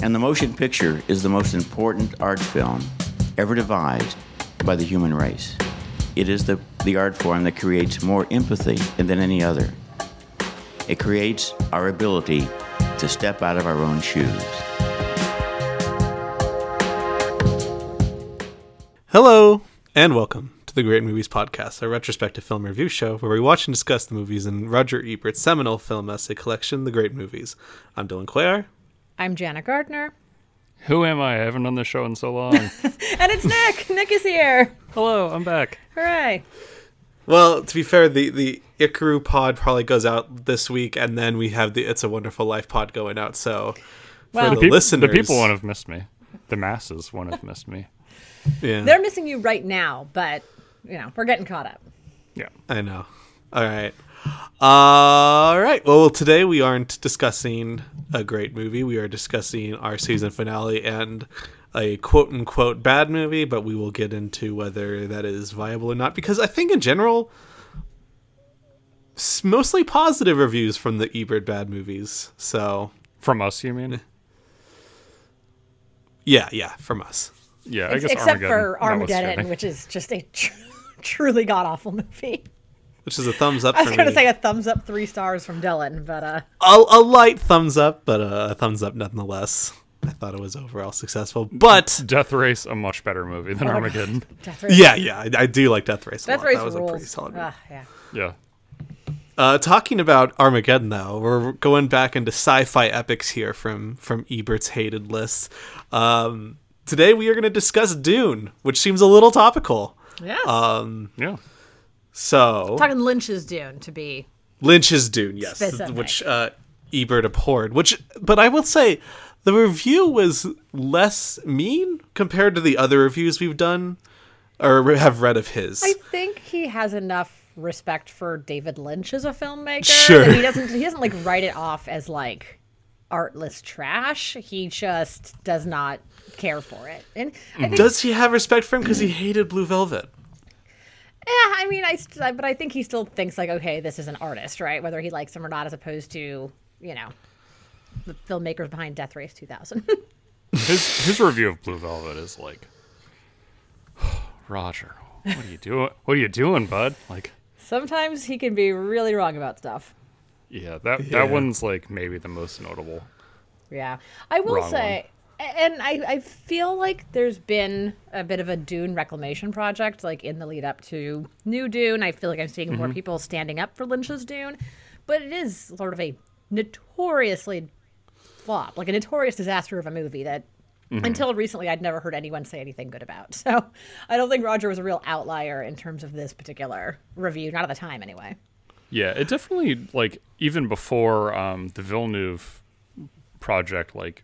And the motion picture is the most important art film ever devised by the human race. It is the, the art form that creates more empathy than any other. It creates our ability to step out of our own shoes. Hello and welcome to the Great Movies Podcast, a retrospective film review show where we watch and discuss the movies in Roger Ebert's seminal film essay collection, The Great Movies. I'm Dylan Cuellar. I'm Jana Gardner. Who am I? I haven't done this show in so long. And it's Nick. Nick is here. Hello, I'm back. Hooray. Well, to be fair, the the Ikaru pod probably goes out this week, and then we have the It's a Wonderful Life pod going out. So Well, for The the, Peop- listeners, the people won't have missed me. The masses won't have missed me. Yeah, They're missing you right now, but you know, we're getting caught up. Yeah. I know. All right. All right. Well, today we aren't discussing a great movie. We are discussing our season finale and a quote unquote bad movie, but we will get into whether that is viable or not because I think in general, s- mostly positive reviews from the Ebert bad movies. So, From us, you mean? yeah, yeah, from us. Yeah, I Ex- guess except Armageddon. for That was Armageddon, fair. which is just a tr- truly god awful movie. Which is a thumbs up I for was going to me. say a thumbs up three stars from Dylan, but uh, a, a light thumbs up, but a, a thumbs up nonetheless. I thought it was overall successful, but Death Race, a much better movie Oh, than Armageddon. Death Race, yeah, yeah, I, I do like Death Race. A Death lot. Race that was rules. a pretty solid. movie. Ah, yeah. Yeah. Uh, talking about Armageddon, though, we're going back into sci-fi epics here from from Ebert's hated list. Um, today we are going to discuss Dune, which seems a little topical. Yes. Um, Yeah. So Talking Lynch's Dune to be. Lynch's Dune, yes, Specific. which uh, Ebert abhorred. Which, but I will say, the review was less mean compared to the other reviews we've done or have read of his. I think he has enough respect for David Lynch as a filmmaker Sure. that he doesn't he doesn't like write it off as like artless trash. He just does not care for it. And I think Does he have respect for him because he hated Blue Velvet? Yeah, I mean, I, st- but I think he still thinks like, okay, this is an artist, right? Whether he likes him or not, as opposed to you know, the filmmakers behind Death Race 2000. His his review of Blue Velvet is like Roger, what are you doing? What are you doing, bud? Like Sometimes he can be really wrong about stuff. yeah, that Yeah. that one's like maybe the most notable. Yeah, I will Wrong say, a- and I, I feel like there's been a bit of a Dune reclamation project, like in the lead up to New Dune. I feel like I'm seeing more people standing up for Lynch's Dune, but it is sort of a notoriously flop, like a notorious disaster of a movie that. Until recently, I'd never heard anyone say anything good about. So I don't think Roger was a real outlier in terms of this particular review, not at the time, anyway. Yeah, it definitely like even before um, the Villeneuve project like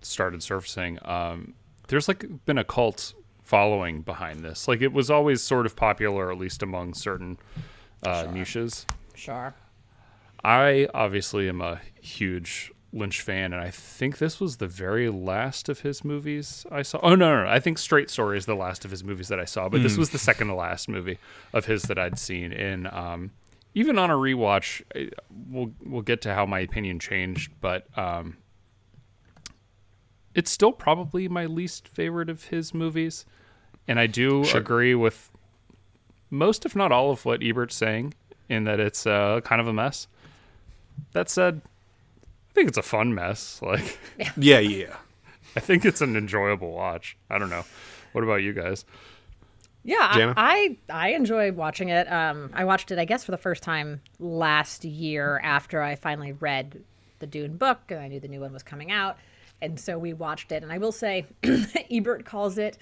started surfacing, um, there's like been a cult following behind this. Like it was always sort of popular, at least among certain uh, niches. Sure. I obviously am a huge Lynch fan, and I think this was the very last of his movies I saw. Oh no, no, no. I think Straight Story is the last of his movies that I saw, but this was the second to last movie of his that I'd seen. And um, even on a rewatch, I- we'll we'll get to how my opinion changed, but um, it's still probably my least favorite of his movies, and I do agree with most, if not all, of what Ebert's saying in that it's uh, kind of a mess. That said, I think it's a fun mess. Like, Yeah, yeah. I think it's an enjoyable watch. I don't know. What about you guys? Yeah, Jana? I, I I enjoy watching it. Um, I watched it, I guess, for the first time last year after I finally read the Dune book and I knew the new one was coming out, and so we watched it. And I will say, Ebert calls it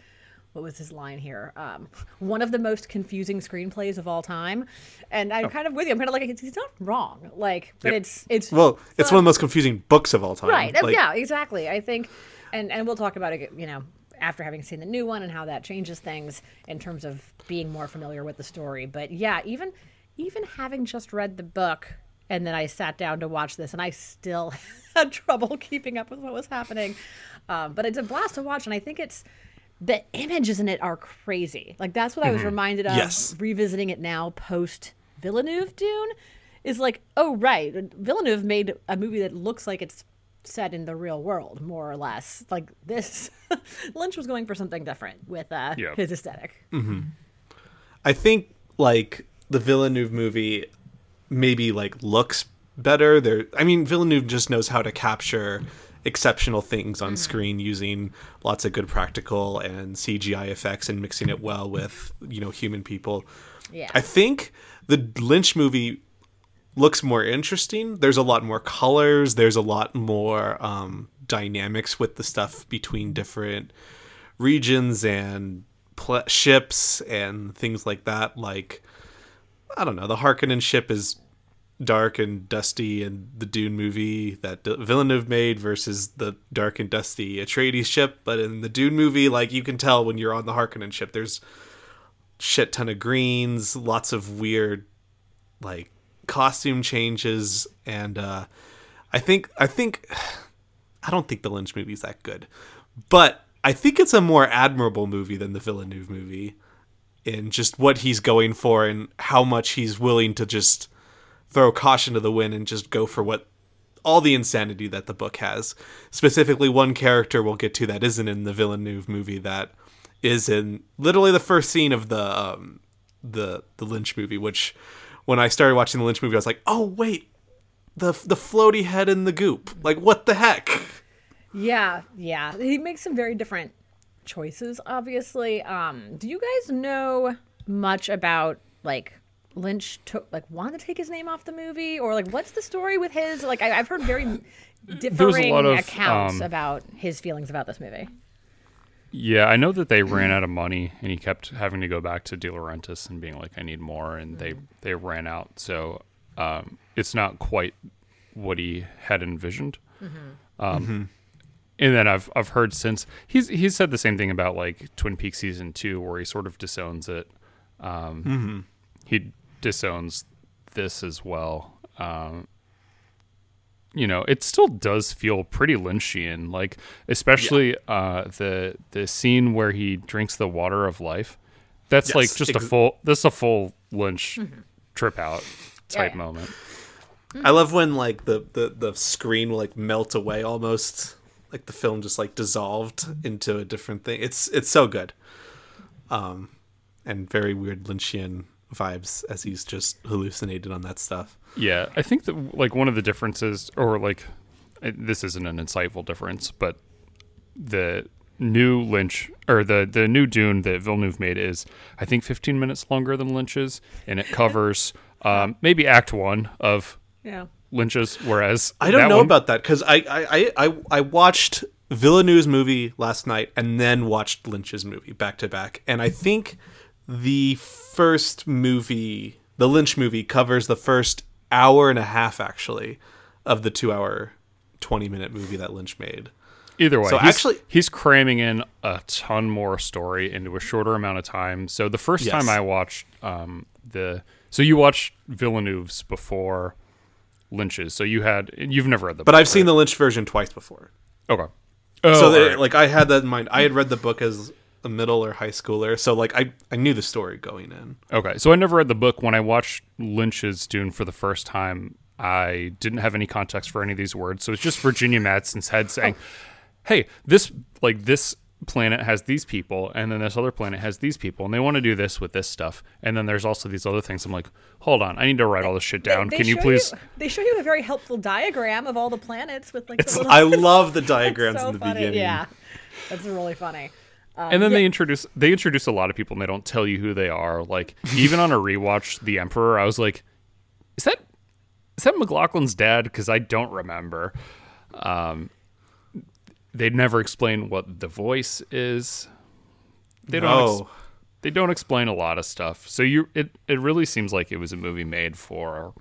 what was his line here? Um, one of the most confusing screenplays of all time. And I'm kind of with you. I'm kind of like he's he's not wrong. Like, but Yep. it's it's Well, it's one of the most confusing books of all time. Right. uh, Like, yeah, exactly. I think, and, and we'll talk about it, you know, after having seen the new one and how that changes things in terms of being more familiar with the story. But yeah, even even having just read the book and then I sat down to watch this and I still had trouble keeping up with what was happening. Um, but it's a blast to watch. And I think it's the images in it are crazy. Like that's what I was reminded of Mm-hmm. Yes. revisiting it now post Villeneuve Dune is like, oh right, Villeneuve made a movie that looks like it's set in the real world, more or less. Like this, Lynch was going for something different with uh, Yeah. his aesthetic. I think like the Villeneuve movie maybe like looks better. There I mean Villeneuve just knows how to capture exceptional things Mm-hmm. on screen using lots of good practical and CGI effects and mixing it well with, you know, human people. Yeah. I think the Lynch movie looks more interesting. There's a lot more colors. There's a lot more um, dynamics with the stuff between different regions and pl- ships and things like that. Like, I don't know. The Harkonnen ship is dark and dusty, and the Dune movie that D- Villeneuve made versus the dark and dusty Atreides ship. But in the Dune movie, like you can tell when you're on the Harkonnen ship, there's shit ton of greens, lots of weird like costume changes and uh I think I think I don't think the Lynch movie's that good. But I think it's a more admirable movie than the Villeneuve movie in just what he's going for and how much he's willing to just throw caution to the wind and just go for what all the insanity that the book has. Specifically, one character we'll get to that isn't in the Villeneuve movie that is in literally the first scene of the um, the the Lynch movie. Which, when I started watching the Lynch movie, I was like, oh wait, the the floaty head in the goop. Like what the heck? Yeah, yeah. He makes some very different choices, obviously. Um, do you guys know much about like Lynch took like wanted to take his name off the movie, or like what's the story with his? Like I, I've heard very differing lot of, accounts um, about his feelings about this movie. Yeah, I know that they ran out of money, and he kept having to go back to De Laurentiis and being like, "I need more," and they they ran out. So um, it's not quite what he had envisioned. Um, Mm-hmm. And then I've I've heard since he's he's said the same thing about like Twin Peaks season two, where he sort of disowns it. Um, Mm-hmm. He disowns this as well. Um, you know, it still does feel pretty Lynchian, like especially uh, the the scene where he drinks the water of life. That's Yes, like just ex- a full this is a full Lynch trip out type yeah. moment. I love when like the, the the screen will like melt away almost, like the film just like dissolved into a different thing. It's it's so good, um, and very weird Lynchian vibes as he's just hallucinated on that stuff. Yeah, I think that like one of the differences, or like it, this isn't an insightful difference, but the new Lynch or the the new Dune that Villeneuve made is I think 15 minutes longer than Lynch's, and it covers um, maybe Act One of Yeah. Lynch's, whereas I don't that know one- about that because I I, I I I watched Villeneuve's movie last night and then watched Lynch's movie back to back, and I think the first movie, the Lynch movie, covers the first hour and a half actually of the two-hour, twenty-minute movie that Lynch made. Either way, So he's, actually- he's cramming in a ton more story into a shorter amount of time. So the first Yes. time I watched um, the, so you watched Villeneuve's before Lynch's. So you had you've never read the, But book, I've seen the Lynch version twice before, right? okay. Oh, so that, alright. like I had that in mind. I had read the book as a middle or high schooler, so like I I knew the story going in. okay. So I never read the book. When I watched Lynch's Dune for the first time, I didn't have any context for any of these words. So it's just Virginia Madsen's head saying, Oh. "Hey, this like this." planet has these people and then this other planet has these people and they want to do this with this stuff and then there's also these other things i'm like hold on i need to write all this shit down They- they can you show please they show you a very helpful diagram of all the planets with like. the little, I love the It's diagrams so in the funny. beginning. Yeah, that's really funny. and then they introduce they introduce a lot of people and they don't tell you who they are like even on a rewatch the emperor i was like is that is that mclaughlin's dad because i don't remember um they never explain what the voice is they don't ex- Oh. they don't explain a lot of stuff so you it it really seems like it was a movie made for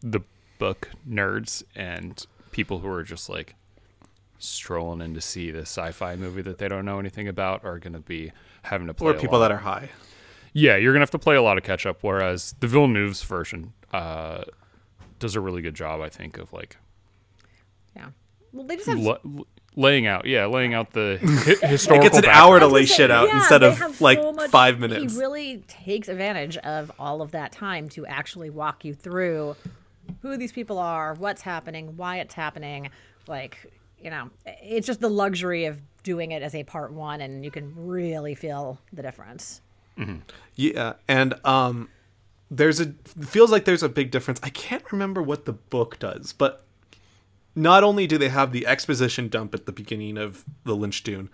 the book nerds and people who are just like strolling in to see the sci-fi movie that they don't know anything about are going to be having to play or a people lot- that are high. yeah you're going to have to play a lot of catch up whereas the villeneuve's version uh, does a really good job i think of like Yeah. Well, they just have la- laying out yeah laying out the hi- historical It gets an background. hour to I was lay gonna shit say, out yeah, instead they of have like so much- five minutes. He really takes advantage of all of that time to actually walk you through who these people are, what's happening, why it's happening. Like, you know, it's just the luxury of doing it as a part one, and you can really feel the difference. Yeah, and um, there's a feels like there's a big difference. I can't remember what the book does, but not only do they have the exposition dump at the beginning of the Lynch Dune,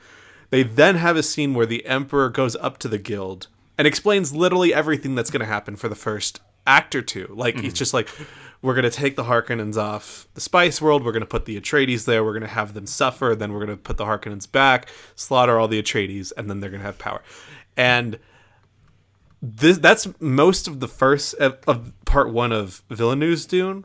they then have a scene where the Emperor goes up to the guild and explains literally everything that's going to happen for the first act or two. Like it's just like we're going to take the Harkonnens off the Spice World. We're going to put the Atreides there. We're going to have them suffer. Then we're going to put the Harkonnens back, slaughter all the Atreides, and then they're going to have power. And this that's most of the first of, of part one of Villeneuve's Dune,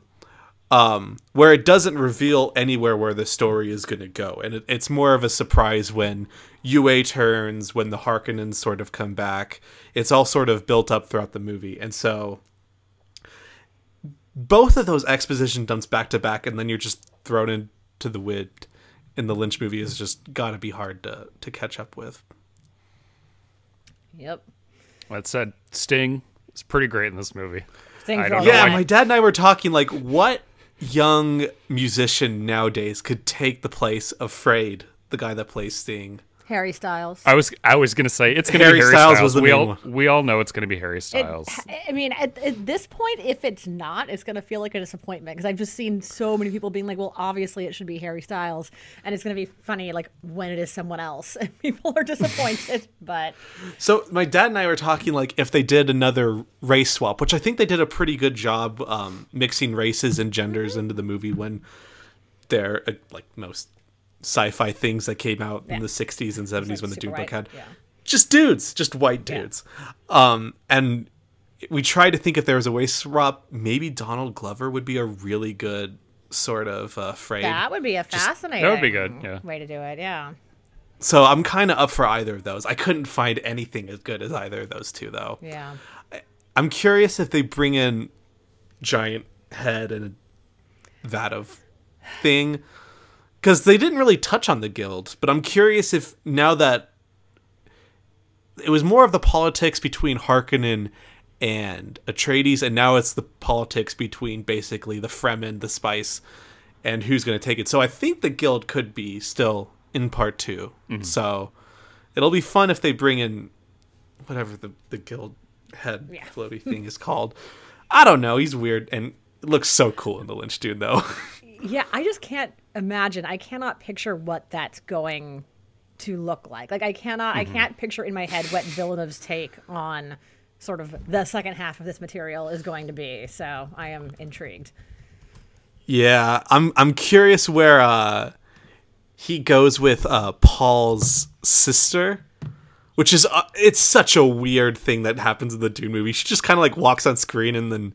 um, where it doesn't reveal anywhere where the story is going to go, and it, it's more of a surprise when UA turns, when the Harkonnens sort of come back. It's all sort of built up throughout the movie, and so both of those exposition dumps back to back, and then you're just thrown into the wind. In the Lynch movie is just got to be hard to to catch up with. Yep. That said, Sting is pretty great in this movie. Sting's I don't really know Yeah, why- my dad and I were talking like what young musician nowadays could take the place of Frayed, the guy that plays Sting. Harry Styles. I was I was gonna say it's gonna Harry be Harry Styles Styles. was the we main all one. we all know it's gonna be Harry It- Styles. I mean, at, at this point, if it's not, it's going to feel like a disappointment because I've just seen so many people being like, well, obviously it should be Harry Styles. And it's going to be funny, like, when it is someone else. And people are disappointed. but So my dad and I were talking like if they did another race swap, which I think they did a pretty good job um, mixing races and genders Mm-hmm. into the movie when they're uh, like most sci-fi things that came out in Yeah. the 60s and 70s when the super Dune white, book had yeah. just dudes, just white dudes. Um, and we tried to think if there was a race swap, maybe Donald Glover would be a really good sort of uh, frame. that would be a fascinating that would be good, yeah. way to do it. Yeah. So I'm kind of up for either of those. I couldn't find anything as good as either of those two though. Yeah. I'm curious if they bring in giant head and a vat of thing because they didn't really touch on the guild. But I'm curious if now that it was more of the politics between Harkonnen and Atreides, and now it's the politics between basically the Fremen, the Spice, and who's going to take it. So I think the guild could be still in part 2 So it'll be fun if they bring in whatever the, the guild head Yeah. floaty thing is called. I don't know. He's weird and looks so cool in the Lynch dude though. Yeah. I just can't imagine. I cannot picture what that's going to look like. Like, I cannot, Mm-hmm. I can't picture in my head what Villeneuve's take on sort of the second half of this material is going to be. So I am intrigued. yeah, I'm I'm curious where uh he goes with uh Paul's sister, which is uh, it's such a weird thing that happens in the Dune movie. She just kind of like walks on screen and then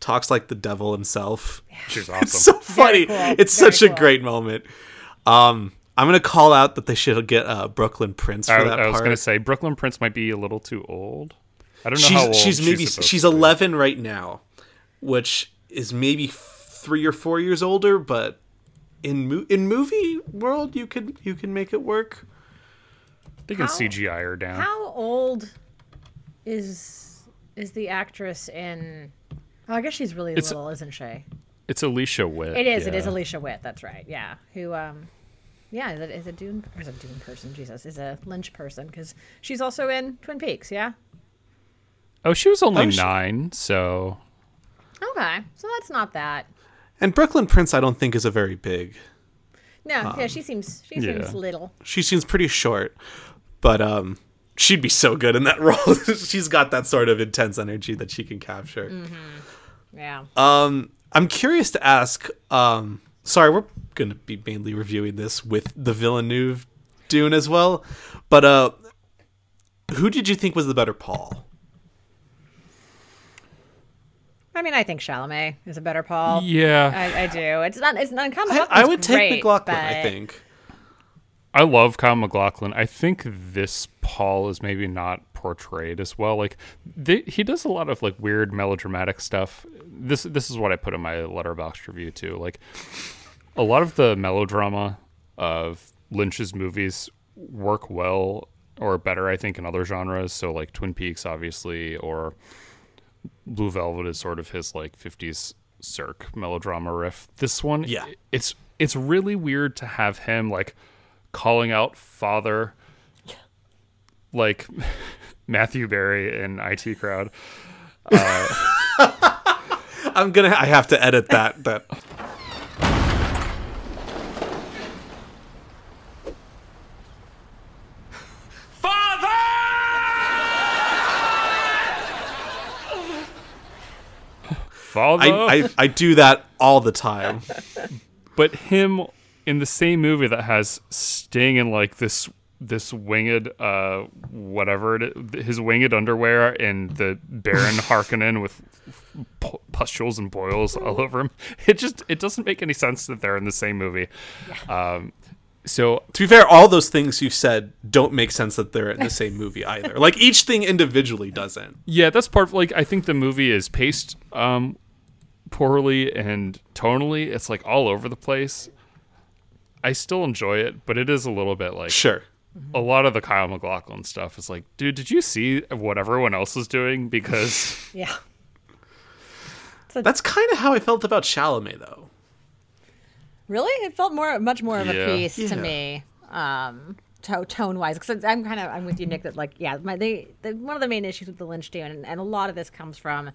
talks like the devil himself. She's It's awesome. so funny. cool. It's Very such a cool. great moment. Um I'm gonna call out that they should get uh, Brooklyn Prince for I, that I was part. gonna say Brooklyn Prince might be a little too old. I don't know she's how old she's maybe she's, supposed to be. 11 right now which is maybe three or four years older but in mo- in movie world you could you can make it work They can How- CGI her down. How old is is the actress in? Oh, I guess she's really It's- little, isn't she? It's Alicia Witt. It is. It is yeah. Alicia Witt. That's right. Yeah. Who? Um. Yeah. Is, it, is a Dune or is a Dune person? Jesus, is a Lynch person because she's also in Twin Peaks. Yeah. Oh, she was only Oh, nine, she- so Okay. So that's not that. and brooklyn prince i don't think is a very big No. yeah. She seems. She yeah. seems little. she seems pretty short but um she'd be so good in that role she's got that sort of intense energy that she can capture Yeah. Um, I'm curious to ask. Um, sorry, we're going to be mainly reviewing this with the Villeneuve Dune as well, but uh, who did you think was the better Paul? I mean, I think Chalamet is a better Paul. yeah. I, I do. It's not. It's not uncommon. I, I would take McLaughlin. I but- think. I love Kyle McLaughlin. I think this Paul is maybe not portrayed as well. Like they, he does a lot of like weird melodramatic stuff. This this is what I put in my letterbox review too. Like a lot of the melodrama of Lynch's movies work well or better, I think, in other genres. So like Twin Peaks, obviously, or Blue Velvet is sort of his like 50s Cirque melodrama riff. This one, Yeah. i- it's it's really weird to have him like calling out father, like Matthew Barry in IT Crowd. I'm gonna. I have to edit that. That Father, I, I I do that all the time. but him in the same movie that has Sting in like this this winged uh whatever it is, his winged underwear and the Baron Harkonnen with pu- pustules and boils all over him. It just it doesn't make any sense that they're in the same movie. Um, so To be fair, all those things you said don't make sense that they're in the same movie either. Like each thing individually doesn't. Yeah, that's part. Of, like, I think the movie is paced um, poorly and tonally. It's like all over the place. I still enjoy it, but it is a little bit like Sure. a lot of the Kyle MacLachlan stuff is like, dude, did you see what everyone else is doing? Because Yeah. That's kind of how I felt about Chalamet though. Really? It felt more, much more of Yeah. a piece Yeah. to me, um, to- tone wise. Because I'm kind of, I'm with you, Nick. That like, yeah, my they, the, one of the main issues with the Lynch Dune, and, and a lot of this comes from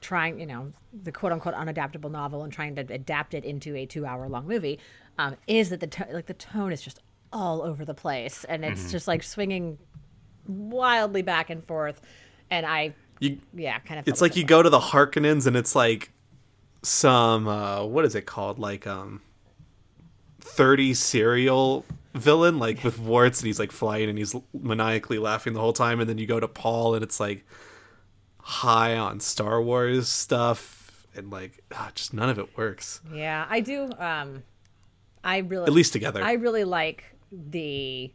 trying, you know, the quote unquote unadaptable novel and trying to adapt it into a two hour long movie, um, is that the to- like the tone is just all over the place, and Mm-hmm. it's just like swinging wildly back and forth, and I. You, Yeah, kind of. felt it's like that you go to the Harkonnens and it's like some uh, what is it called? Like um, thirty serial villain like with warts and he's like flying and he's maniacally laughing the whole time and then you go to Paul and it's like high on Star Wars stuff and like ah, just none of it works Yeah, I do. Um, I really at least together. I really like the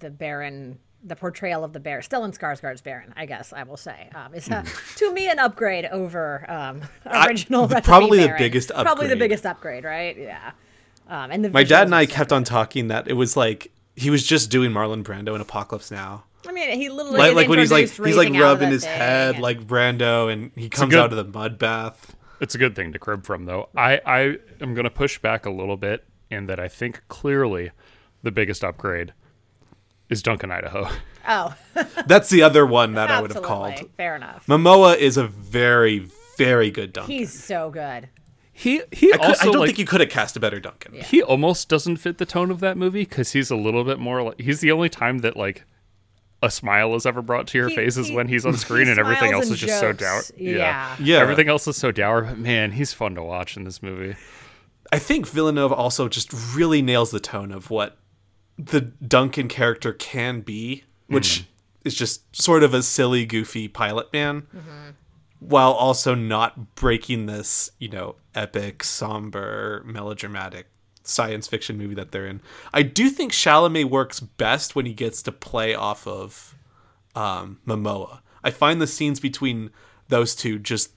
the Baron, the portrayal of the Baron, Stellan Skarsgård's Baron. I guess I will say um, is Hmm. a, to me an upgrade over um, original. the- Recipe probably the Baron. biggest Probably the upgrade. biggest upgrade, right? Yeah. Um, and the My visuals dad and I and stuff. kept on talking that it was like he was just doing Marlon Brando in Apocalypse Now. I mean, he literally like is like when he's like introduced he's like raising out of rubbing that his thing head and- like Brando, and he comes good- out of the mud bath. It's a good thing to crib from, though. I, I am going to push back a little bit in that I think clearly the biggest upgrade is Duncan, Idaho. oh, That's the other one that I would have absolutely. called. Fair enough. Momoa is a very very good Duncan. He's so good. He he I, could, also I don't like, think you could have cast a better Duncan. he almost doesn't fit the tone of that movie because he's a little bit more like he's the only time that like a smile is ever brought to your He- face is he- when he's on he screen and everything else smiles is and just so dour. jokes. Yeah. Yeah. everything else is so dour. But man, he's fun to watch in this movie. I think Villeneuve also just really nails the tone of what the Duncan character can be, which is just sort of a silly, goofy pilot man, while also not breaking this, you know, epic, somber, melodramatic science fiction movie that they're in. I do think Chalamet works best when he gets to play off of um, Momoa. I find the scenes between those two just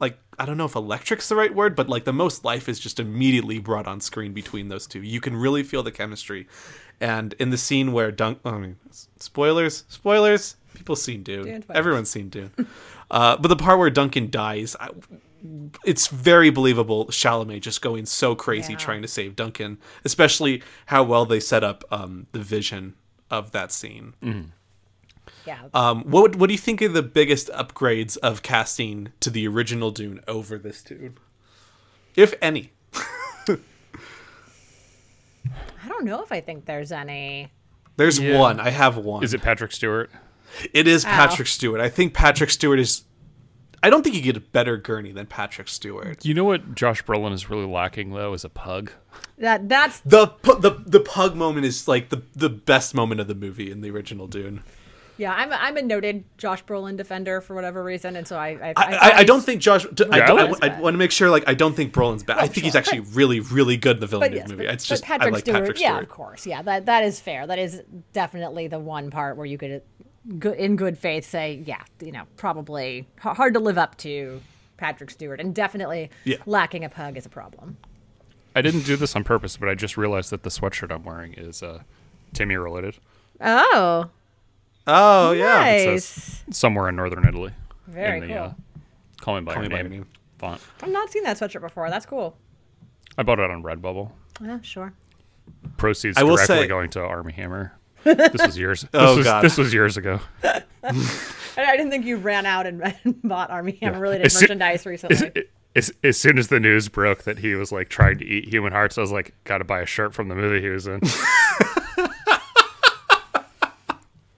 like I don't know if electric's the right word, but like the most life is just immediately brought on screen between those two. You can really feel the chemistry, and in the scene where Dunk, I mean, s- spoilers, spoilers, people seen Dune, Dune spoilers. everyone's seen Dune, uh, but the part where Duncan dies, I, it's very believable. Chalamet just going so crazy Yeah. trying to save Duncan, especially how well they set up um, the vision of that scene. Yeah. Um, what would- what do you think are the biggest upgrades of casting to the original Dune over this Dune, if any? I don't know if I think there's any. There's Yeah. one. I have one. Is it Patrick Stewart? it is Patrick Stewart. I think Patrick Stewart is. I don't think you get a better Gurney than Patrick Stewart. You know what Josh Brolin is really lacking though is a pug. That that's The pu- the the pug moment is like the the best moment of the movie in the original Dune. Yeah, I'm a, I'm a noted Josh Brolin defender for whatever reason, and so I I, I, I, I don't think Josh. d- I, Yeah, I don't, I, like I want to make sure. Like, I don't think Brolin's bad. I think he's sure. actually really, really good in the Villeneuve But yes, movie. but, it's but just Patrick I like Stewart. Patrick Stewart. Yeah, of course. Yeah, that that is fair. That is definitely the one part where you could, good in good faith, say, yeah, you know, probably h- hard to live up to Patrick Stewart, and definitely Yeah. lacking a pug is a problem. I didn't do this on purpose, but I just realized that the sweatshirt I'm wearing is uh, Timmy related. Oh, Oh yeah. It says somewhere in northern Italy. Very in the, cool. uh, Call me by, Call your, me by name. your name. font. I've not seen that sweatshirt before. That's cool. I bought it on Redbubble. Yeah, sure. Proceeds I will directly say- going to Army Hammer. This was years. this Oh, was, God. This was years ago. I, I didn't think you ran out and, and bought Army Hammer related As soo- merchandise recently. As, as soon as the news broke that he was like trying to eat human hearts, I was like, gotta buy a shirt from the movie he was in.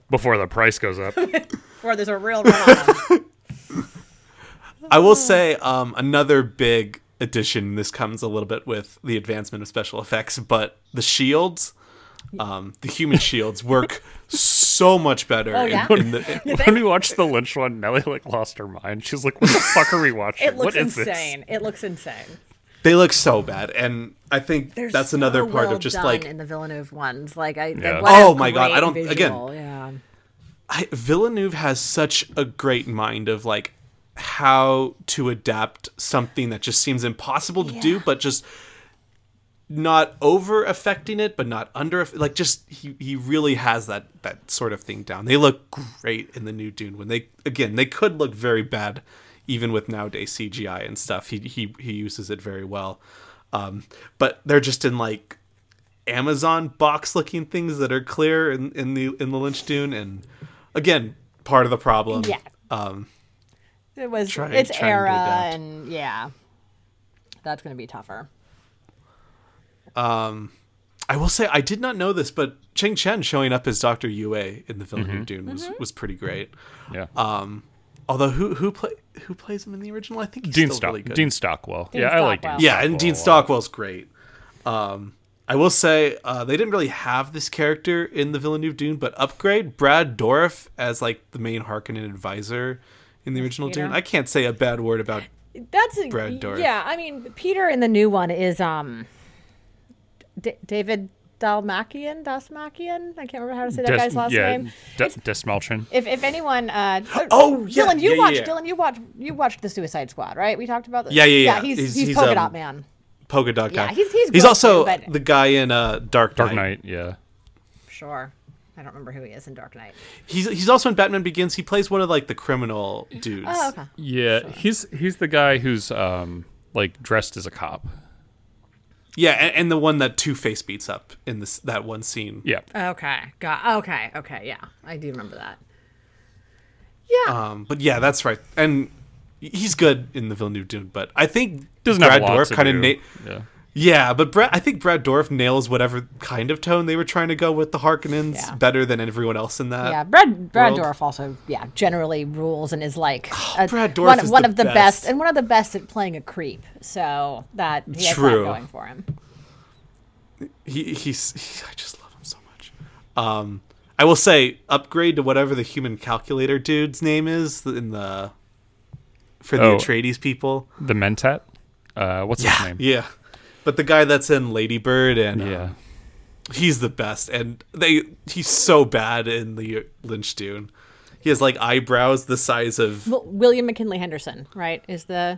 Before the price goes up. Or there's a real run-on. I will Hmm. say um, another big addition. This comes a little bit with the advancement of special effects, but the shields, um, the human shields, work so much better. Oh, in- yeah? in the- when we watched the Lynch one, Nellie like lost her mind. She's like, "What the fuck are we watching? it looks what is insane. It looks insane. they look so bad, and I think They're that's so another part well of just done like in the Villeneuve ones. Like I, like, Yeah. what a Oh my God, I great don't- again. visual. Yeah. I, Villeneuve has such a great mind of like how to adapt something that just seems impossible to do, but just not over affecting it, but not under like just he, he really has that that sort of thing down. They look great in the new Dune when they again they could look very bad even with nowadays CGI and stuff. He he he uses it very well, um, but they're just in like Amazon box looking things that are clear in, in the in the Lynch Dune and again part of the problem. Yeah. Um, It was Try- its trying to era, adapt. and yeah, that's gonna be tougher. I will say I did not know this, but Cheng Chen showing up as Doctor Yue in the Villeneuve Dune was, was pretty great. this?" Yeah, Uh, Although who who play who plays him in the original? I think he's Dean, still Stock- really good. Dean Stockwell. Dean yeah, I like Dean. Stockwell. yeah, and Stockwell Dean a lot. Stockwell's great. Um, I will say uh, they didn't really have this character in the Villeneuve Dune, but upgrade Brad Dorff as like the main Harkonnen advisor in the original Peter. Dune. I can't say a bad word about. That's a, Brad Dourif. yeah. I mean, Peter in the new one is um, D- David Dalmakian, Dasmakian. I can't remember how to say that Des- guy's last yeah, name. De- Desmalchin. If, if anyone, uh, Oh, yeah, Dylan, yeah, you yeah, watched yeah. Dylan, you watched you watched the Suicide Squad, right? We talked about this. Yeah, yeah, yeah. he's He's- he's, he's, polka um, dot man. polka dot Yeah, guy. he's- he's he's good also too, but- the guy in uh, Dark Knight. Dark Knight. Yeah, Sure, I don't remember who he is in Dark Knight. He's he's also in Batman Begins. He plays one of like the criminal dudes. Oh, okay. yeah. He's he's the guy who's um like dressed as a cop. Yeah, and, and the one that Two Face beats up in this that one scene. Yeah, Okay. Got okay. Okay. Yeah, I do remember that. Yeah. Um, but yeah, that's right. And he's good in the Villeneuve Dune, but I think doesn't Brad have a lot to kind of do. na- yeah. yeah, but Brad, I think Brad Dorf nails whatever kind of tone they were trying to go with the Harkonnens Yeah. better than everyone else in that. yeah, Brad Brad world. Dorff also yeah generally rules and is like a- Brad Dourif one, is one the of the best. best. and one of the best at playing a creep. So that he has True. that going for him. he he's he, I just love him so much. Um, I will say upgrade to whatever the human calculator dude's name is in the for the Oh. Atreides people. The Mentat. Uh, what's his name? Yeah, but the guy that's in Ladybird and uh, Yeah. he's the best. And they he's so bad in the Lynch Dune. He has like eyebrows the size of Well, William McKinley Henderson, right, is the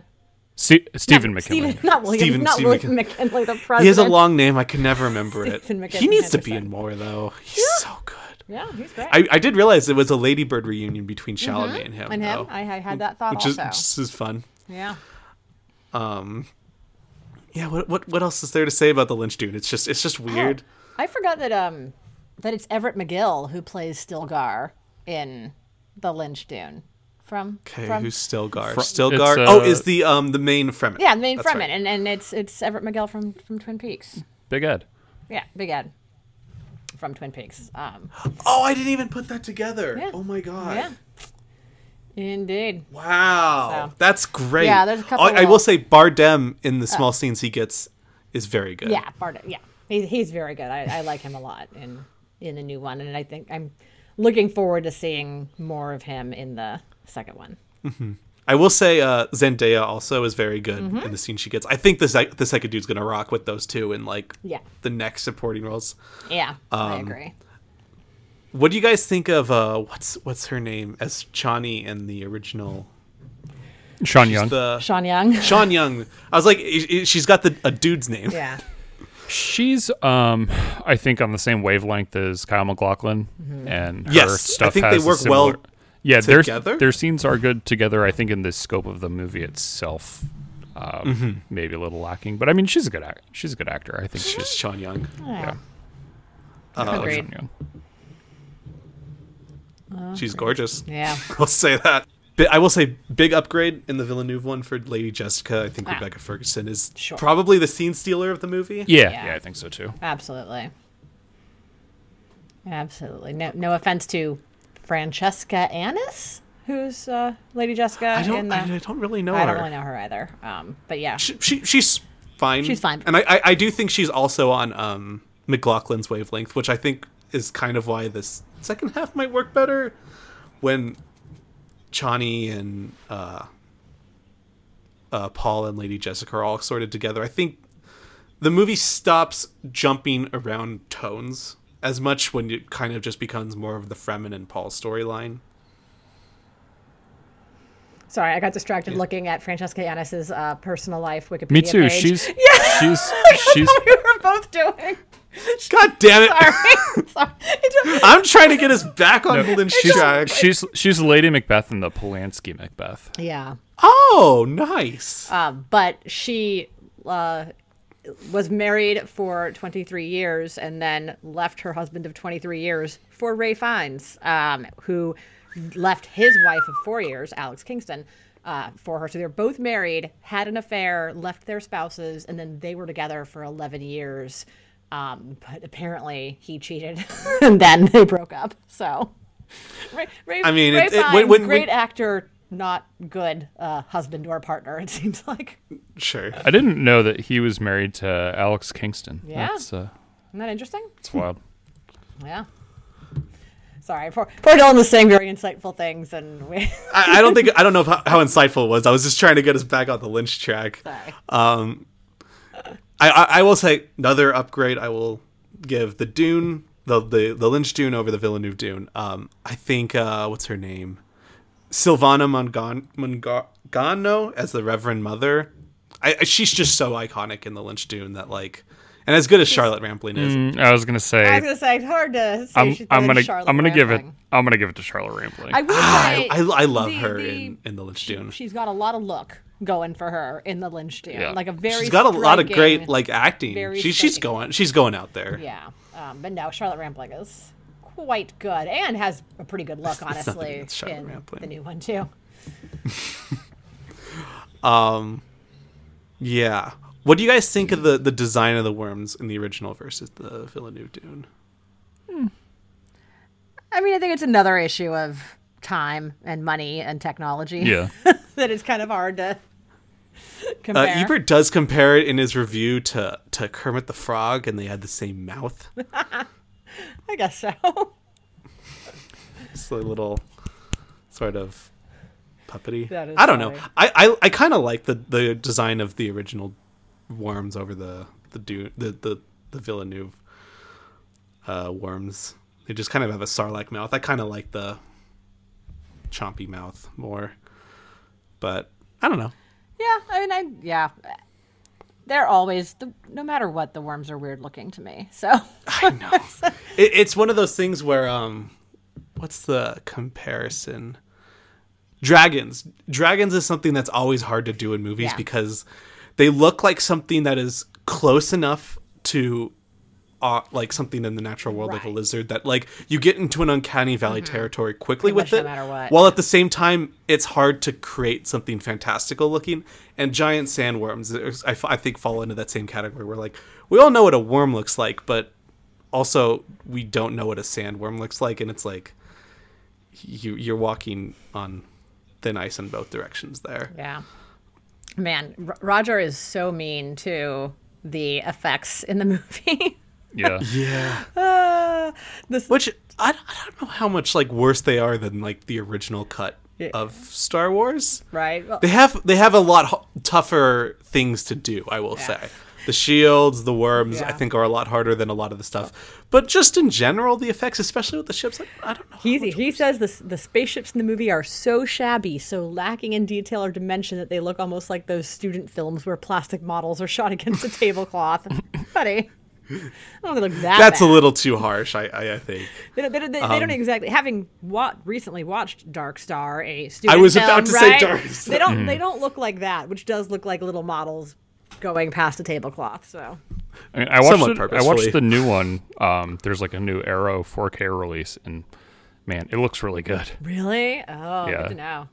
Se- Stephen McKinley. Stephen, not William, Stephen- not Stephen William McKinley, the president. he has a long name. I can never remember it. Stephen He needs to be Henderson. in more though. He's so good. Yeah, he's great. I, I did realize it was a Ladybird reunion between Chalamet and him. Mm-hmm. and him, though. I, I had that thought which is, also. which is fun. yeah. Yeah, what, what what else is there to say about the Lynch Dune? It's just it's Oh, just weird. I forgot that um that it's Everett McGill who plays Stilgar in the Lynch Dune from Okay, from who's Stilgar? Fro- Stilgar. it's, oh, uh, is the um the main Fremen? yeah, the main That's Fremen, right. and and it's it's Everett McGill from from Twin Peaks. Big Ed. Yeah, Big Ed from Twin Peaks. Um, Oh, I didn't even put that together. Yeah. Oh my god. yeah, indeed. Wow, So- that's great. Yeah, there's a couple I, I of- will say Bardem in the small scenes he gets is very good. Yeah, Bart. Yeah, he, he's very good. I, I like him a lot in in the new one, and I think I'm looking forward to seeing more of him in the second one. I will say uh, Zendaya also is very good Mm-hmm. in the scene she gets. I think the sec- the second dude's gonna rock with those two in like Yeah. the next supporting roles. Yeah, Um, I agree. What do you guys think of uh, what's what's her name as Chani in the original? Sean She's Young. the- Sean Young. Sean Young. I was like, i- i- she's got the a dude's name. yeah. She's, um, I think, on the same wavelength as Kyle McLaughlin, Mm-hmm. and her Yes, stuff. I think has they a work similar- well Yeah, their together. their scenes are good together. I think in the scope of the movie itself, um, Mm-hmm. maybe a little lacking. But I mean, she's a good act- she's a good actor. I think she's Just Sean Young. Uh, yeah, Agreed. Sean Young. She's gorgeous. Yeah. I'll say that. Bi- I will say big upgrade in the Villeneuve one for Lady Jessica. I think Ah. Rebecca Ferguson is Sure. probably the scene stealer of the movie. Yeah, Yeah. yeah, I think so too. Absolutely. Absolutely. No, no offense to Francesca Annis, who's uh, Lady Jessica. I don't. in the, I, I don't really know I her. don't really know her either. Um, but yeah, She, she she's fine. She's fine. And I, I I do think she's also on um McLaughlin's wavelength, which I think is kind of why this second half might work better when Chani and uh, uh, Paul and Lady Jessica are all sorted together. I think the movie stops jumping around tones as much when it kind of just becomes more of the Fremen and Paul storyline. sorry, I got distracted looking at Francesca Annis's uh, personal life Wikipedia Me too. page. She's she's she's we were both doing. God damn it! Sorry. sorry. I'm trying to get us back on no, she's track. she's she's Lady Macbeth in the Polanski Macbeth. yeah. Oh, nice. Um, but she uh, was married for 23 years and then left her husband of 23 years for Ray Fiennes, um, who left his wife of four years, Alex Kingston, uh, for her. So they're both married, had an affair, left their spouses, and then they were together for 11 years. Um, but apparently he cheated and then they broke up. So Ray, Ray, I mean, Ray it- it- Fiennes, when- when- great when- actor, not good uh, husband or partner, it seems like. Sure. I didn't know that he was married to Alex Kingston. Yeah. that's, uh, Isn't that interesting? that's wild. Yeah. Sorry, poor, poor Dylan was saying very insightful things, and we. I, I don't think I don't know how, how insightful it was. I was just trying to get us back on the Lynch track. Sorry. I, I, I will say another upgrade. I will give the Dune, the the, the Lynch Dune over the Villeneuve Dune. Um, I think uh, what's her name, Sylvana Mongan- Mongano as the Reverend Mother. I, I- she's just so iconic in the Lynch Dune that like, and as good as Charlotte Rampling is, Mm, I was gonna say I was gonna say it's hard to. Say I'm, she's better I'm than gonna Charlotte I'm gonna give it Rampling. I'm gonna give it to Charlotte Rampling. I will I, say Ah, I, I love the- her the- in, in the Lynch Dune. She's got a lot of look going for her in the Lynch Dune, Yeah. like a very. She's got a lot of great striking- like acting. very She, she's striking. going she's going out there. Yeah, um, but no, Charlotte Rampling is quite good and has a pretty good look, It's nothing honestly, against Charlotte in Rampling. the new one too. Yeah. What do you guys think of the the design of the worms in the original versus the Villeneuve Dune? I mean, I think it's another issue of time and money and technology. yeah, that it's kind of hard to Uh, compare. Ebert does compare it in his review to to Kermit the Frog, and they had the same mouth. I guess so. It's a little sort of puppety. That is I don't know. funny. I I, I kind of like the the design of the original worms over the the Dune the the the Villeneuve uh, worms. They just kind of have a sarlacc mouth. I kind of like the chompy mouth more, but I don't know. yeah, I mean, I yeah, they're always the, no matter what the worms are weird looking to me. So I know. it, it's one of those things where um, what's the comparison? Dragons. Dragons is something that's always hard to do in movies Yeah. because they look like something that is close enough to. Uh, like something in the natural world, like a Right. Mm-hmm. lizard, that like you get into an uncanny valley territory quickly Pretty with much it. no matter what. While at the same time, it's hard to create something fantastical looking. And giant sandworms, there's- I, f- I think, fall into that same category where like we all know what a worm looks like, but also we don't know what a sandworm looks like, and it's like you you're walking on thin ice in both directions there. yeah, man, R- Roger is so mean to the effects in the movie. yeah. Yeah, uh, this which I, d- I don't know how much like worse they are than like the original cut Yeah. of Star Wars. right? Well, They have they have a lot h- tougher things to do. I will Yeah. say the shields, the worms, I Yeah. think are a lot harder than a lot of the stuff. But just in general, the effects, especially with the ships, like, I don't know. He's, he says the, the spaceships in the movie are so shabby, so lacking in detail or dimension that they look almost like those student films where plastic models are shot against a tablecloth. Funny. I don't think Oh, they look that. That's bad. a um, little too harsh, I, I, I think. They don't, they don't, they don't exactly having what recently watched Dark Star, a student. I was film, about to say Mm. right? Dark They don't. They don't look like that, which does look like little models going past a tablecloth. So I, mean, I watched Somewhat it, I purposefully. watched the new one. Um, there's like a new Arrow 4K release, and man, it looks really good. really, oh, Yeah. good to know.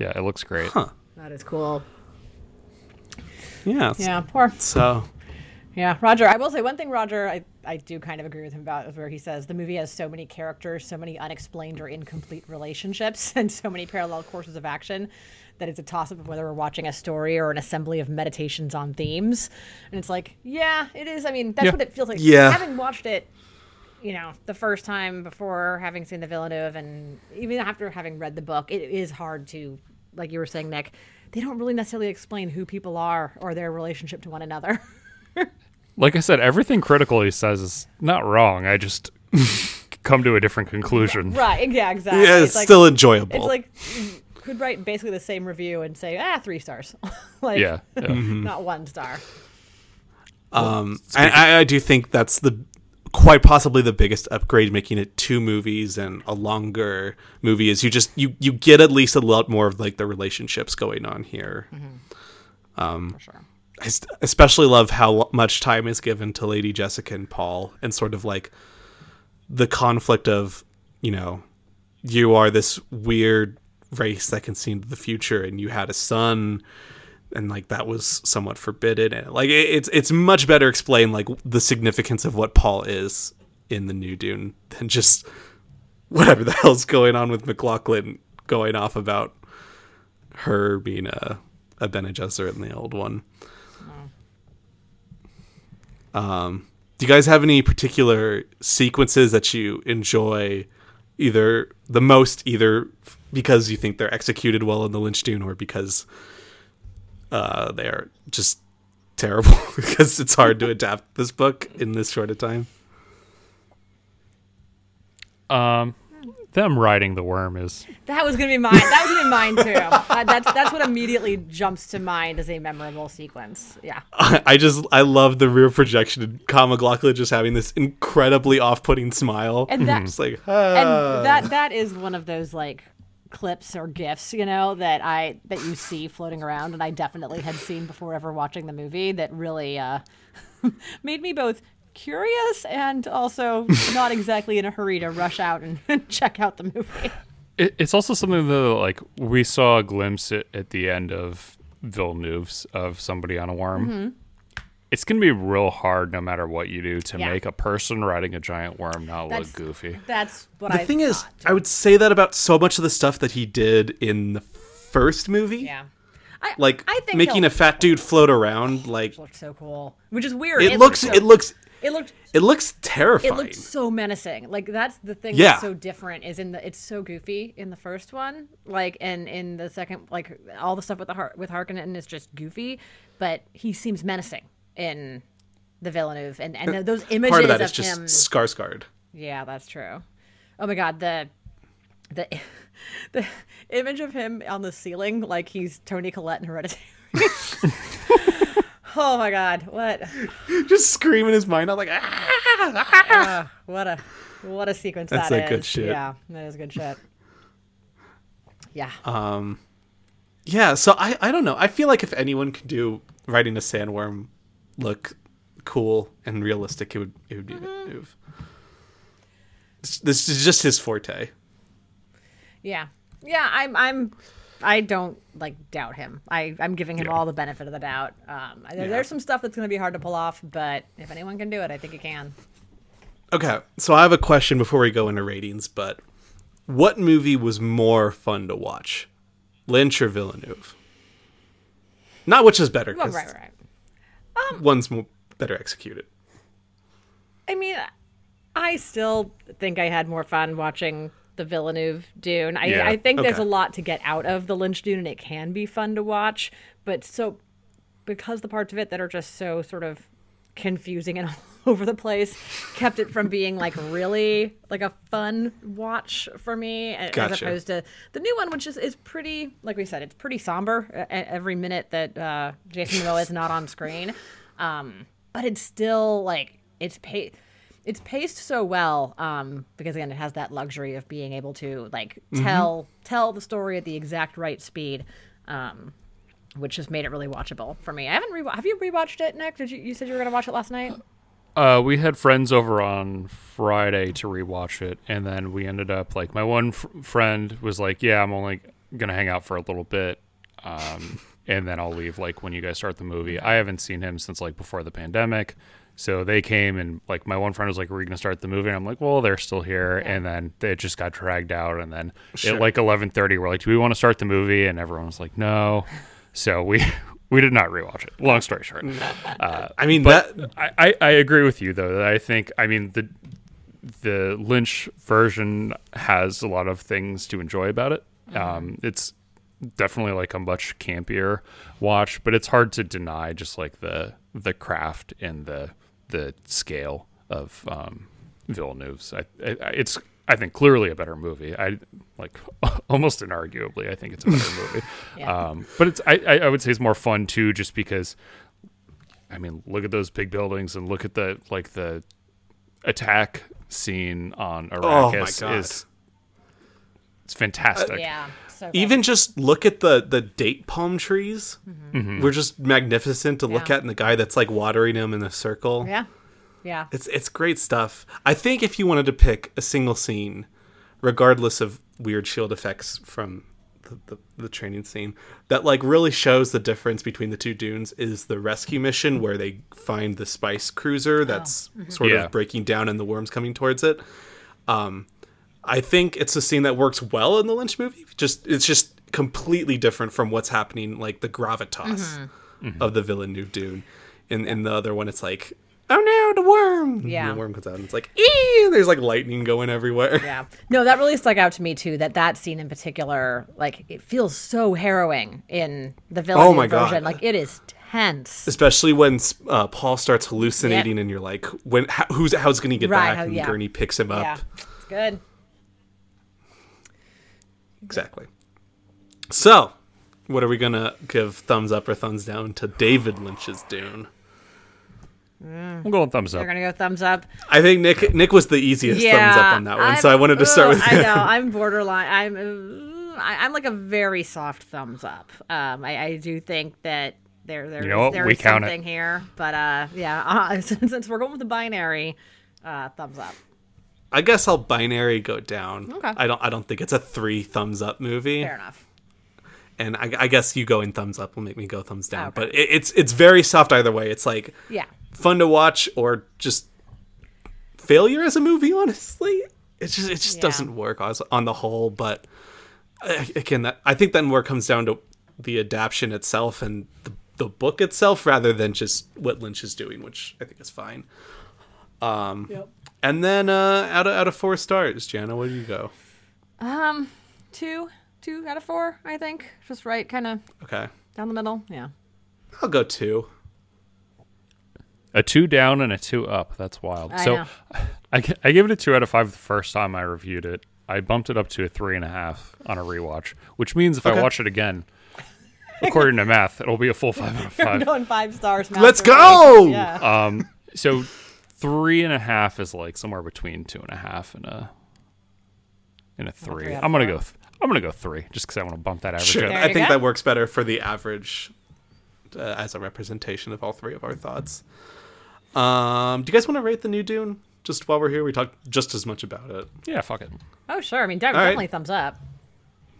Yeah, it looks great. That is cool. Yeah. Yeah, poor. So Yeah, Roger. I will say one thing, Roger. I, I do kind of agree with him about is where he says the movie has so many characters, so many unexplained or incomplete relationships, and so many parallel courses of action that it's a toss up of whether we're watching a story or an assembly of meditations on themes. And it's like, yeah, it is. I mean, that's Yeah. what it feels like. Yeah. Having watched it, you know, the first time before having seen the Villeneuve and even after having read the book, it is hard to, like you were saying, Nick, they don't really necessarily explain who people are or their relationship to one another. Like I said, everything critical he says is not wrong. I just come to a different conclusion. Right. Yeah. Exactly. yeah, it's, like, still enjoyable. It's like could write basically the same review and say ah three stars, like Yeah. yeah. Mm-hmm. not one star. Um, I, I, I do think that's the quite possibly the biggest upgrade, making it two movies and a longer movie. Is you just you you get at least a lot more of like the relationships going on here. For sure. I s- especially love how l- much time is given to Lady Jessica and Paul, and sort of like the conflict of you know you are this weird race that can see into the future, and you had a son. And like that was somewhat forbidden, and like it, it's it's much better explained like the significance of what Paul is in the new Dune than just whatever the hell's going on with McLaughlin going off about her being a a Bene Gesserit in the old one. do you guys have any particular sequences that you enjoy either the most either f- because you think they're executed well in the lynch dune or because uh, they are just terrible because it's hard to adapt this book in this short a time Them riding the worm is That was gonna be mine. That was gonna be mine too. Uh, that's that's what immediately jumps to mind as a memorable sequence. Yeah. I just I love the rear projection and Kyle MacLachlan just having this incredibly off-putting smile. And that It's like and that that is one of those like clips or gifs you know that i that you see floating around and i definitely had seen before ever watching the movie that really uh made me both curious and also not exactly in a hurry to rush out and check out the movie It, it's also something that like we saw a glimpse at, at the end of Villeneuve's of somebody on a worm. Mm-hmm. It's gonna be real hard, no matter what you do, to Yeah. make a person riding a giant worm not That's- look goofy. that's what the i thing is, I would say that about so much of the stuff that he did in the first movie. yeah I, like i think making a fat dude float around like looked so cool which is weird it, looks looked it so- looks it looked it looks terrifying It looked so menacing. Like that's the thing Yeah. that's so different is in the it's so goofy in the first one. Like and in the second like all the stuff with the Har- with Harkonnen is just goofy, but he seems menacing in the Villeneuve and and th- those images Uh, part of that of is just him. scar scarred Yeah, that's true. Oh my god, the the the image of him on the ceiling like he's Tony Collette in Hereditary. oh my god, what just screaming his mind out like ah! What a what a sequence That's that like is. good shit. Yeah, that is good shit. Yeah. Uh, yeah so i i don't know i feel like if anyone could do riding a sandworm look cool and realistic it would it would be Mm-hmm. Villeneuve. This- this is just his forte yeah. Yeah, I'm I'm I don't like doubt him. I, I'm giving him Yeah. all the benefit of the doubt. Um, I- there- Yeah. There's some stuff that's going to be hard to pull off, but if anyone can do it, I think he can. Okay, so I have a question before we go into ratings, but what movie was more fun to watch, Lynch or Villeneuve? Not which is better, Well, 'cause right, right. one's more better executed. I mean, I still think I had more fun watching the Villeneuve Dune. I, Yeah, I think there's okay. a lot to get out of the Lynch Dune, and it can be fun to watch. But so, because the parts of it that are just so sort of confusing and all over the place kept it from being like really like a fun watch for me a- as Gotcha. opposed to the new one which is, is pretty like we said it's pretty somber uh, e- every minute that uh, jason momoa is not on screen um, but it's still like it's pa- it's paced so well um, because again it has that luxury of being able to like tell tell the story at the exact right speed, um, which has made it really watchable for me. I haven't rewatched. Have you rewatched it, Nick? Did you you said you were gonna watch it last night? Uh, we had friends over on Friday to rewatch it, and then we ended up like my one fr- friend was like, "Yeah, I'm only gonna hang out for a little bit, um, and then I'll leave like when you guys start the movie." I haven't seen him since like before the pandemic, so they came and like my one friend was like, "We're gonna start the movie," and I'm like, "Well, they're still here," and then it just got dragged out, and then Sure. at like 11:30, we're like, "Do we want to start the movie?" And everyone was like, "No," so we. We did not rewatch it. Long story short, I mean that I, I, I agree with you though. That I think I mean the the Lynch version has a lot of things to enjoy about it. Um, it's definitely like a much campier watch, but it's hard to deny just like the the craft and the the scale of um, Villeneuve's. I, I, I- it's I think clearly a better movie. I like almost inarguably. I think it's a better movie. Yeah. um, but it's I, I I would say it's more fun too, just because I mean, look at those big buildings and look at the like the attack scene on Oh my Arrakis God. is it's fantastic. Yeah. So good. even just look at the the date palm trees were just magnificent to look Mm-hmm. Yeah. at, and the guy that's like watering them in a circle. yeah, yeah. It's it's great stuff. I think if you wanted to pick a single scene, regardless of weird shield effects from the, the, the training scene, that like really shows the difference between the two dunes is the rescue mission where they find the spice cruiser that's sort Yeah. of breaking down and the worms coming towards it. Um, I think it's a scene that works well in the Lynch movie. Just it's just completely different from what's happening, like the gravitas Mm-hmm. of the villain New Dune. In in the other one, it's like, oh no, the worm. Yeah. the worm comes out and it's like, ee! There's like lightning going everywhere. Yeah. No, that really stuck out to me too. That that scene in particular, like it feels so harrowing in the villain Oh my God. version. Like it is tense. Especially when uh, Paul starts hallucinating, and you're like, when how, who's how's going to get Right, back? how- and yeah. Gurney picks him up. Yeah. It's good. Exactly. So, what are we gonna give thumbs up or thumbs down to David Lynch's Dune? I'm going thumbs up. We're gonna go thumbs up. I think Nick Nick was the easiest thumbs up on that one, so I I'm- wanted to start ugh, with him. I know I'm borderline. I'm uh, I, I'm like a very soft thumbs up. Um, I, I do think that there there You know what? there We is count it. something here, but uh, yeah. Uh, since, since we're going with the binary, uh, thumbs up. I guess I'll binary go down. Okay. I don't. I don't think it's a three thumbs up movie, Fair enough. and I, I guess you going thumbs up will make me go thumbs down. Okay. But it, it's it's very soft either way. It's like Yeah. fun to watch or just failure as a movie. Honestly, it just it just Yeah. doesn't work as- on the whole. But uh, again, that, I think then where it comes down to the adaption itself and the, the book itself, rather than just what Lynch is doing, which I think is fine. Um, and then uh, out of out of four stars, Jana, where do you go? Um, two two out of four, I think. Just right, kind of Okay, down the middle. Yeah. I'll go two. A two down and a two up. That's wild. I so know. I g- I gave it a two out of five the first time I reviewed it. I bumped it up to a three and a half on a rewatch, which means if I watch it again, according to math, it'll be a full five out of five. Going five stars. Let's masterpiece. go! Yeah. Um, so three and a half is like somewhere between two and a half and a and a three. three out of I'm gonna four. go. Th- I'm gonna go three, just because I want to bump that average Sure, up. There I you think go. that works better for the average uh, as a representation of all three of our thoughts. Um, do you guys want to rate the new Dune? Just while we're here, we talked just as much about it. Yeah, fuck it. oh sure. I mean, de- right. definitely thumbs up.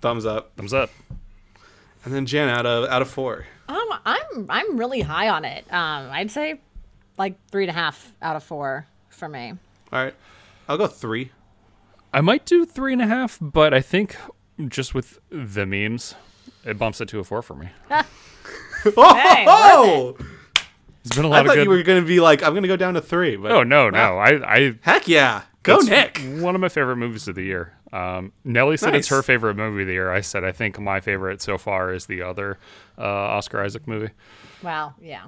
Thumbs up. Thumbs up. And then Jan, out of out of four, Um, I'm I'm really high on it. Um, I'd say like three and a half out of four for me. all right, I'll go three. I might do three and a half, but I think just with the memes, it bumps it to a four for me. Hey, Oh, There's been a I thought lot of good. you were gonna be like, I'm gonna go down to three, but oh no, no, I, I heck yeah, go it's Nick. One of my favorite movies of the year. Um, Nellie said it's Nice. her favorite movie of the year. I said I think my favorite so far is the other uh, Oscar Isaac movie. Well, yeah.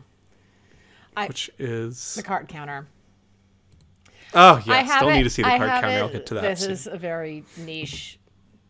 I Which is the card counter. oh yes, I have don't it, Oh, need to see the I card have counter. It. I'll get to that. This soon. is a very niche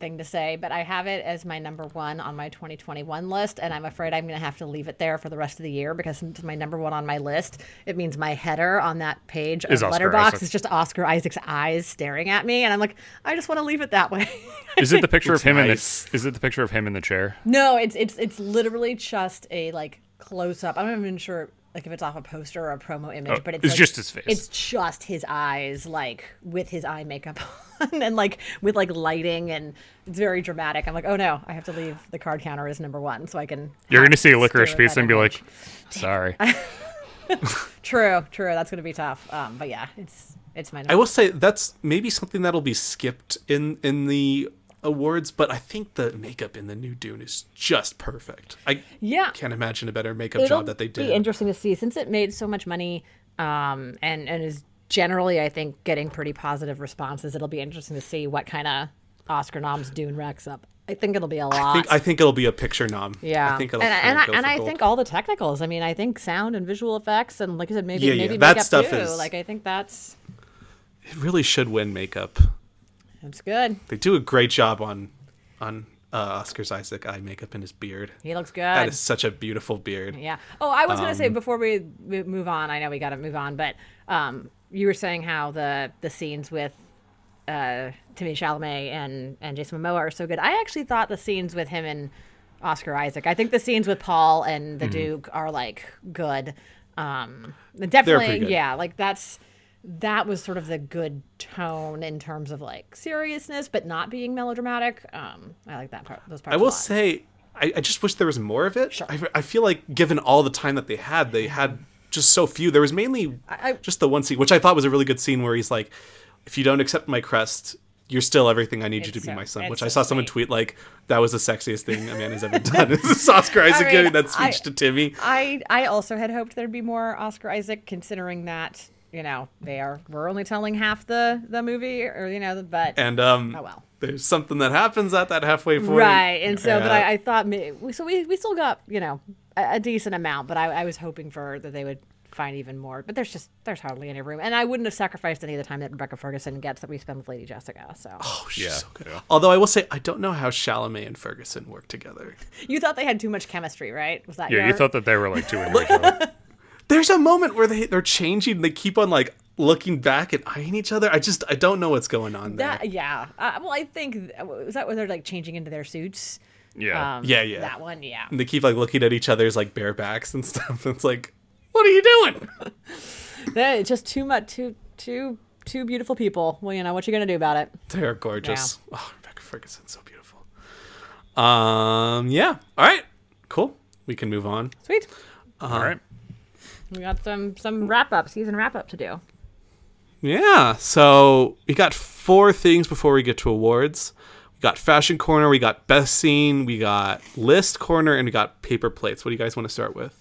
thing to say, but I have it as my number one on my 2021 list, and I'm afraid I'm going to have to leave it there for the rest of the year because since it's my number one on my list. It means my header on that page Is of Oscar Letterbox Isaac. is just Oscar Isaac's eyes staring at me, and I'm like, I just want to leave it that way. Is it the picture of him nice. in the? Is it the picture of him in the chair? no, it's it's it's literally just a like close up. I'm not even sure like if it's off a poster or a promo image, Oh, but it's it's like- just his face. It's just his eyes, like with his eye makeup on, and like with like lighting, and it's very dramatic. I'm like, oh no, I have to leave the card counter as number one, so I can. You're have gonna see to licorice stare at pizza that and be image. like, sorry. True, true. That's gonna be tough. Um, but yeah, it's it's my. I will say that's maybe something that'll be skipped in in the awards, but I think the makeup in the new Dune is just perfect. I Yeah. can't imagine a better makeup It'll job that they be did. interesting to see since it made so much money, um, and and is generally I think getting pretty positive responses. It'll be interesting to see what kind of Oscar noms Dune racks up. I think it'll be a lot. I think I think it'll be a picture nom. Yeah, I think and, it'll and, I, go and for I gold. think all the technicals. I mean, I think sound and visual effects, and like I said, maybe Yeah, yeah, maybe that makeup stuff too. is- Like I think that's it really should win makeup. that's good. They do a great job on on uh, Oscar's Isaac eye makeup and his beard. He looks good. That is such a beautiful beard. Yeah. Oh, I was Um, gonna say before we we move on. I know we got to move on, but um, you were saying how the the scenes with uh, Timmy Chalamet and and Jason Momoa are so good. I actually thought the scenes with him and Oscar Isaac. I think the scenes with Paul Mm-hmm. and the Duke are like good. Um, definitely, pretty good. yeah. Like that's that was sort of the good tone in terms of like seriousness, but not being melodramatic. Um, I like that part. Those parts. I a will lot. say, I, I just wish there was more of it. I, I feel like given all the time that they had, they had just so few. There was mainly I- I- just the one scene, which I thought was a really good scene where he's like, "If you don't accept my crest." You're still everything I need you It's to be so- my son, it's which so I saw someone sweet. tweet like that was the sexiest thing a man has ever done. Is Oscar Isaac mean, giving that I- speech to Timmy? I I also had hoped there'd be more Oscar Isaac, considering that you know they are we're only telling half the the movie, or you know, but And um, Oh, well. there's something that happens at that halfway point, right. And so, but Yeah. I, I thought may- we- so we we still got you know a, a decent amount, but I, I was hoping for that they would find even more. But there's just there's hardly any room, and I wouldn't have sacrificed any of the time that Rebecca Ferguson gets that we spend with Lady Jessica. So Oh, she's Yeah, so good. yeah. Although I will say, I don't know how Chalamet and Ferguson work together. you thought they had too much chemistry, right? Was that Yeah, your... you thought that they were like two in each other. There's a moment where they they're changing. They keep on like looking back and eyeing each other. I just I don't know what's going on there. that? Yeah. Uh, well, I think th- was that when they're like changing into their suits. Um, Yeah. Yeah, yeah. That one, yeah. and they keep like looking at each other's like bare backs and stuff. It's like, what are you doing? They- it's just too much too too two beautiful people well you know what you gonna do about it They're gorgeous. Oh, Rebecca Ferguson's so beautiful. Um, yeah. All right, cool. We can move on. sweet All right. we got some some wrap up season wrap up to do Yeah. So we got four things before we get to awards. We got fashion corner, we got best scene, we got list corner, and we got paper plates. What do you guys want to start with?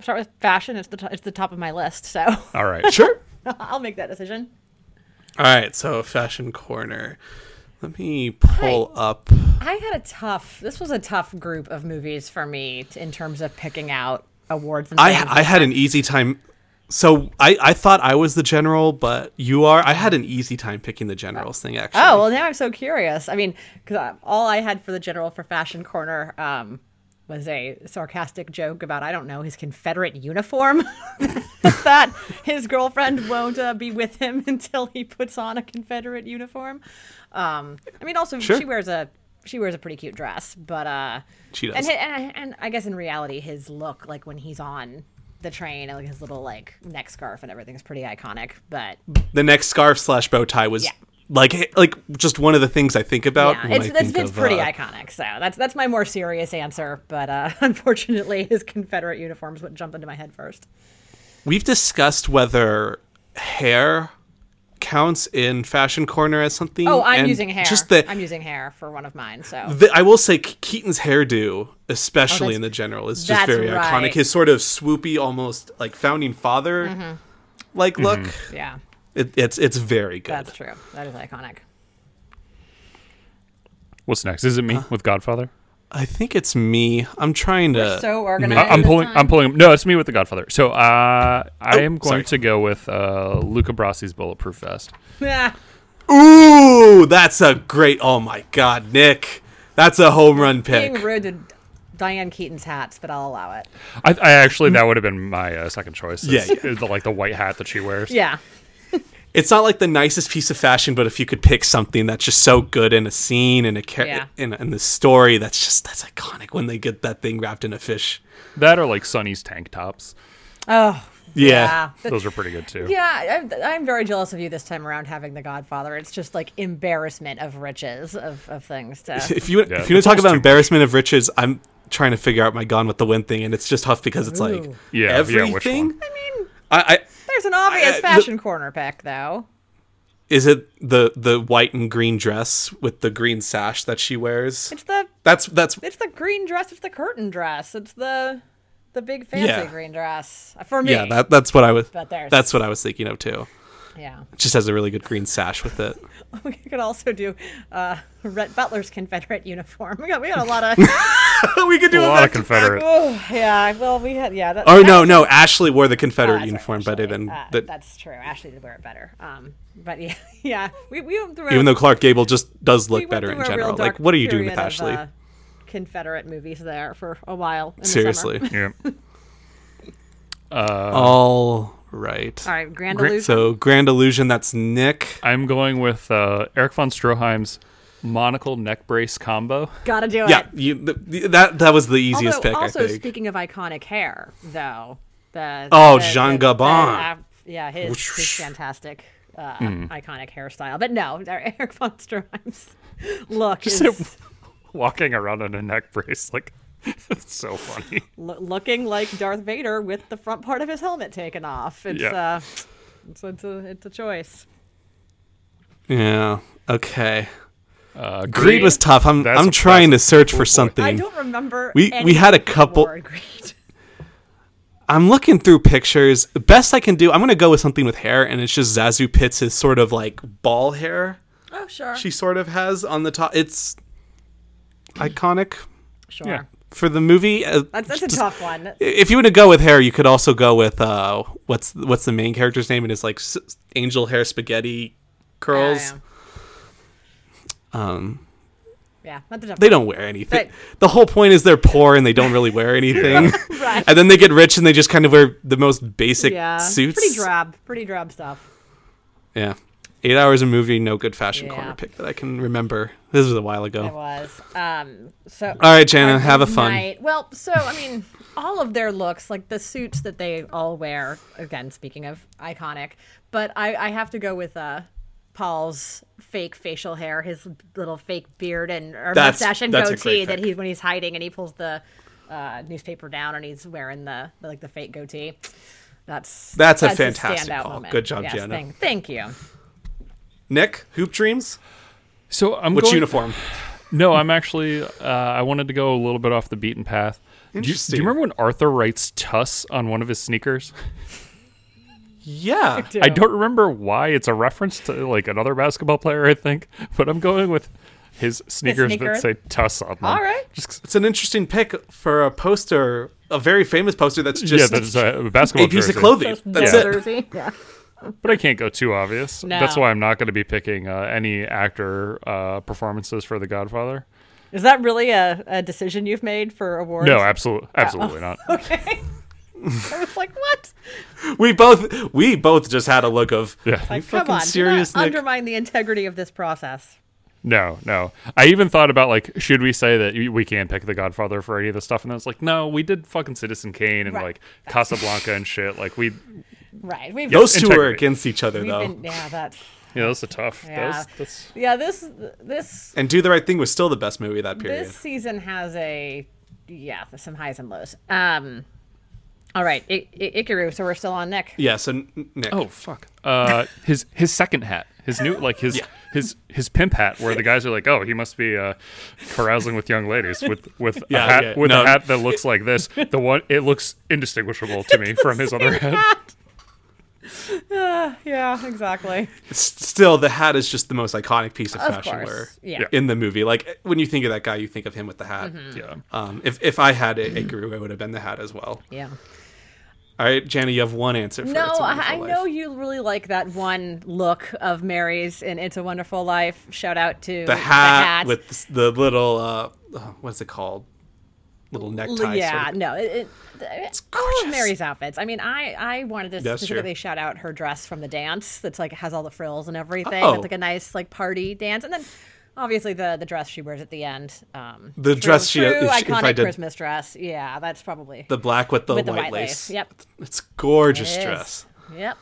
start with fashion it's the t- it's the top of my list so All right. Sure. i'll make that decision All right. So fashion corner. Let me pull up. i had a tough this was a tough group of movies for me t- in terms of picking out awards and things. I I had an easy time. So I I thought I was the general, but you are. I had an easy time picking the generals thing actually. Oh well, now I'm so curious. I mean, because all I had for the general for fashion corner um, was a sarcastic joke about I don't know his Confederate uniform that his girlfriend won't uh, be with him until he puts on a Confederate uniform. Um, I mean, also Sure. she wears a she wears a pretty cute dress, but uh, She does. And, hi- and I- and I guess in reality, his look like when he's on the train and like his little like neck scarf and everything is pretty iconic. But the next scarf slash bow tie was Yeah. like like just one of the things I think about. Yeah, when it's I it's, think it's of, pretty uh, iconic. So that's that's my more serious answer. But uh, unfortunately, his Confederate uniforms would jump into my head first. We've discussed whether hair counts in fashion corner as something. Oh, I'm and using hair. Just the, I'm using hair for one of mine. So the- I will say Ke- Keaton's hairdo, especially in the general, is just that's very right. iconic. His sort of swoopy, almost like founding father like look. Mm-hmm. yeah, It, it's it's very good. Mm-hmm. that's true. That is iconic. What's next? Is it Uh. me with Godfather? I think it's me. I'm trying to. So I, organized. I'm this pulling. time. I'm pulling. No, it's me with the Godfather. So uh, I am Oh, going sorry. to go with uh, Luca Brassi's Bulletproof Vest. Yeah. Ooh, that's a great. Oh my God, Nick, that's a home run Being pick. rude to Diane Keaton's hats, but I'll allow it. I, I actually that would have been my uh, second choice. is- Yeah, is the, like the white hat that she wears. Yeah. It's not like the nicest piece of fashion, but if you could pick something that's just so good in a scene and a char- Yeah. in, in the story, that's just that's iconic when they get that thing wrapped in a fish. That or like Sunny's tank tops. Oh. Yeah. Yeah. Those are pretty good too. Yeah, I'm, I'm very jealous of you this time around having The Godfather. It's just like embarrassment of riches of, of things. To, If you Yeah, if you want it's to talk almost about too embarrassment of riches, I'm trying to figure out my Gone with the Wind thing, and it's just tough because it's like Ooh. Yeah, yeah, which one? everything. I mean, I, I there's an obvious I- I- fashion corner pick, though. is it the the white and green dress with the green sash that she wears? It's the That's that's it's the green dress. It's the curtain dress. It's the the big fancy Yeah. green dress uh, for me. yeah. That that's what I was. But there's- That's what I was thinking of too. yeah. It just has a really good green sash with it. We could also do uh, Rhett Butler's Confederate uniform. We got we got a lot of. we could A do lot of Confederate. oh, yeah. Well, we had yeah. That, Oh that- no, no. Ashley wore the Oh, Confederate that's right, uniform better Ashley. than Uh, that. that's true. Ashley did wear it better. Um, but yeah, yeah. We we went through a- even though Clark Gable just does we look went better through in a real general. Like, dark what are you doing with period of, Ashley? uh, Confederate movies there for a while. in the summer. Seriously. Yeah. All right. All right, Grand Great. Illusion. So Grand Illusion. That's Nick. I'm going with uh, Eric von Stroheim's monocle neck brace combo. Gotta do Yeah, it. you, th th- that that was the easiest Although, pick. also I think. speaking of iconic hair, though, the Oh, the- Jean the- the- Gabin. uh, yeah, his, his fantastic, uh, Hmm. iconic hairstyle. But no, Eric von Stroheim's look is Walking around in a neck brace, like it's so funny. lo- looking like Darth Vader with the front part of his helmet taken off. It's Yeah. uh, it's, it's a it's a choice. yeah. Okay. Uh, Greed was tough. I'm That's I'm a- trying to that's- search for I something. don't remember. We- we any had a people couple- who were Greed. I'm looking through pictures. The best I can do, I'm gonna go with something with hair, and it's just Zazu Pitts' sort of like ball hair Oh sure, she sort of has on the top. It's iconic sure. Yeah. for the movie. Uh, That's, that's a tough one. if you want to go with hair, you could also go with uh, what's what's the main character's name? It is like s- angel hair spaghetti curls. Um. Yeah, that's a tough Um, They don't wear anything. But- the whole point is they're poor and they don't really wear anything. one. Right. and then they get rich and they just kind of wear the most basic Yeah. suits. Pretty drab. Pretty drab stuff. Yeah. Eight hours of movie, no good fashion Yeah. corner pick that I can remember. This was a while It ago. was. Um, so. All right, Jana, Uh, have a fun. Night. Well, so I mean, all of their looks, like the suits that they all wear. Again, speaking of iconic, but I, I have to go with uh, Paul's fake facial hair, his little fake beard and or That's- mustache and that's a goatee great that pick. he when he's hiding and he pulls the uh, newspaper down and he's wearing the, the like the fake goatee. That's That's a fantastic standout call. Good job, yes, Jenna. Thank, thank you. Nick, Hoop Dreams? So I'm Which going, uniform? No, I'm actually. Uh, I wanted to go a little bit off the beaten path. Do you- Interesting. Do you, remember when Arthur writes "Tuss" on one of his sneakers? Yeah. I don't remember why. It's a reference to like another basketball player, I think. But I'm going with his sneakers sneaker. that say "Tuss" on them. All right. Just, It's an interesting pick for a poster, a very famous poster that's just yeah, that's a basketball a piece of jersey. clothing. That's No it. jersey. Yeah. But I can't go too obvious. No. That's why I'm not going to be picking uh, any actor uh, performances for The Godfather. Is that really a, a decision you've made for awards? No, absolutely, Uh, absolutely not. I was like, what? We both we both just had a look of Yeah. Are you Come fucking on, do serious, not Nick? undermine the integrity of this process. No, no. I even thought about like, should we say that y- we can't pick The Godfather for any of this stuff? And I was like, no, we did fucking Citizen Kane and Right. like Casablanca and shit. Like we, you Right. We've, Those two are Integrity. against each other we've though. been, yeah, that's, know, that's a tough. Yeah. That's, that's yeah, this, this, And Do the Right Thing was still the best movie that period. this season has a, yeah, some highs and lows. Um, all right, I- I- Ikaru, so we're still on Nick. yeah, so N- Nick. oh fuck. Uh, his his second hat, his new like his his his pimp hat, where the guys are like, oh, he must be uh, carousing with young ladies with with Yeah, a hat yeah. with No. a hat that looks like this. The one it looks indistinguishable to me from his other hat. Uh, yeah, exactly. S- still the hat is just the most iconic piece of, Of fashion wear course. Yeah. Mm-hmm. Yeah. in the movie. Like when you think of that guy, you think of him with the hat. Yeah. Um, if if I had a, a guru, it would have been the hat as well. Yeah. All right, Jana, you have one answer for No, It's a I, I Wonderful know Life. you really like that one look of Mary's in It's a Wonderful Life. Shout out to The hat, with s- the little, uh, uh, what's it called? Little L- necktie. yeah, Oh, sort of- no, it, it, it's all gorgeous. of Mary's outfits. I mean, I I wanted to That's true. specifically shout out her dress from the dance that's like has all the frills and everything. Oh. It's like a nice like party dance, and then obviously the the dress she wears at the end. Um, The dress she- true if- if I iconic did- Christmas dress. Yeah, that's probably The black with the, With the white, white lace. lace, yep. It's gorgeous It is. dress. Yep.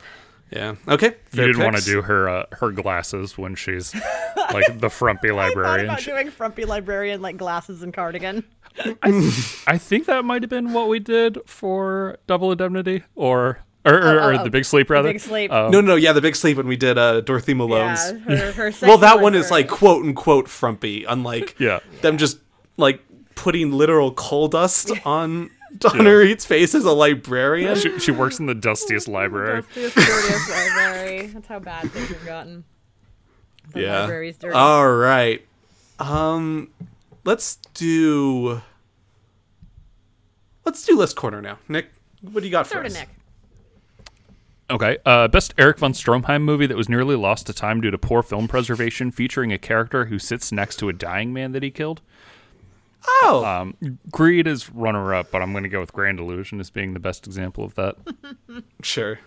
Yeah. Okay. You fair didn't want to picks. do her uh, her glasses when she's like the frumpy Thought librarian. about doing frumpy librarian like glasses and cardigan. I think that might have been what we did for Double Indemnity or or, or, or oh, the Big Sleep rather. Uh, Big sleep. No, no, yeah, the big sleep when we did uh, Dorothy Malone's. yeah, her, her well, that sexual one is like librarian. quote unquote frumpy, unlike Yeah. them just like putting literal coal dust on Donna Reed's face as a librarian. She, she works in the dustiest library. That's the dirtiest library. That's how bad things have gotten. The library's dirty. All right. Um, let's do. Let's do list corner now, Nick. What do you got for Sort us? of Nick. Okay. Uh, best Eric von Stromheim movie that was nearly lost to time due to poor film preservation, featuring a character who sits next to a dying man that he killed. Oh, Um, Greed is runner up, but I'm going to go with Grand Illusion as being the best example of that. sure.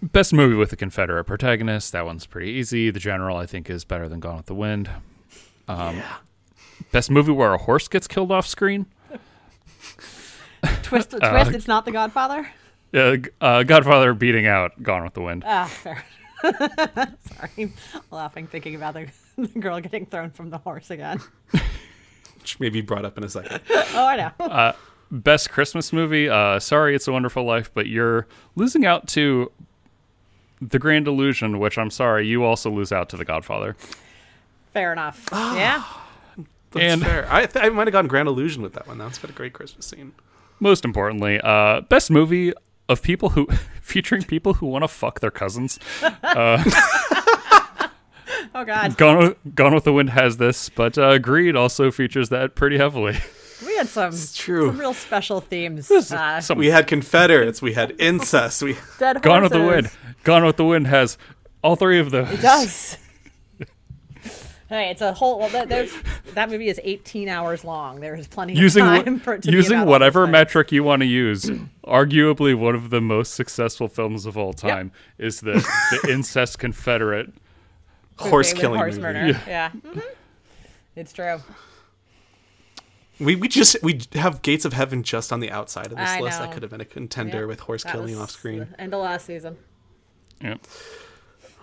best movie with a Confederate protagonist. That one's pretty easy. The General, I think, is better than Gone with the Wind. Um, Best movie where a horse gets killed off screen. Twist, Oh, twist. It's not The Godfather. Uh, G- uh, Godfather beating out Gone with the Wind. Ah, fair. Sorry, I'm laughing thinking about the, the girl getting thrown from the horse again. Which may be brought up in a second. Oh, I know. best Christmas movie. Uh, sorry, It's a Wonderful Life, but you're losing out to The Grand Illusion, which I'm sorry, you also lose out to The Godfather. fair enough. Ah. yeah. That's And- fair. I, th- I might have gone Grand Illusion with that one. That's been a great Christmas scene. Most importantly, uh, best movie of people who featuring people who want to fuck their cousins. Oh God, Gone with, Gone with the Wind has this, but uh, Greed also features that pretty heavily. we had some true. some real special themes. Uh, Some- We had Confederates. We had incest. We dead Gone with the Wind. horses. Gone with the Wind has all three of those. It does. Hey, it's a whole. Well, that, there's, that movie is 18 hours long. There is plenty Using of wh- time for it to be using about whatever all this, metric you want to use, arguably one of the most successful films of all time is the the incest Confederate. but horse with killing horse movie. murder. Yeah, Mhm. it's true. We we just we have Gates of Heaven just on the outside of this I list. know. That could have been a contender Yep. with horse That killing was off screen. the End of last season. Yeah.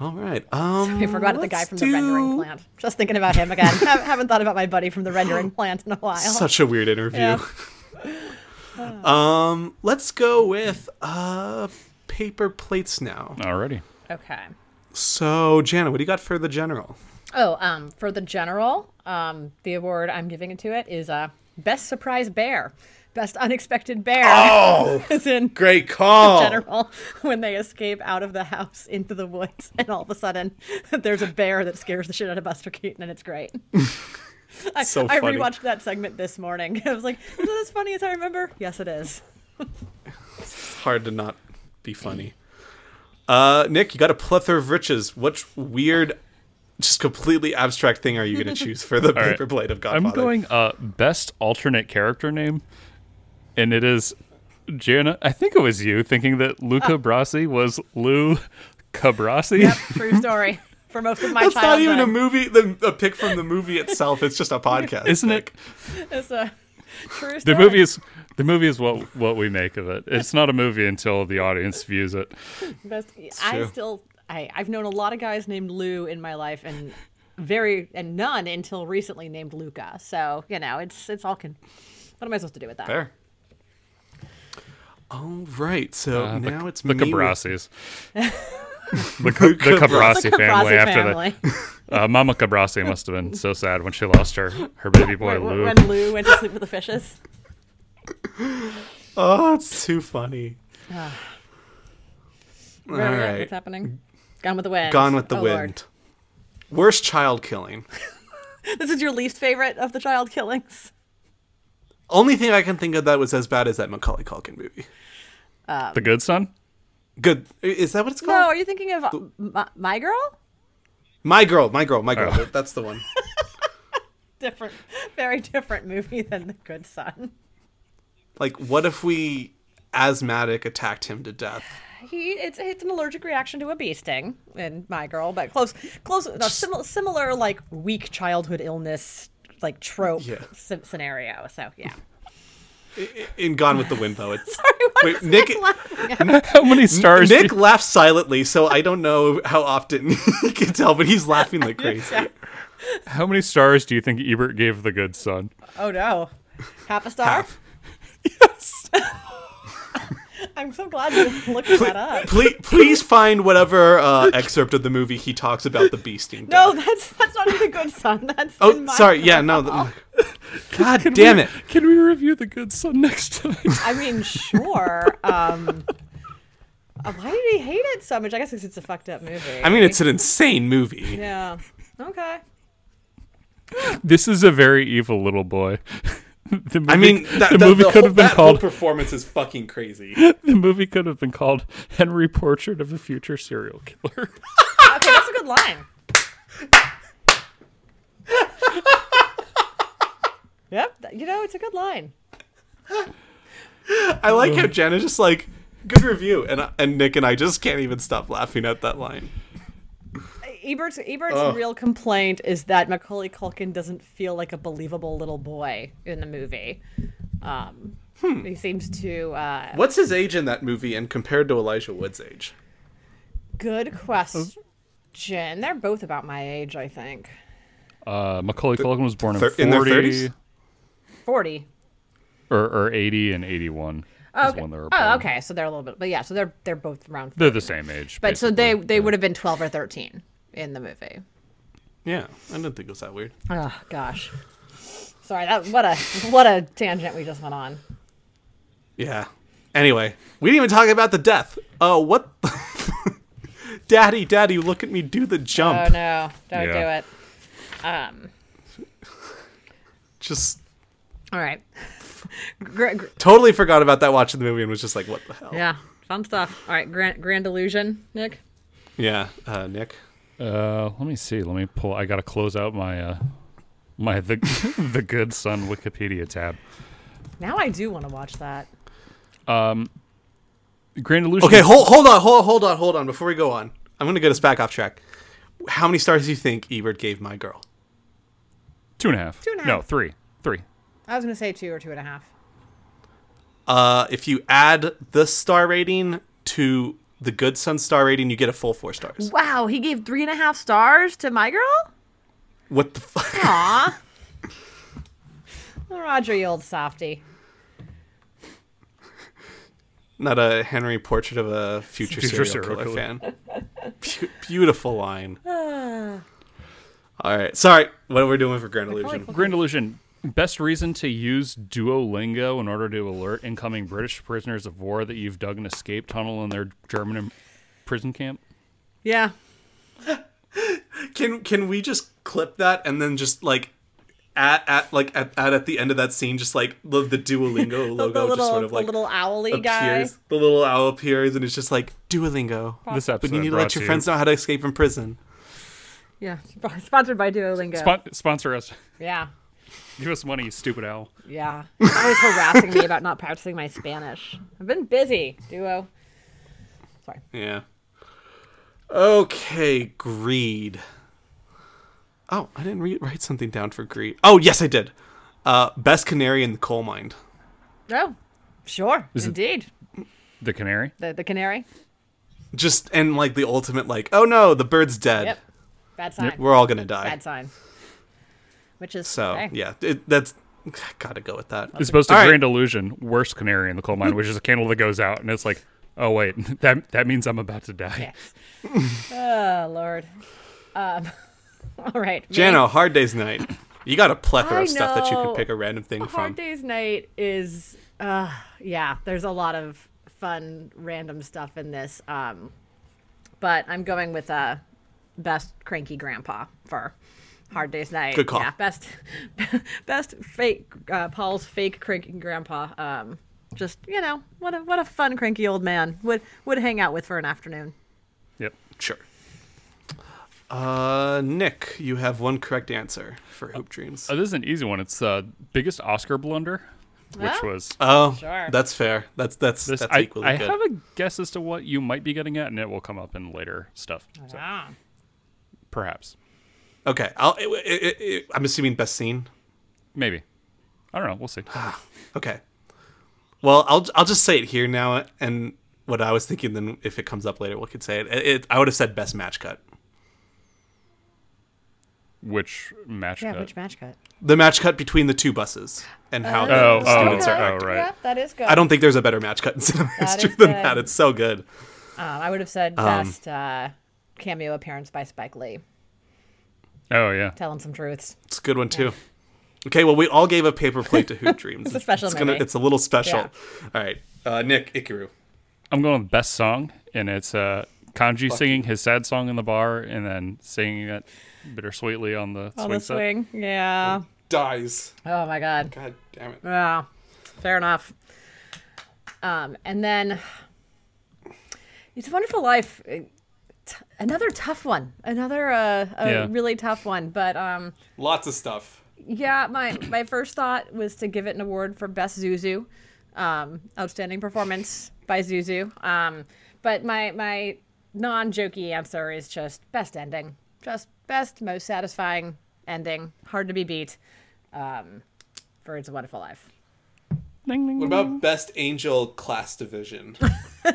All right. Um, We forgot the guy let's from the rendering do- plant. Just thinking about him again. Hav- haven't thought about my buddy from the rendering plant in a while. Such a weird interview. Oh. Yeah. um, let's go with uh paper plates now. Alrighty. okay. So Jana, what do you got for the general? Oh, um, for the general, um, the award I'm giving it to it is uh, best surprise bear, best unexpected bear. Oh, As in great call. general, when they escape out of the house into the woods, and all of a sudden there's a bear that scares the shit out of Buster Keaton, and it's great. I, So I funny. rewatched that segment this morning. I was like, "Is that as funny as I remember?" Yes, it is. It's hard to not be funny. Uh, Nick, you got a plethora of riches. What weird, just completely abstract thing are you going to choose for the right. paper plate of Godfather? I'm going uh, best alternate character name, and it is Jana. I think it was you thinking that Ah. Luca Brasi was Lou Cabrasi. True story. For most of my That's not childhood, even a movie. The a pick from the movie itself. It's just a podcast. Isn't it? It's a true The story. movie is the movie is what what we make of it. It's not a movie until the audience views it. Best- I true. still, I, I've known a lot of guys named Lou in my life, and very and none until recently named Luca. So you know, it's it's all can. What am I supposed to do with that? Fair. All right. So Uh, the- now it's the me with- Cabrasis. the Ca- the Cabrasi. The Cabrasi family Cabrasi after family. that. Uh, Mama Cabrasi must have been so sad when she lost her her baby boy When- Lou. When Lou went to sleep with the fishes. Oh, it's too funny. All Where are we at? right. What's happening? Gone with the wind. Gone with the Oh, wind. Lord. Worst child killing. This is your least favorite of the child killings. Only thing I can think of that was as bad as that Macaulay Culkin movie. the Good Son. Good. Is that what it's No, called? are you thinking of uh, my, my girl? My girl, my girl, my girl. Oh. That's the one. Different, very different movie than The Good Son. Like, what if we asthmatic attacked him to death? He, it's it's an allergic reaction to a bee sting in my girl, but close, close, no, similar, similar like weak childhood illness like trope Yeah. sce- scenario. So yeah. In Gone with the Wind, though, it's Sorry, what Wait, is Nick- Nick laughing at? How many stars? Nick do laughs silently, so I don't know how often you can tell, but he's laughing like crazy. you- how many stars do you think Ebert gave The Good Son? Oh no, half a star. Half. I'm so glad you looked that up. Please, please find whatever uh, excerpt of the movie he talks about the beasting. No, that's that's not in the good son. That's in Oh, my sorry. Yeah, no. th- God damn we- it. Can we review The Good Son next time? I mean, sure. Um, uh, why did he hate it so much? I guess 'cause it's a fucked up movie. I mean, it's an insane movie. yeah. Okay. this is a very evil little boy. The movie, I mean, that, the that- movie the could whole- have been that whole called performance is fucking crazy. the movie could have been called Henry Portrait of a Future Serial Killer. Okay, that's a good line. yep. th- You know, it's a good line. I like how Jen is just like, good review, and I- and Nick and I just can't even stop laughing at that line. Ebert's Ebert's real complaint is that Macaulay Culkin doesn't feel like a believable little boy in the movie. Um, Hmm. He seems to. Uh, What's his age in that movie, and compared to Elijah Wood's age? Good question. They're both about my age, I think. Uh, Macaulay Culkin was born thir- in in their 40 30s? Forty. or, or 80 and 81 is Okay. when they were born. Oh, okay. So they're a little bit, but yeah. So they're they're both around. They're the same age. but so they basically. they would have been twelve or thirteen in the movie. Yeah, I didn't think it was that weird. Oh gosh. Sorry. That what a what a tangent we just went on. Yeah. Anyway, we didn't even talk about the death. Oh, what? daddy, daddy, look at me do the jump. Oh no! Don't Yeah. do it. Um. Just All right. Gr- gr- totally forgot about that watching the movie and was just like, what the hell? yeah. Fun stuff. All right. Grand Grand Illusion, Nick. Yeah, uh, Nick. Uh, let me see. Let me pull. I gotta close out my uh, my the the good son Wikipedia tab. Now I do want to watch that. Grand Illusion. Okay, hold hold on, hold hold on, hold on. Before we go on, I'm gonna get us back off track. How many stars do you think Ebert gave My Girl? two and a half. Two and a No, half. three, three. I was gonna say two or two and a half. Uh, if you add the star rating to the Good Son star rating, you get a full four stars. Wow, he gave three and a half stars to my girl? What the fuck? Aw. Roger, you old softy. Not a Henry portrait of a future, Future serial serial killer, killer. fan. Bu- beautiful line. All right, sorry. What are we doing for Grand Illusion? Grand Illusion. Best reason to use Duolingo in order to alert incoming British prisoners of war that you've dug an escape tunnel in their German im- prison camp. Yeah. Can can we just clip that and then just like at at like at at, at the end of that scene, just like the, the Duolingo The, logo the little, just sort of the like little owly guy. appears. The little owl appears and it's just like Duolingo. This But episode. you need to brought let your friends know how to escape from prison. Yeah. sp- Sponsored by Duolingo. Spon- sponsor us. yeah. Give us money, you stupid owl. Yeah. He's always harassing me about not practicing my Spanish. I've been busy, Duo. Sorry. Yeah. Okay, greed. Oh, I didn't re- write something down for greed. Oh, yes, I did. Uh, best canary in the coal mine. Oh, sure. it- Indeed. The canary. The, the canary. Just and like the ultimate, like, oh no, the bird's dead. Yep. Bad sign. We're all gonna die. Bad sign. Which is So hey. yeah, it, that's gotta go with that. It's supposed to All right. Grand Illusion. Worst canary in the coal mine, which is a candle that goes out, and it's like, oh wait, that that means I'm about to die. Oh Lord. Um, all right. me. Jano, hard day's night. You got a plethora I of stuff that you know. can pick a random thing Hard from. Day's Night is, uh, yeah, there's a lot of fun, random stuff in this. Um, but I'm going with uh, Best Cranky Grandpa for Hard Day's Night. Good call. Yeah, best, best fake uh, Paul's fake cranky grandpa. Um, just you know, what a what a fun cranky old man would would hang out with for an afternoon. Yep. Sure. Uh, Nick, you have one correct answer for Hoop Dreams. Oh, this is an easy one. It's uh, biggest Oscar blunder, which Well, was Oh, Sure. that's fair. That's that's this. that's I, equally I good. have a guess as to what you might be getting at, and it will come up in later stuff. So Ah. perhaps, Okay, I'll, i i i I'm assuming best scene. maybe. I don't know. We'll see. Okay. Well, I'll I'll just say it here now, and what I was thinking. Then, if it comes up later, we could say it. it, it- I would have said best match cut. Which match? Yeah, cut? which match cut? The match cut between the two buses and how the Oh, oh, students okay. are acting. Oh, right. Yep, that is good. I don't think there's a better match cut in cinema history is than good. that. It's so good. Um, I would have said best uh, cameo appearance by Spike Lee. Oh yeah. Tell him some truths. It's a good one too. Okay, well, we all gave a paper plate to Hoop Dreams. it's a special It's, gonna, memory. it's a little special. Yeah. All right, uh, Nick Ikiru. I'm going with best song, and it's uh, Kanji singing his sad song in the bar, and then singing it bittersweetly on the On swing the set. swing. Yeah. dies. Oh my god. God damn it. Yeah, fair enough. Um, and then it's a wonderful life. uh, T- another tough one. Another uh, a Yeah. really tough one. But um, Lots of stuff. yeah, my my first thought was to give it an award for best Zuzu, um, outstanding performance by Zuzu. Um, but my my non jokey answer is just best ending, just best most satisfying ending, hard to be beat. Um, for It's a Wonderful Life. Ding, ding, What about best angel class division?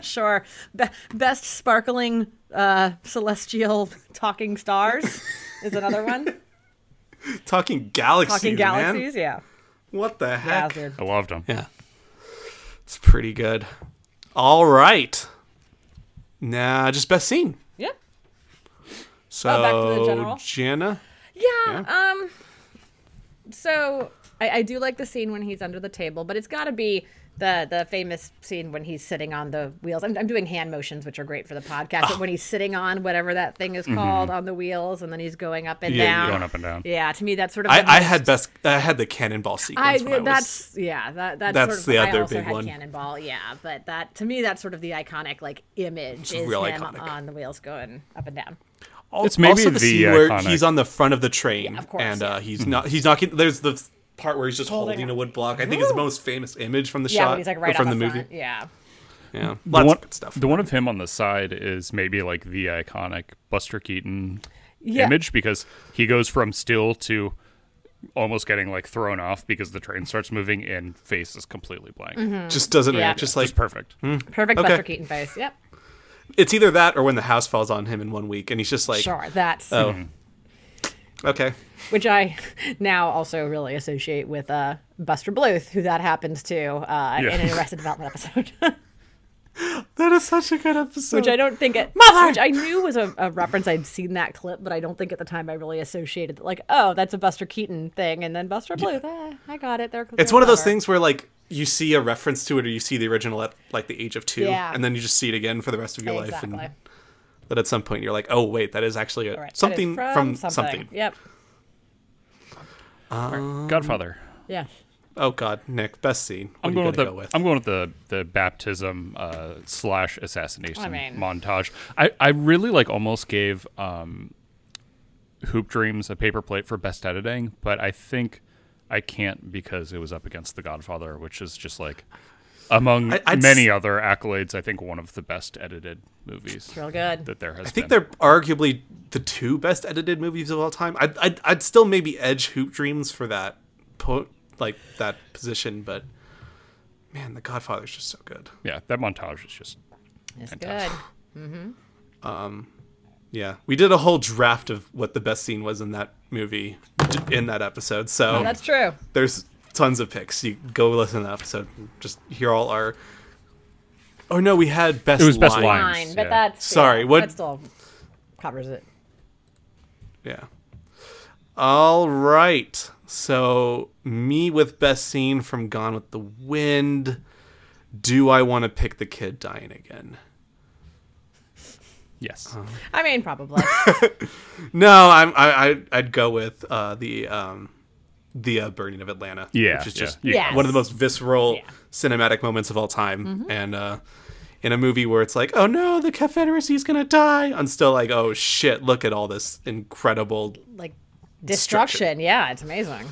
Sure. Be- best sparkling uh, celestial talking stars is another one. Talking galaxies, man. Talking galaxies, yeah. What the Yeah, heck? it's weird. I loved him. Yeah. It's pretty good. All right. Nah, just best scene. Yeah. So Oh, back to the general? Jenna. Yeah. Um. So I, I do like the scene when he's under the table, but it's got to be the the famous scene when he's sitting on the wheels. I'm, I'm doing hand motions, which are great for the podcast. But when he's sitting on whatever that thing is called on the wheels, and then he's going up and Mm-hmm. Yeah, down. Going up and down. Yeah. To me, that's sort of. the I, I most- had best. I had the cannonball I, sequence. when I was- that's yeah that that's, That's sort of, the I other also big had one. Cannonball, yeah, but that to me that's sort of the iconic like image is real him iconic. on the wheels going up and down. Al- It's maybe also the, the scene where iconic- Hmm. he's on the front of the train, of course, and uh, he's not. He's not. getting- There's the part where he's just holding, Holding a on. wood block. I think it's the most famous image from the Yeah, shot when he's like or right from on the the, front. movie. Yeah, Yeah, The lots one- of good stuff. The one of him on the side is maybe like the iconic Buster Keaton Yeah. image because he goes from still to almost getting like thrown off because the train starts moving and face is completely blank. Mm-hmm. Just doesn't Mm. Yeah. react. Just like Hmm. Just perfect. perfect Okay. Buster Keaton face. Yep, it's either that or when the house falls on him in one week, and he's just like, sure. That's oh, Hmm. okay. which I now also really associate with uh, Buster Bluth, who that happens to uh, Yeah. in an Arrested Development episode, That is such a good episode. which I don't think it. Mother! Which I knew was a, a reference. I'd seen that clip, but I don't think at the time I really associated like, oh, that's a Buster Keaton thing, and then Buster Bluth. Ah, I got it. They're, it's one of those things. things where like you see a reference to it, or you see the original at like the age of two, Yeah. and then you just see it again for the rest of your Exactly. life. And but at some point, you're like, oh wait, that is actually a, All right, that is something from, something. Yep. Godfather. Yeah. Oh God, Nick, best scene. What are I'm you going with the gonna go with? I'm going with the the baptism uh, slash assassination I mean- montage. I I really like almost gave um, Hoop Dreams a paper plate for best editing, but I think I can't because it was up against The Godfather, which is just like among I- I'd many s- other accolades, I think one of the best edited movies Real good. that there has. I think been. they're arguably the two best edited movies of all time. I'd, I'd, I'd still maybe edge Hoop Dreams for that, po- like that position. But man, The Godfather's just so good. yeah that montage is just It's Fantastic. good. Yeah, we did a whole draft of what the best scene was in that movie d- in that episode. So Oh, that's true. there's tons of picks. You go listen to that episode. and Just hear all our. Oh no, we had best. It was best line. line. Times, Fine, but yeah. that's Sorry, yeah, what- that still covers it. Yeah. All right. So, me with best scene from Gone with the Wind. Do I want to pick the kid dying again? Yes. I mean, probably. No, I'm, I, I I'd go with uh, the um, the uh, burning of Atlanta. Yeah, which is yeah, just yeah. one of the most visceral Yeah. cinematic moments of all time, and uh, in a movie where it's like, oh no, the Confederacy is gonna die. I'm still like, oh shit, look at all this incredible. like destruction. Yeah, it's amazing.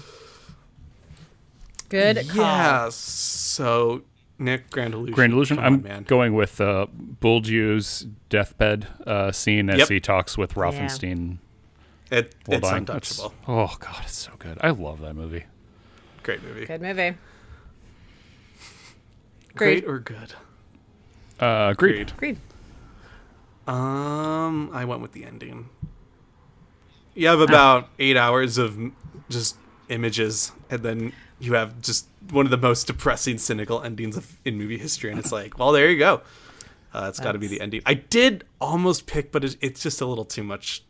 Good call. Yeah, so Nick Grand Illusion. Grand Illusion. come I'm on, man. going with uh, Bulgiu's deathbed uh, scene as Yep. he talks with Rothenstein. It, while it's dying. That's- untouchable. oh god, it's so good. I love that movie. Great movie. Good movie. Great Great. or good. Uh, Agreed. agreed. Agreed. Um, I went with the ending. You have about eight hours of m- just images, and then you have just one of the most depressing, cynical endings of, in movie history. And it's like, well, there you go. Uh, it's got to be the ending. I did almost pick, but it, it's just a little too much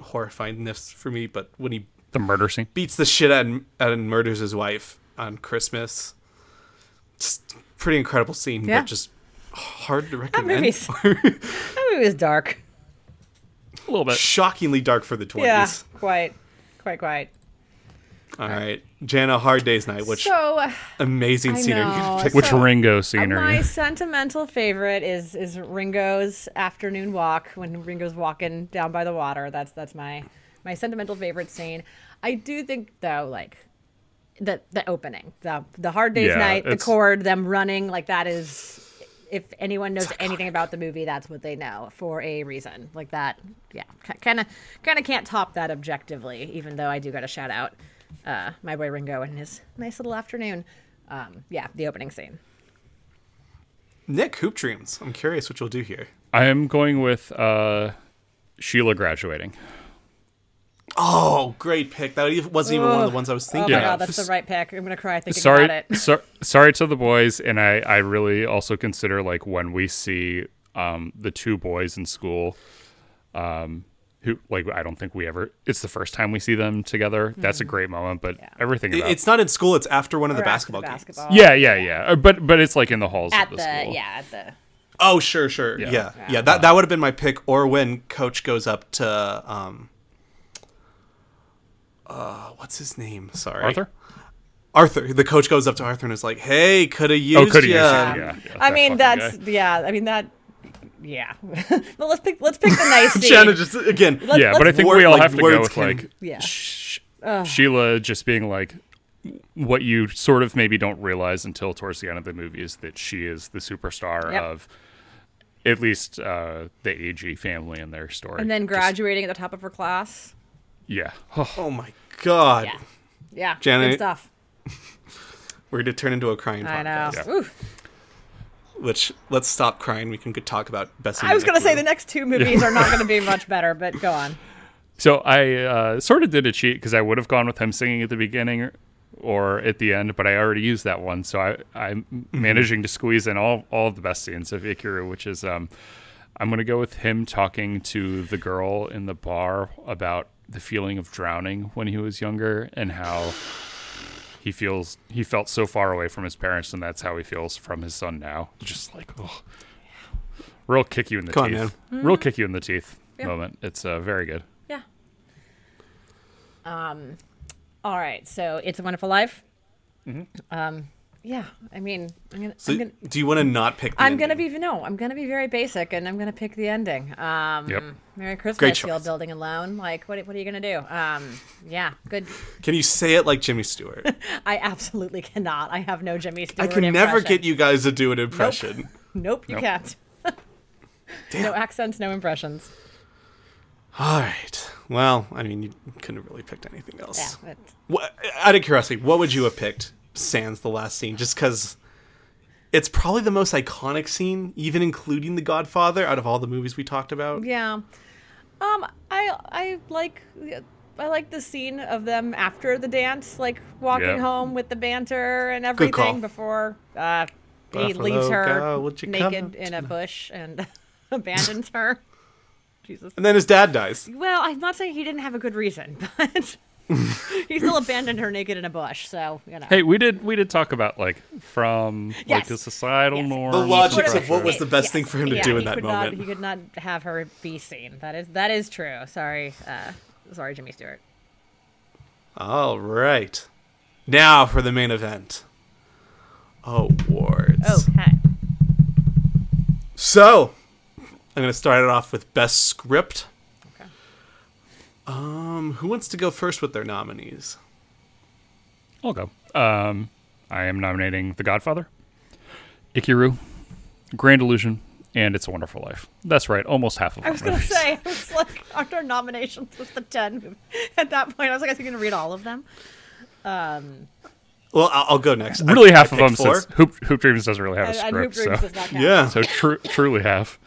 horrifyingness for me. But when he The murder scene. beats the shit out and, out and murders his wife on Christmas, just pretty incredible scene, Yeah. but just hard to recommend. movie's- That movie was dark. A little bit. Shockingly dark for the 20s. Yeah, quite, quite, quite. All right, Jana, Hard Day's Night. Which so uh, amazing I scene are you know, gonna pick? Which So- Ringo scene are Uh, my you? sentimental favorite is is Ringo's afternoon walk when Ringo's walking down by the water. That's that's my my sentimental favorite scene. I do think though, like the the opening, the the hard day's Yeah, night, the it's- chord, them running, like that is. If anyone knows anything about the movie, that's what they know for a reason. Like that, yeah, kind of, kind of can't top that objectively. Even though I do got to shout out uh, my boy Ringo and his nice little afternoon. Um, yeah, the opening scene. Nick Hoop Dreams. I'm curious what you'll do here. I am going with uh, Sheila graduating. Oh, great pick. That even- wasn't even one of the ones I was Oh thinking. my Yeah. god, that's the right pick. I'm gonna cry thinking Sorry, about it. so, sorry to the boys, and I, I really also consider like when we see um, the two boys in school, um, who like I don't think we ever. It's the first time we see them together. That's a Mm-hmm. great moment, but everything It- about It's not in school. It's after one of the Or after basketball, games. yeah, yeah, yeah. Uh, But but it's like in the halls At of the, the, school. yeah, at the Oh, sure, sure. Yeah, Yeah. Uh, yeah. that that would have been my pick. Or when Coach goes up to um, uh, what's his name? Sorry, Arthur. Arthur. The coach goes up to Arthur and is like, "Hey, could have used Oh, could ya." yeah. yeah. um, I that mean fucking that's guy. yeah, I mean that yeah. but let's pick let's pick the nice scene. Jana just again. Let's- yeah, but I let's- think word- we all like, have to go words with can- like Yeah. Sh- Sheila just being like what you sort of maybe don't realize until towards the end of the movie is that she is the superstar Yep. of at least uh, the AG family and their story. and then Just- graduating at the top of her class. yeah. Oh, Oh my god, Yeah. Yeah. Janet- good stuff. we're gonna turn into a crying podcast. I know. Yeah. Ooh, Which let's stop crying. We can g- talk about Bessie. I was gonna say the the next two movies are not gonna be much better, but go on. So I uh, sort of did a cheat because I would have gone with him singing at the beginning or, or at the end, but I already used that one. So I, I'm Mm-hmm. managing to squeeze in all, all of the best scenes of Ikiru, which is um, I'm going to go with him talking to the girl in the bar about the feeling of drowning when he was younger and how he feels he felt so far away from his parents and that's how he feels from his son now. Just like, oh, real kick you in the Come on, teeth. Real kick you in the teeth moment. It's uh, very good. Yeah. Um all right, so it's a wonderful life. Mm-hmm. Um yeah, I mean I'm gonna, So I'm gonna do you want to not pick? The I'm gonna ending? be no. I'm gonna be very basic, and I'm gonna pick the ending. Um, Yep. Merry Christmas, Great you choice. old building alone. Like, what? What are you gonna do? Um, yeah, good. Can you say it like Jimmy Stewart? I absolutely cannot. I have no Jimmy I Stewart. can never impression. get you guys to do an impression. Nope, you Nope. can't. no accents, no impressions. All right. Well, I mean, you couldn't have really picked anything Yeah, else. but What, out of curiosity, what would you have picked? Sans the last scene, just because it's probably the most iconic scene, even including The Godfather, out of all the movies we talked about. yeah. Um, I I like I like the scene of them after the dance, like walking Yep. home with the banter and Good call. everything before uh, he Buffalo leaves her girl, would you come naked to in a bush and abandons her. Jesus. And then his dad dies. Well, I'm not saying he didn't have a good reason, but he still abandoned her naked in a bush, so you know. Hey, we did we did talk about like from like Yes. the societal Yes. The norms. The and logic Sort of what was the best yes, thing for him to yeah, do in he that could not- moment. he could not have her be seen. That is that is true. Sorry, uh, sorry, Jimmy Stewart. All right. Now for the main event. Awards. Okay. So, I'm going to start it off with best script. Okay. Um, who wants to go first with their nominees? I'll go. Um, I am nominating The Godfather, Ikiru, Grand Illusion, and It's a Wonderful Life. That's right, almost half of I our was gonna movies. say, I was like, aren't our nominations just the ten? At that point, I was like, I was gonna read all of them. Um, Well, I'll, I'll go next. I- Really, half I of them picked four. since Hoop, Hoop Dreams doesn't really have a and, and Hoop Dreams script. So, does not count. Yeah. so tru- truly half.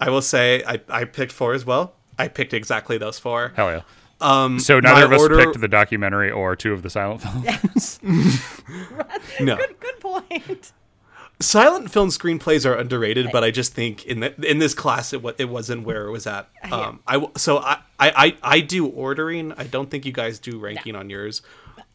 I will say I, I picked four as well. I picked exactly those four. Hell yeah. Um, so my neither of us order- picked the documentary or two of the silent films. No. Good, good point. Silent film screenplays are underrated, but I just think in the, in this class it wa- it wasn't where it was at. Um, I w- so I, I I I do ordering. I don't think you guys do ranking on yours,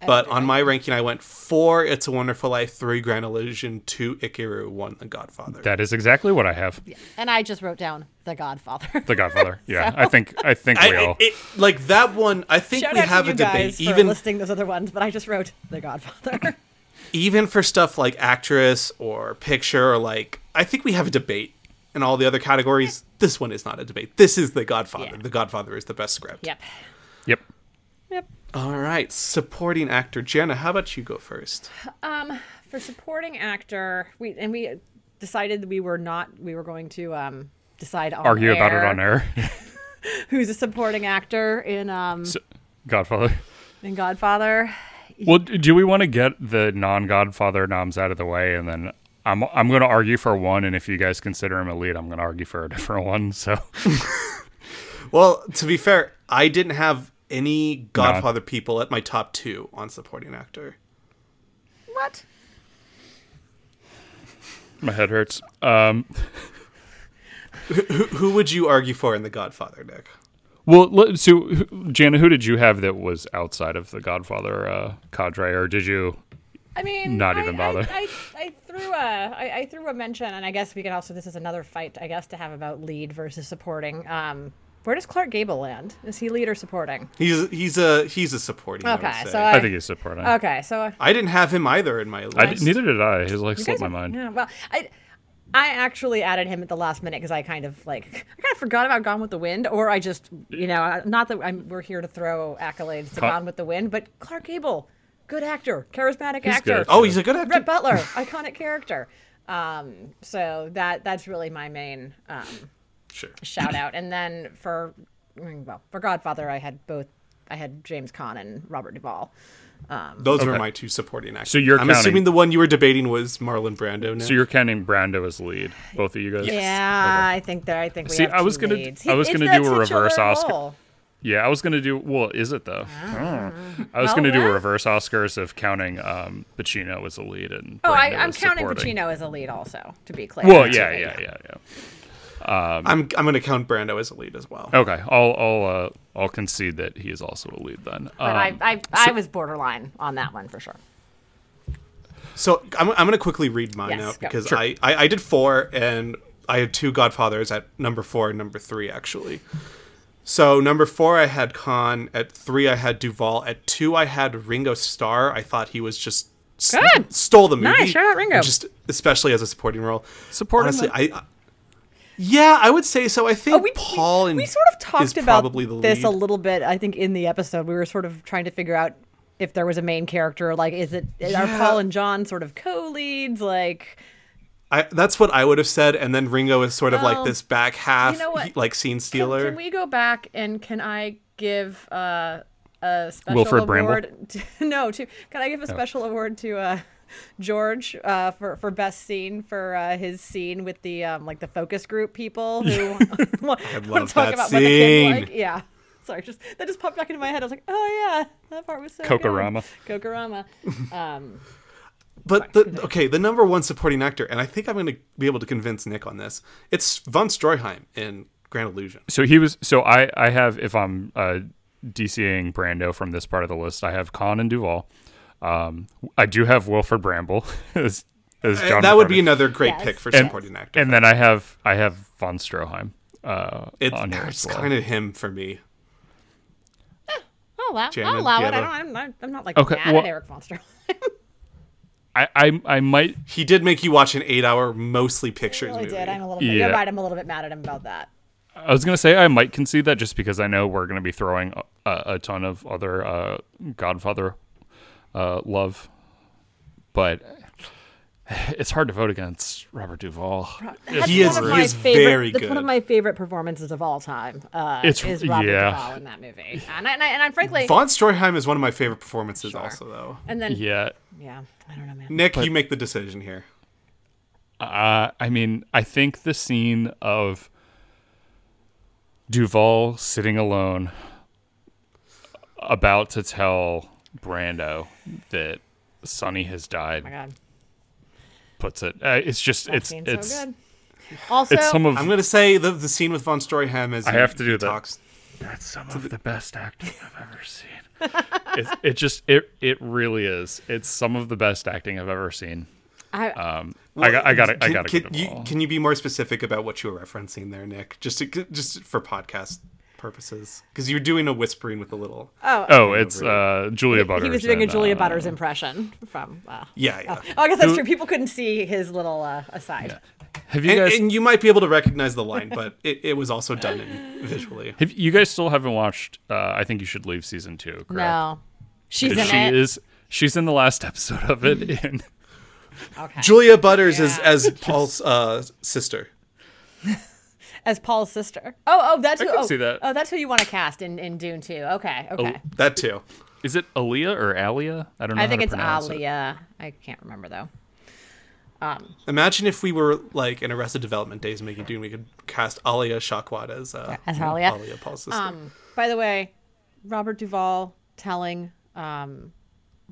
but on my ranking I went four. It's a Wonderful Life, three Grand Illusion, two Ikiru, one The Godfather. that is exactly what I have. And I just wrote down The Godfather. The Godfather. Yeah, I think I think I, we all. it, it- like that one, I think Shout we out have to a you debate. guys for Even listing those other ones, but I just wrote The Godfather. even for stuff like actress or picture or like I think we have a debate in all the other categories. This one is not a debate. This is The Godfather. Yeah. The Godfather is the best script. yep. yep. Yep. All right, supporting actor Jenna, how about you go first? for supporting actor we and we decided that we were not we were going to um decide on Argue about it on air. who's a supporting actor in um So- Godfather. in godfather Well, d- do we want to get the non-Godfather noms out of the way, and then I'm I'm going to argue for one, and if you guys consider him a lead, I'm going to argue for a different one. So Well, to be fair, I didn't have any Godfather people at my top two on supporting actor. what my head hurts. Um, Who, who would you argue for in The Godfather, Nick? well, let- so who- Jana, who did you have that was outside of the Godfather uh, cadre, or did you? i mean Not I- even I- bother. I, I, threw a I, I threw a mention and i guess we could also this is another fight i guess to have about lead versus supporting um where does clark gable land is he lead or supporting He's he's a he's a supporting. I would Okay, so say. I I- think he's supporting. okay so uh, I didn't have him either in my list. I d- neither did I. He's like You slipped guys my are- mind. Yeah, well, I I actually added him at the last minute because I kind of like I kind of forgot about Gone with the Wind, or I just you know I- not that I'm, we're here to throw accolades to Con- Gone with the Wind, but Clark Gable, good actor, charismatic actor. good. oh, he's a good actor. Rhett Butler, iconic character. Um, so that that's really my main um, Sure. shout out. And then for well for Godfather, I had both I had James Caan and Robert Duvall. Those were my two supporting actors. So you're I'm counting- assuming the one you were debating was Marlon Brando. Now. So you're counting Brando as lead, both of you guys. Yeah, I think that I think we See, have I was two gonna- leads. I was it's gonna the do a titular reverse Oscar. role. Yeah, I was gonna do. Well, is it though? I was Oh, gonna do a well. reverse Oscars of counting um, Pacino as a lead and. Oh, I, Brando I'm as counting supporting. Pacino as a lead, also to be clear. Well, yeah, yeah, yeah, yeah. I'm I'm going to count Brando as a lead as well. Okay, I'll I'll uh, I'll concede that he is also a lead then. But Um, I, I, I was borderline on that one for sure. So I'm, I'm going to quickly read mine Yes, out go. because Sure. I, I I did four and I had two Godfathers at number four and number three actually. So number four I had Khan at three I had Duvall at two I had Ringo Starr. I thought he was just s- Good. stole the movie. Nice, shout out Ringo. and Just especially as a supporting role. Supporting Honestly, the- I. I- yeah, I would say so. I think Paul and Oh, we sort of is talked about probably the this lead. a little bit. I think in the episode we were sort of trying to figure out if there was a main character. Like, is it Yeah. are Paul and John sort of co-leads? Like, I, that's what I would have said, and then Ringo is sort of like Well, this back half, you know what? he- like scene can, stealer. can we go back and can I give uh, a special Wilfred Bramble? award? To, no, to can I give a special award to uh, George uh, for for best scene for uh, his scene with the um, like the focus group people who want, love to talk that about what the kids scene. like? Yeah. Sorry, just that just popped back into my head. I was like, oh yeah, that part was so good. Kokorama. Kokorama. Um, But the okay, the number one supporting actor, and I think I'm going to be able to convince Nick on this. It's von Stroheim in Grand Illusion. so he was. So I I have if I'm uh, DCAing Brando from this part of the list. I have Khan and Duvall. Um, I do have Wilford Bramble as, as John. Eh, that would McCartney. be another great Yes. pick for And- supporting actor. And then I have I have von Stroheim. Uh, it's on here it's as well. kind of him for me. Oh, wow. Janet, I'll allow do you it. I have a- don't, I'm, not, I'm not like Okay, mad well- at Eric Von Stroheim. I, I I might He did make you watch an eight-hour mostly pictures really movie. did. I'm a little bit, Yeah. You're right. I'm a little bit mad at him about that. I was gonna say I might concede that just because I know we're gonna be throwing a, a ton of other uh, Godfather uh, love, but it's hard to vote against Robert Duvall. It's He is- one of he my is favorite, very That's one of good. my favorite performances of all time. Uh, It's- is Robert yeah. Duvall in that movie, and I, and, I, and I'm frankly, Von Stroheim is one of my favorite performances, also though. and then yeah. yeah. I don't know, man. Oh Nick, you make the decision here. Uh, I mean, I think the scene of Duvall sitting alone, about to tell Brando that Sonny has Oh my died, god, puts it. Uh, it's just that it's scene's it's so good. Also, it's some of I'm gonna say the the scene with Von Stroheim as I he have to do that. talks. That's some of the best acting I've ever seen. it, it just it it really is. It's some of the best acting I've ever seen. I, Um, I got I got I Can- got can, you, can you be more specific about what you were referencing there, Nick? Just to, just for podcast purposes, because you're doing a whispering with a little. Oh, it's uh, Julia Butters. he was doing a and, Julia uh, Butters impression from. Uh, yeah, yeah. oh, I guess that's true. People couldn't see his little uh, aside. Have you and, guys? and you might be able to recognize the line, but it, it was also done in, visually. have, you guys still haven't watched? Uh, I think you should leave season two. Correct? No, she's 'Cause in she it. Mm-hmm. is. She's in the last episode of it. In okay. Julia Butters is Yeah. as Paul's uh, sister. as Paul's sister. Oh, oh, that's I who. can oh, see that. Oh, oh, that's who you want to cast in in Dune too. Okay, okay. That too. is it Aaliyah or Alia? I don't know. I how think to it's pronounce it. Alia. I can't remember though. Imagine if we were like in Arrested Development days making Dune, we could cast Alia Shakwat as uh, As Alia. Um, Paul's sister. By the way, Robert Duvall telling um,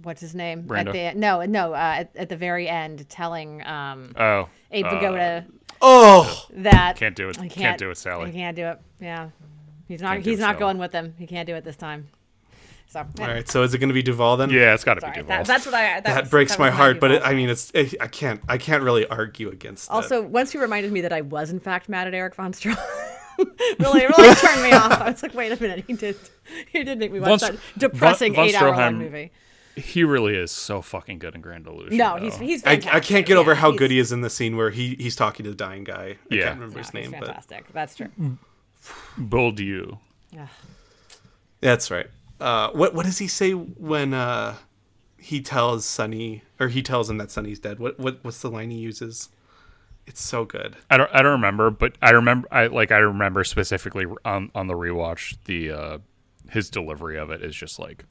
what's his name Brando. at the no no uh, at, at the very end telling um, Oh, Abe uh, Vigoda oh, that can't do it. I Can't, do it, He Sally. can't do it. Yeah, he's not. Can't do he's it, not Sally. going with them. He can't do it this time. So all right. So is it going to be Duval then? Yeah, it's got to be sorry. Duvall. That, that's what I. That, That was- breaks that my was heart, but Duvall. it, uh, I mean, it's it, I can't I can't really argue against. that. Also, once you reminded me that I was in fact mad at Eric Von Stroheim, really, really turned me off. I was like, wait a minute, he did, he did make me watch Von- that depressing Von- Von eight-hour-long Stroheim- movie. He really is so fucking good in Grand Illusion. No, though. he's he's. I, Fantastic. I can't get over Yeah, how he's- good he is in the scene where he he's talking to the dying guy. I Yeah. can't remember no, his name, He's but fantastic. That's true. Bourdieu. Ugh. that's right. Uh, what what does he say when uh, he tells Sonny or he tells him that Sonny's dead? What what what's the line he uses? It's so good. I don't I don't remember, but I remember I like I remember specifically on on the rewatch the uh his delivery of it is just like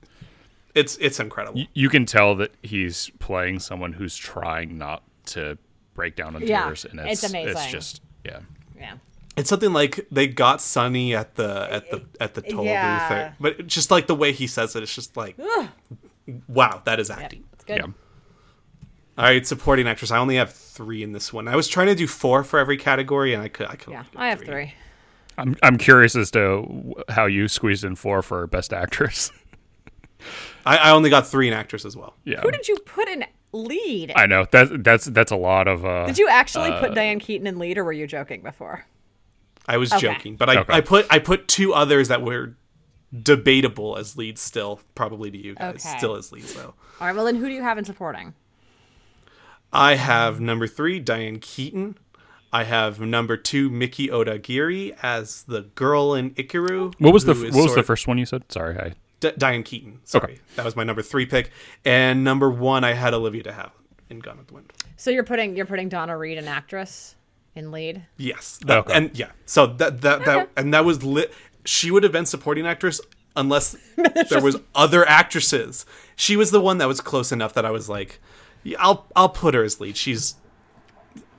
It's it's incredible. y- you can tell that he's playing someone who's trying not to break down in Yeah, tears and it's it's amazing. just yeah. Yeah. It's something like they got Sonny at the at the at the toll Yeah. booth, or- but just like the way he says it, it's just like, wow, that is Yep, acting. It's good. Yeah. All right, supporting actress. I only have three in this one. I was trying to do four for every category, and I could I could. Yeah. only do I have three. I'm I'm curious as to w- how you squeezed in four for best actress. I, I only got three in actress as well. yeah. Who did you put in lead? I know. That that's that's a lot of uh Did you actually put Diane Keaton in lead, or were you joking before? I was joking, but I, Okay. I put I put two others that were debatable as leads still, probably to you guys, Okay. still as leads though. All right. Well, then who do you have in supporting? I have number three, Diane Keaton. I have number two, Mickey Odagiri as the girl in Ikaru. What was the who f- is what was sort the of- first one you said? Sorry. I D- Diane Keaton. Sorry, that was my number three pick, and number one I had Olivia de Havilland in Gone with the Wind. So you're putting you're putting Donna Reed, an actress, in lead. Yes. That, Okay. And yeah. So that that that and that was lit. She would have been supporting actress unless there was other actresses. She was the one that was close enough that I was like, yeah, I'll I'll put her as lead. She's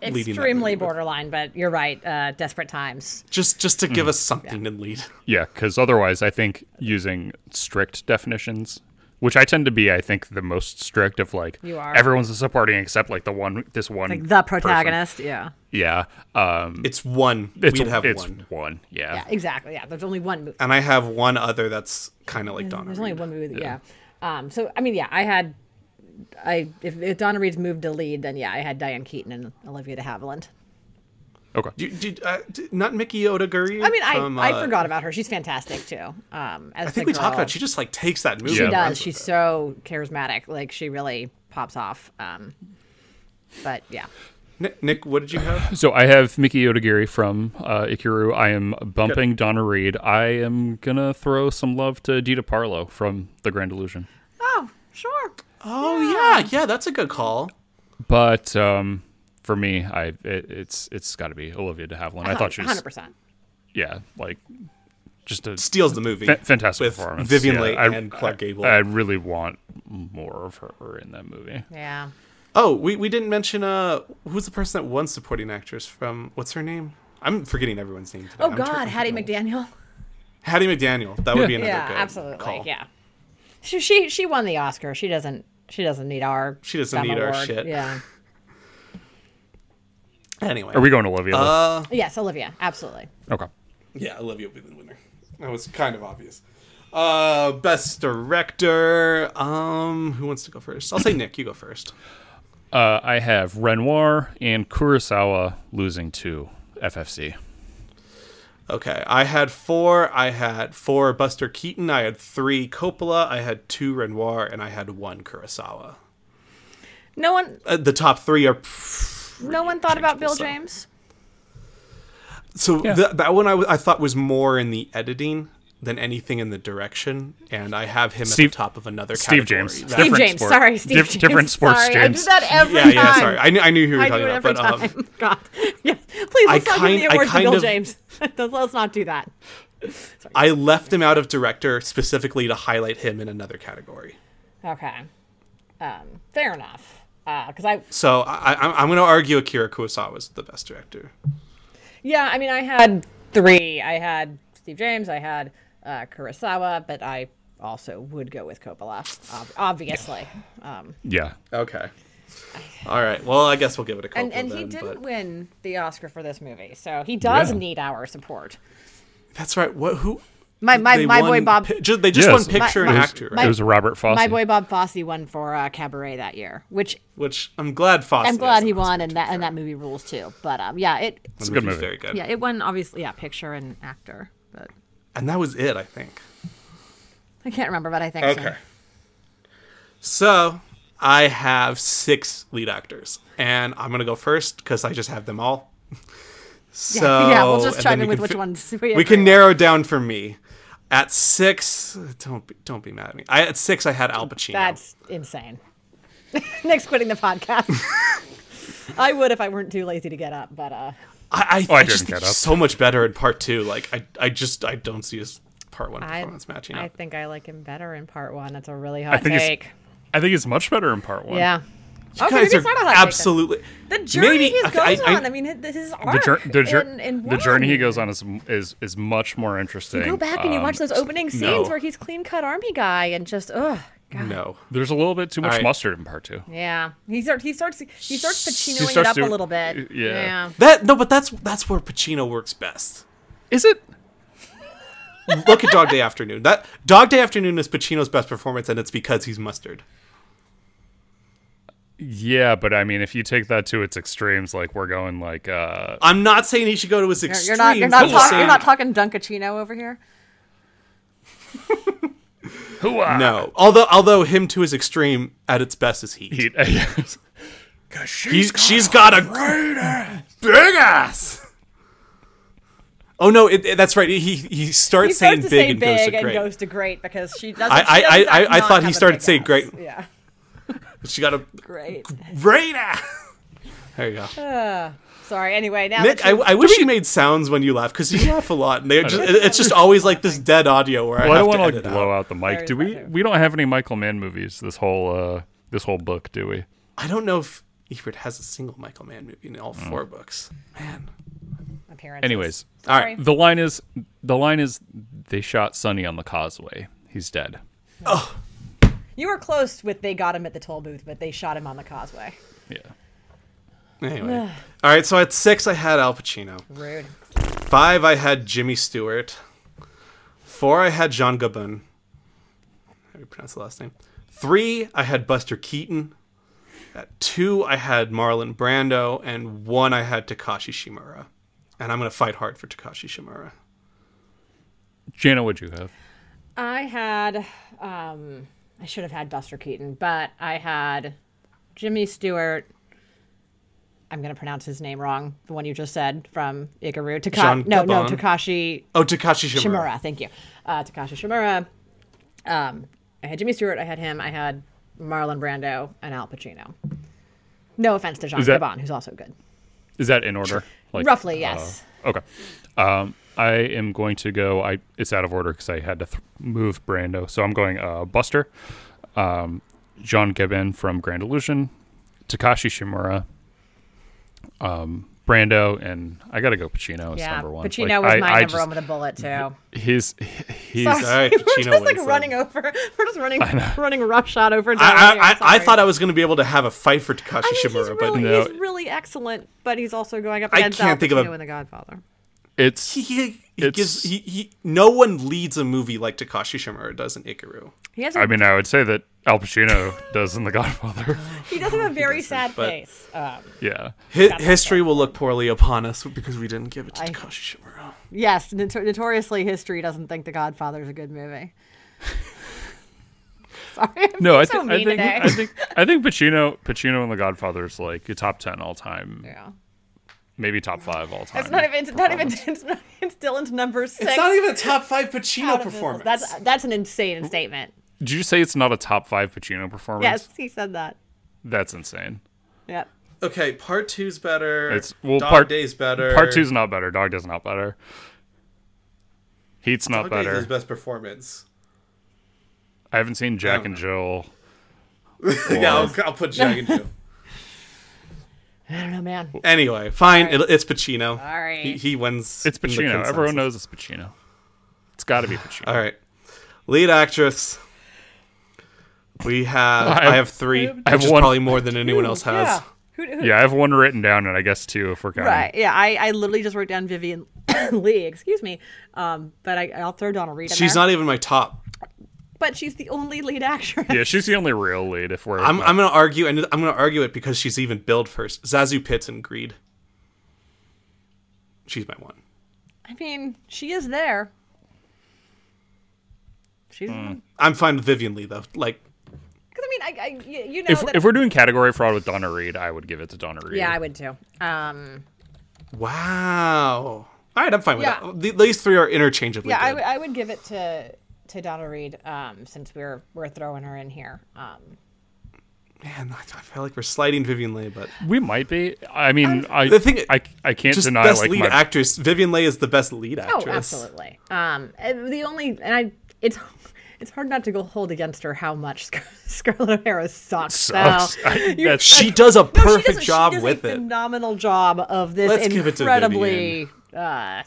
leading that movie extremely with- borderline, but you're right. Uh, desperate times. just just to Mm. give us something in lead. Yeah, because otherwise, I think using strict definitions, which I tend to be, I think the most strict of like You are. everyone's a supporting except like the one this one Like the person. protagonist. Yeah. Yeah. Um, It's one. it's, We'd have it's one. Yeah. Yeah, exactly. Yeah, there's only one movie. And I have one other that's kind of like Donna. There's only Reed. one movie. That, yeah. Um. So I mean, yeah, I had, I if, if Donna Reed's moved to lead, then yeah, I had Diane Keaton and Olivia De Havilland. Okay. Do, do, uh, do- not Mickey Odaguri. I mean, I from, I uh, forgot about her. She's fantastic too. Um. As I think we the talked girl. about. She just like takes that movie. She She and runs does. with She's it. so charismatic. Like she really pops off. Um. But yeah. Nick, Nick, what did you have? So I have Mickey Odagiri from uh, Ikiru. I am bumping Donna Reed. I am gonna throw some love to Dita Parlo from The Grand Illusion. Oh, sure. Oh yeah, yeah, that's a good call. But um, for me, I it, it's it's got to be Olivia De Havilland. I thought she was Hundred percent. yeah, like just a Steals the movie. fa- fantastic with performance. Vivian Yeah, Leigh I- and Clark Gable. I, I really want more of her in that movie. Yeah. oh, we, we didn't mention uh who's the person that won supporting actress from what's her name? I'm forgetting everyone's name. Today. Oh I'm God, terrible. Hattie McDaniel. Hattie McDaniel. That would be another Yeah, good absolutely. call. Yeah. She, she she won the Oscar. She doesn't she doesn't need our She doesn't dumb need our award. shit. Yeah. Anyway, Are we going Olivia? though? Uh, Yes, Olivia. Absolutely. okay. yeah, Olivia will be the winner. That was kind of obvious. Uh, best director. Um, who wants to go first? I'll say Nick. You go first. Uh, I have Renoir and Kurosawa losing to FFC. Okay, I had four. I had four Buster Keaton. I had three Coppola. I had two Renoir, and I had one Kurosawa. No one Uh, the top three are no one thought about Bill so. James. so Yeah. th- that one I, w- I thought was more in the editing than anything in the direction, and I have him Steve- at the top of another. Steve category. James. That- Steve Different James, sport. sorry, Steve Diff- James. different sports, sorry. I James. do that every yeah, yeah. time. Sorry, I knew, I knew who you were I do talking it about, but every um, time. God, yeah. Please let's I not give the kind- I award to kind Bill of- James. let's not do that. I left him out of director specifically to highlight him in another category. Okay, um, fair enough. Because I So I, I, I'm going to argue Akira Kurosawa was the best director. Yeah, I mean, I had three. I had Steve James, I had uh, Kurosawa, but I also would go with Coppola, ob- obviously. Um, Yeah. Okay. All right. Well, I guess we'll give it a couple. and and he then, didn't but- win the Oscar for this movie, so he does Yeah. need our support. That's right. What? Who? My my, they my boy won Bob, pi- ju- they just Yes. won picture My- and my- actor, right? It was Robert Fosse. my boy Bob Fosse won for uh, Cabaret that year, which Which I'm glad Fosse. I'm glad is he an Oscar. won, and that and that movie rules too. But um, yeah, it It's a The good movie's movie. Very good. yeah it won obviously yeah picture and actor, but And that was it, I think. I can't remember, but I think so. So I have six lead actors, and I'm gonna go first because I just have them all. So yeah, we'll just and chime then in we with can which fi- ones we we, agree can with. narrow down for me. At six, don't be, don't be mad at me. I at six I had Al Pacino. That's insane. Nick's quitting the podcast. I would if I weren't too lazy to get up, but uh, I, I, Oh, I I didn't just think get he's up. so much better in part two. Like I I just I don't see his part one I, performance matching I up. think I like him better in part one. That's a really hot think it's- take. I think it's much better in part one. Yeah. You okay, guys maybe are it's not a hot absolutely Take then. The journey Maybe- he goes okay, I- I- on. I mean, this is The, arc. jour- the, jour- in, in the journey he one. goes on is is is much more interesting. Go back and you Um, watch those opening scenes no. where he's clean cut army guy and just ugh. God. no. There's a little bit too much right. mustard in part two. Yeah, he starts. He starts. He starts Pacinoing it starts up to- a little uh, bit. yeah. That no, but that's that's where Pacino works best. Is it? Look at Dog Day Afternoon. That Dog Day Afternoon is Pacino's best performance, and it's because he's mustard. Yeah, but I mean, if you take that to its extremes, like we're going like uh, I'm not saying he should go to his extremes. You're not. You're not, I'm just talk, you're saying- not talking Dunkachino over here. hooah! No, although although him to his extreme at its best is heat. Heat. Yeah. He's, she's got a great ass, big ass. Oh no, it, it- that's right. He he- he starts he saying starts big to say and big goes to and great. goes to great because she doesn't. I- she I- does I- in fact I- I not thought he have a started big saying ass. great. Yeah, she got a great. great ass. There you go. Uh, Sorry. Anyway, now Nick, that I, you- I wish you made sounds when you laugh because you laugh a lot, and they just, it- it's just always like this dead audio where Well, I I don't have want to to like edit blow out. out the mic. There Do is we? that too. We don't have any Michael Mann movies. This whole uh, this whole book, do we? I don't know if Ebert has a single Michael Mann movie in all four books. Man, appearances. Anyways, all right. the line is the line is they shot Sonny on the causeway. He's dead. you were close with they got him at the toll booth, but they shot him on the causeway. Yeah. Anyway. All right, so at six, I had Al Pacino. Rude. Five, I had Jimmy Stewart. Four, I had Jean Gabin. How do you pronounce the last name? Three, I had Buster Keaton. At two, I had Marlon Brando. And one, I had Takashi Shimura. And I'm going to fight hard for Takashi Shimura. Jana, what'd you have? I had, um, I should have had Buster Keaton, but I had Jimmy Stewart. I'm going to pronounce his name wrong. The one you just said from Ikaru. Taka- Jean no, no, Gabon. Takashi Oh, Takashi Shimura. Shimura. Thank you. Uh, Takashi Shimura. Um, I had Jimmy Stewart. I had him. I had Marlon Brando and Al Pacino. No offense to Jean Is that- Gabon, who's also good. Is that in order? Like, uh, Roughly, yes. Okay. Um, I am going to go. I it's out of order because I had to th- move Brando. So I'm going uh, Buster, um, John Gibbon from Grand Illusion, Takashi Shimura, um, Brando, and I got to go Pacino is yeah, number one. Pacino Like, was I- my I number just- one with a bullet too. His he's Sorry, we're Pacino just like wins then. running over. We're just running, running roughshod over. I, I, I, I thought I was going to be able to have a fight for Takashi he's Shimura, but really, No. he's really excellent, but he's also going up I against Al can't think of a- Pacino in The Godfather. it's he, he It's- gives he, he no one leads a movie like Takashi Shimura does in Ikaru. He has. A, I mean, I would say that Al Pacino does in The Godfather. he does have a very sad but- face. Um, Yeah. Hi history will look poorly upon us because we didn't give it to I- Takashi Shimura. yes, notor- notoriously, history doesn't think The Godfather is a good movie. Sorry, I'm No, I, so think mean I think today. I think I think Pacino Pacino and The Godfather is like a top ten all time, yeah. maybe top five all time. It's not even. It's not even. It's, not, it's still into number six. It's not even a top five Out Pacino of business. performance. That's that's an insane statement. Did you say it's not a top five Pacino performance? Yes, he said that. That's insane. Yep. okay, part two's better. It's well Dog part Day's better. Part two's not better. Dog Day's not better. Heat's not Dog Day's better. his best performance. I haven't seen Jack and Jill. yeah, I'll, I'll put Jack and Jill. I don't know, man. Anyway, fine. It, it's Pacino. Sorry. He, he wins. It's in the Pacino. consensus. Everyone knows it's Pacino. It's got to be Pacino. All right, lead actress. We have. I I have- have, three, I have which is one. probably more than anyone else has. Yeah. Who, who, Yeah, I have one written down, and I guess two if we're counting. Right. Yeah. I, I literally just wrote down Vivian Lee. Excuse me. Um, but I, I'll throw Donna Reed. In She's there. not even my top. But she's the only lead actress. Yeah, she's the only real lead. If we're I'm, not- I'm gonna argue, and I'm gonna argue it because she's even billed first. Zazu Pitts and Greed. She's my one. I mean, she is there. She's. I'm fine with Vivian Lee though. Like, Because I mean, I, I you you know if, that. if we're doing category fraud with Donna Reed, I would give it to Donna Reed. yeah, I would too. Um. wow. All right, I'm fine with Yeah. that. Th- These three are interchangeably. Yeah, I good. would I would give it to to Donna Reed. Um, since we're we're throwing her in here. Um. Man, I I feel like we're sliding Vivian Leigh, but we might be. I Um, mean, I The thing- I, I can't just deny best like lead my actress. Vivian Leigh is the best lead Oh, actress. absolutely. Um, and the only and I it's it's hard not to go hold against her how much Scar- Scarlett O'Hara sucks. sucks. So I- you- that's- She does a No, she does perfect a- she job does a with it. Phenomenal job of this Let's give it to incredibly uh,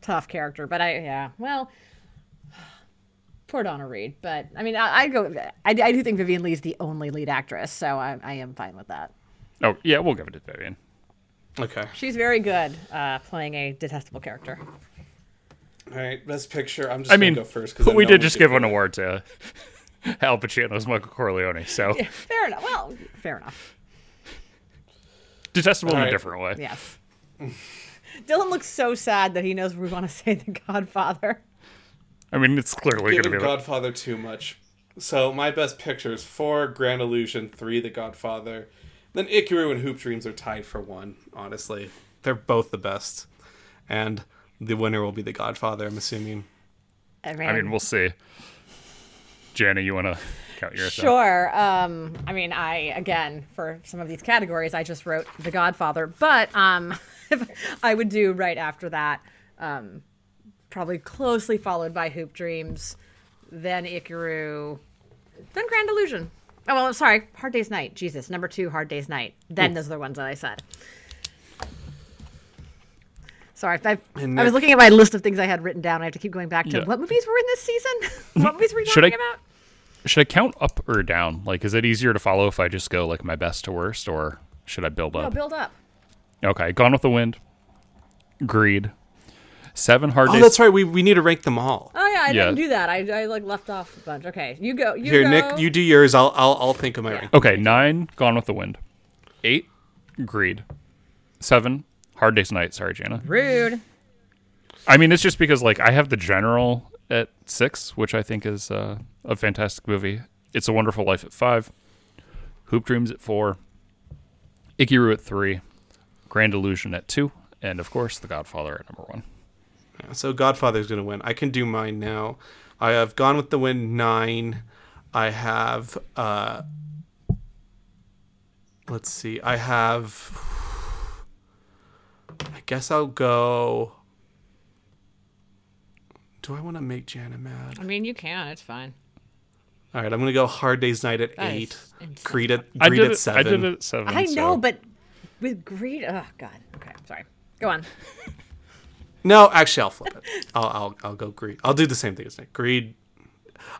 tough character. But I yeah, well, poor Donna Reed. But I mean, I, I go. I, I do think Vivian Lee's the only lead actress, so I, I am fine with that. Oh yeah, we'll give it to Vivian. Okay. She's very good uh, playing a detestable character. All right, best picture. I'm just. I mean, go first but we did just give an award to Al Pacino's Michael Corleone. So Fair enough. Well, fair enough. detestable in a Alright. different way. Yes. Dylan looks so sad that he knows we want to say the Godfather. I mean, it's clearly going to be. Giving Like, Godfather too much. So my best pictures: four, Grand Illusion; three, The Godfather. Then Ikaru and Hoop Dreams are tied for one. Honestly, they're both the best, and the winner will be The Godfather. I'm assuming. I mean, I mean, we'll see. Jana, you want to count yours? out? sure. Um, I mean, I again for some of these categories, I just wrote the Godfather, but um, I would do right after that, um, probably closely followed by Hoop Dreams, then Ikaru, then Grand Illusion. Oh well, sorry, Hard Day's Night. Jesus, number two, Hard Day's Night. Then those are the ones that I said. Sorry, I, And I was Nick- looking at my list of things I had written down. I have to keep going back to Yeah. what movies were in this season. what movies were we Should talking I- about? Should I count up or down? Like, is it easier to follow if I just go like my best to worst, or should I build No, up? Oh, build up. Okay, Gone with the Wind, Greed, Seven Hard Oh, Days. that's right. We, we need to rank them all. Oh yeah, I Yeah. didn't do that. I, I like left off a bunch. Okay, you go. You Here, go. Nick, you do yours. I'll I'll, I'll think of my rank. Okay, nine, Gone with the Wind, eight, Greed, seven, Hard Days Night. Sorry, Jana. rude. I mean, it's just because like I have the general at six, which I think is uh, a fantastic movie. It's a Wonderful Life at five, Hoop Dreams at four, Ikiru at three, Grand Illusion at two, and of course The Godfather at number one. So Godfather's gonna win. I can do mine now. I have Gone with the Wind nine. I have uh let's see. I have I guess I'll go Do I wanna make Jana mad? I mean, you can. It's fine. Alright, I'm gonna go Hard Day's Night at That is eight. insane. Creed at I Creed did at it. seven. I did it at seven. I know, so- but with greed. Oh god. Okay, sorry. Go on. No, actually I'll flip it. I'll I'll I'll go Greed. I'll do the same thing as Nick. Greed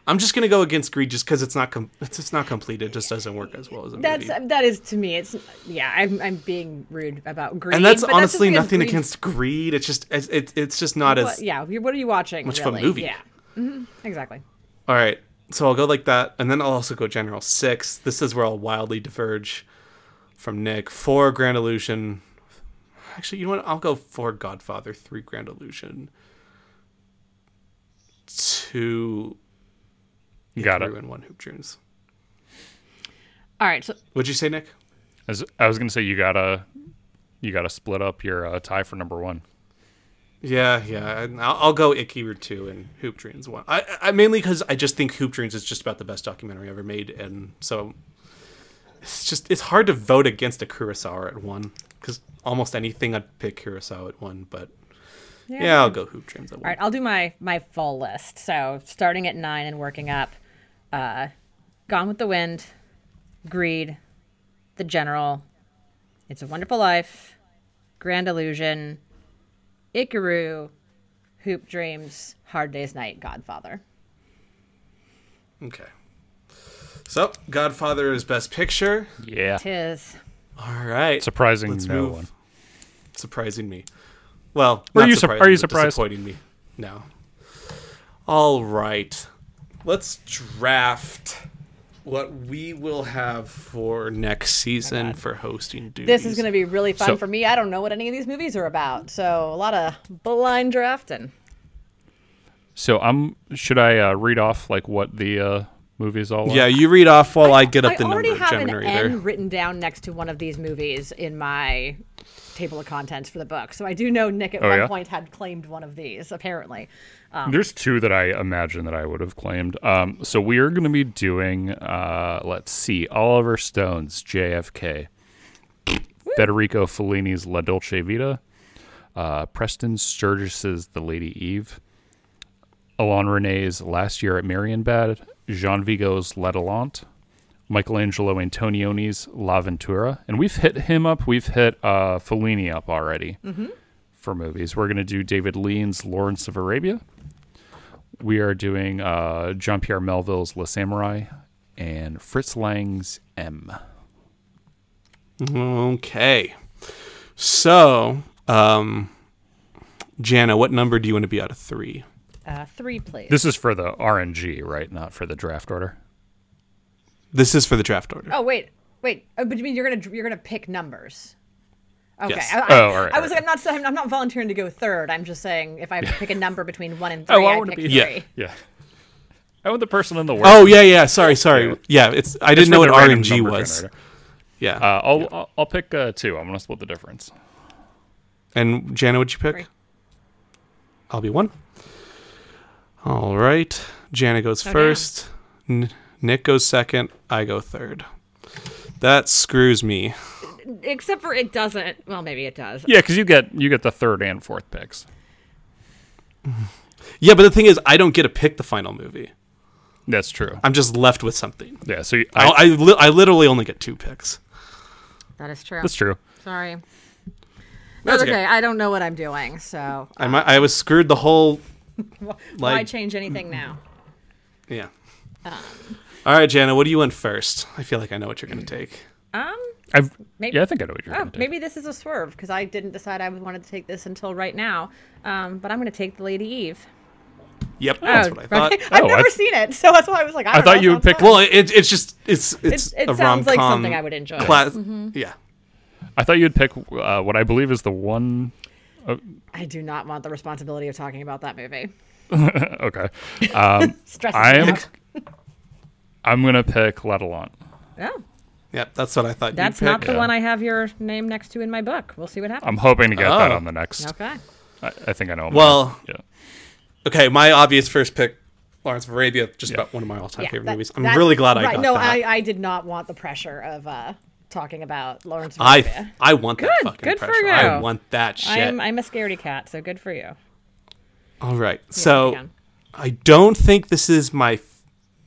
I'm just gonna go against greed just because it's not com- it's just not complete. It just doesn't work as well as a That's movie. that is to me. It's yeah. I'm I'm being rude about greed. and that's but just honestly because nothing greed- against greed. It's just it's it's, it's just not What, as yeah. you- What are you watching? Much of a really? movie. Yeah. hmm Exactly. all right. So I'll go like that, and then I'll also go general six. This is where I'll wildly diverge from Nick. Four Grand Illusion. Actually, you know what? I'll go four Godfather, three Grand Illusion, two Got it. Ruin, one Hoop Dreams. All right. So What'd you say, Nick? As, I was gonna say you gotta you gotta split up your uh, tie for number one. Yeah, yeah. and I'll, I'll go Ikiru 2 and Hoop Dreams 1. I, I mainly cuz I just think Hoop Dreams is just about the best documentary ever made and so it's just it's hard to vote against a Kurosawa at 1 cuz almost anything I'd pick Kurosawa at 1, but yeah, I'll go Hoop Dreams at 1. All right, I'll do my my full list. So starting at nine and working up, uh, Gone with the Wind, Greed, The General, It's a Wonderful Life, Grand Illusion, Ikaru, Hoop Dreams, Hard Day's Night, Godfather. Okay. So, Godfather is best picture. Yeah. Tis All right. Surprising Let's no move. one. surprising me. Well, Were not you sur- surprising, are you but surprised? Disappointing me. No. All right, let's draft what we will have for next season for hosting duties. this is going to be really fun So- for me. I don't know what any of these movies are about, so a lot of blind drafting. So I'm should I uh, read off like what the uh, movies all? Are? Yeah, you read off while I, get up I the already number have generator. an N written down next to one of these movies in my table of contents for the book. So I do know Nick at Oh, one yeah? point had claimed one of these, apparently. There's two that I imagine that I would have claimed. Um, so we are going to be doing, uh, let's see, Oliver Stone's JFK, Federico Fellini's La Dolce Vita, uh, Preston Sturgis's The Lady Eve, Alain Rene's Last Year at Marienbad, Jean Vigo's La Delante, Michelangelo Antonioni's La Ventura. And we've hit him up. We've hit uh, Fellini up already for movies. We're going to do David Lean's Lawrence of Arabia we are doing uh, Jean Pierre Melville's Le Samurai and Fritz Lang's M. Okay, so um, Jana, what number do you want to be out of three? Uh, three, please. This is for the RNG, right? Not for the draft order. This is for the draft order. oh, wait. Wait. Oh, but you mean you're going to you're gonna pick numbers? Okay. Yes. I, I, Oh, all right, I was all like, I'm not, saying- I'm not volunteering to go third. I'm just saying if I pick a number between one and three, I, Oh, wanna pick be- three. Yeah. Yeah. I want the person in the world. Oh yeah, yeah. Sorry, sorry. Yeah, it's I didn't know what RNG was. Yeah. Uh, I'll, I'll I'll pick uh, two. I'm gonna split the difference. And Jana, what'd you pick? Three. I'll be one. All right. Jana goes damn. first. N- Nick goes second. I go third. That screws me. Except for it doesn't. Well, maybe it does. Yeah, because you get you get the third and fourth picks. Yeah, but the thing is, I don't get to pick the final movie. That's true. I'm just left with something. Yeah. So you, I, I, I, li- I literally only get two picks. That is true. that's true. Sorry. That's okay. okay. I don't know what I'm doing, so I, mi- I was screwed the whole. why Like- change Um. anything now? Yeah. All right, Jana, what do you want first? I feel like I know what you're going to take. Um, I've, Maybe- yeah, I think I know what you're oh, going to maybe this is a swerve because I didn't decide I wanted to take this until right now. Um, but I'm going to take the Lady Eve. Yep, that's Oh, what I thought. right. I've Oh, I never th- seen it, so that's why I was like, I, I don't know, thought you would sounds pick. fun. Well, Well, it, it's just it's it's It- it a sounds like rom-com something I would enjoy. Class, yeah. I thought you'd pick uh, what I believe is the one. I do not want the responsibility of talking about that movie. Okay, Stress. I am. I'm gonna pick Lettelant. Oh, Yep, that's what I thought. that's you'd not pick. the yeah. one I have your name next to in my book. We'll see what happens. I'm hoping to get that Oh. on the next. okay. I, I think I know. mine. Well- yeah. Okay, my obvious first pick, Lawrence of Arabia, just Yeah. about one of my all-time Yeah, favorite that- movies. I'm that- really glad I right, got no, that. I, I did not want the pressure of uh, talking about Lawrence of I Arabia. I want that Good, fucking good for pressure. I you. want that shit. I'm, I'm a scaredy cat, so good for you. All right. so can. I don't think this is my f-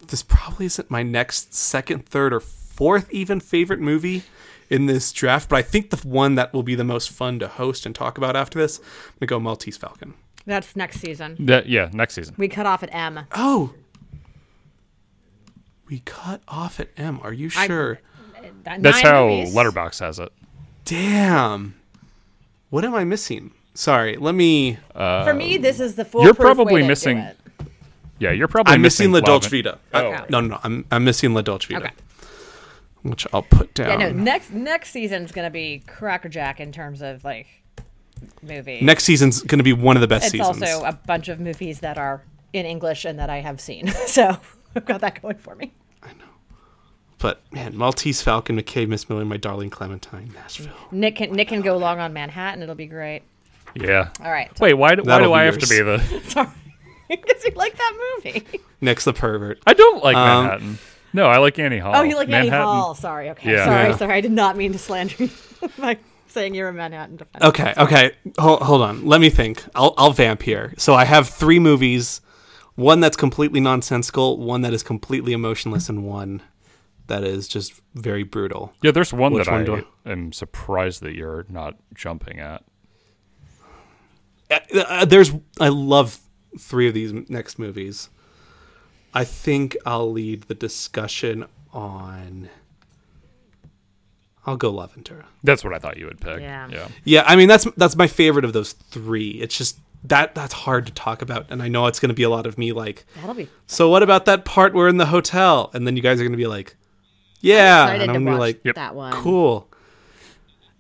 this probably isn't my next second, third or fourth even favorite movie in this draft, but I think the one that will be the most fun to host and talk about after this, I'm going to go Maltese Falcon. That's next season. That- yeah. Next season. We cut off at M. Oh. We cut off at M. Are you sure? That's how Letterbox has it. Damn. What am I missing? Sorry. Let me For me, this is the full. probably way to missing- Do it. Yeah, you're probably. I'm missing La Lavin- Dolce Vita. I- Oh. No, no, no. I'm I'm missing La Dolce Vita. Okay. Which I'll put down. Yeah, no. Next next season's gonna be crackerjack in terms of like movie. next season's going to be one of the best it's seasons. also a bunch of movies that are in English and that I have seen, so I've got that going for me. but man, Maltese Falcon, McCabe, Miss Miller, my darling Clementine, Nashville. Nick can Nick can go long on Manhattan. It'll be great. Yeah. All right. Wait, why, do- why That'll do be I have to yours. be the? Sorry. Because you like that movie. Next, the pervert. I don't like Um, Manhattan. No, I like Annie Hall. Oh, you like Annie Manhattan- Hall. Sorry. Okay. Yeah. Sorry. Yeah. Sorry. I did not mean to slander you by saying you're a Manhattan Uh, defender. Okay, okay. Hold, hold on. Let me think. I'll I'll vamp here. So I have three movies, one that's completely nonsensical, one that is completely emotionless, and one that is just very brutal. Yeah, there's one Which that one I, do am surprised that you're not jumping at. Uh, uh, there's I love three of these m- next movies. I think I'll lead the discussion on. I'll go Love and Tura. That's what I thought you would pick. Yeah. Yeah. Yeah, I mean that's that's my favorite of those three. It's just that that's hard to talk about, and I know it's going to be a lot of me like. That'll be So what about that part we're in the hotel, and then you guys are going to be like, yeah, excited and to I'm watch gonna be like, Yep. that one. cool.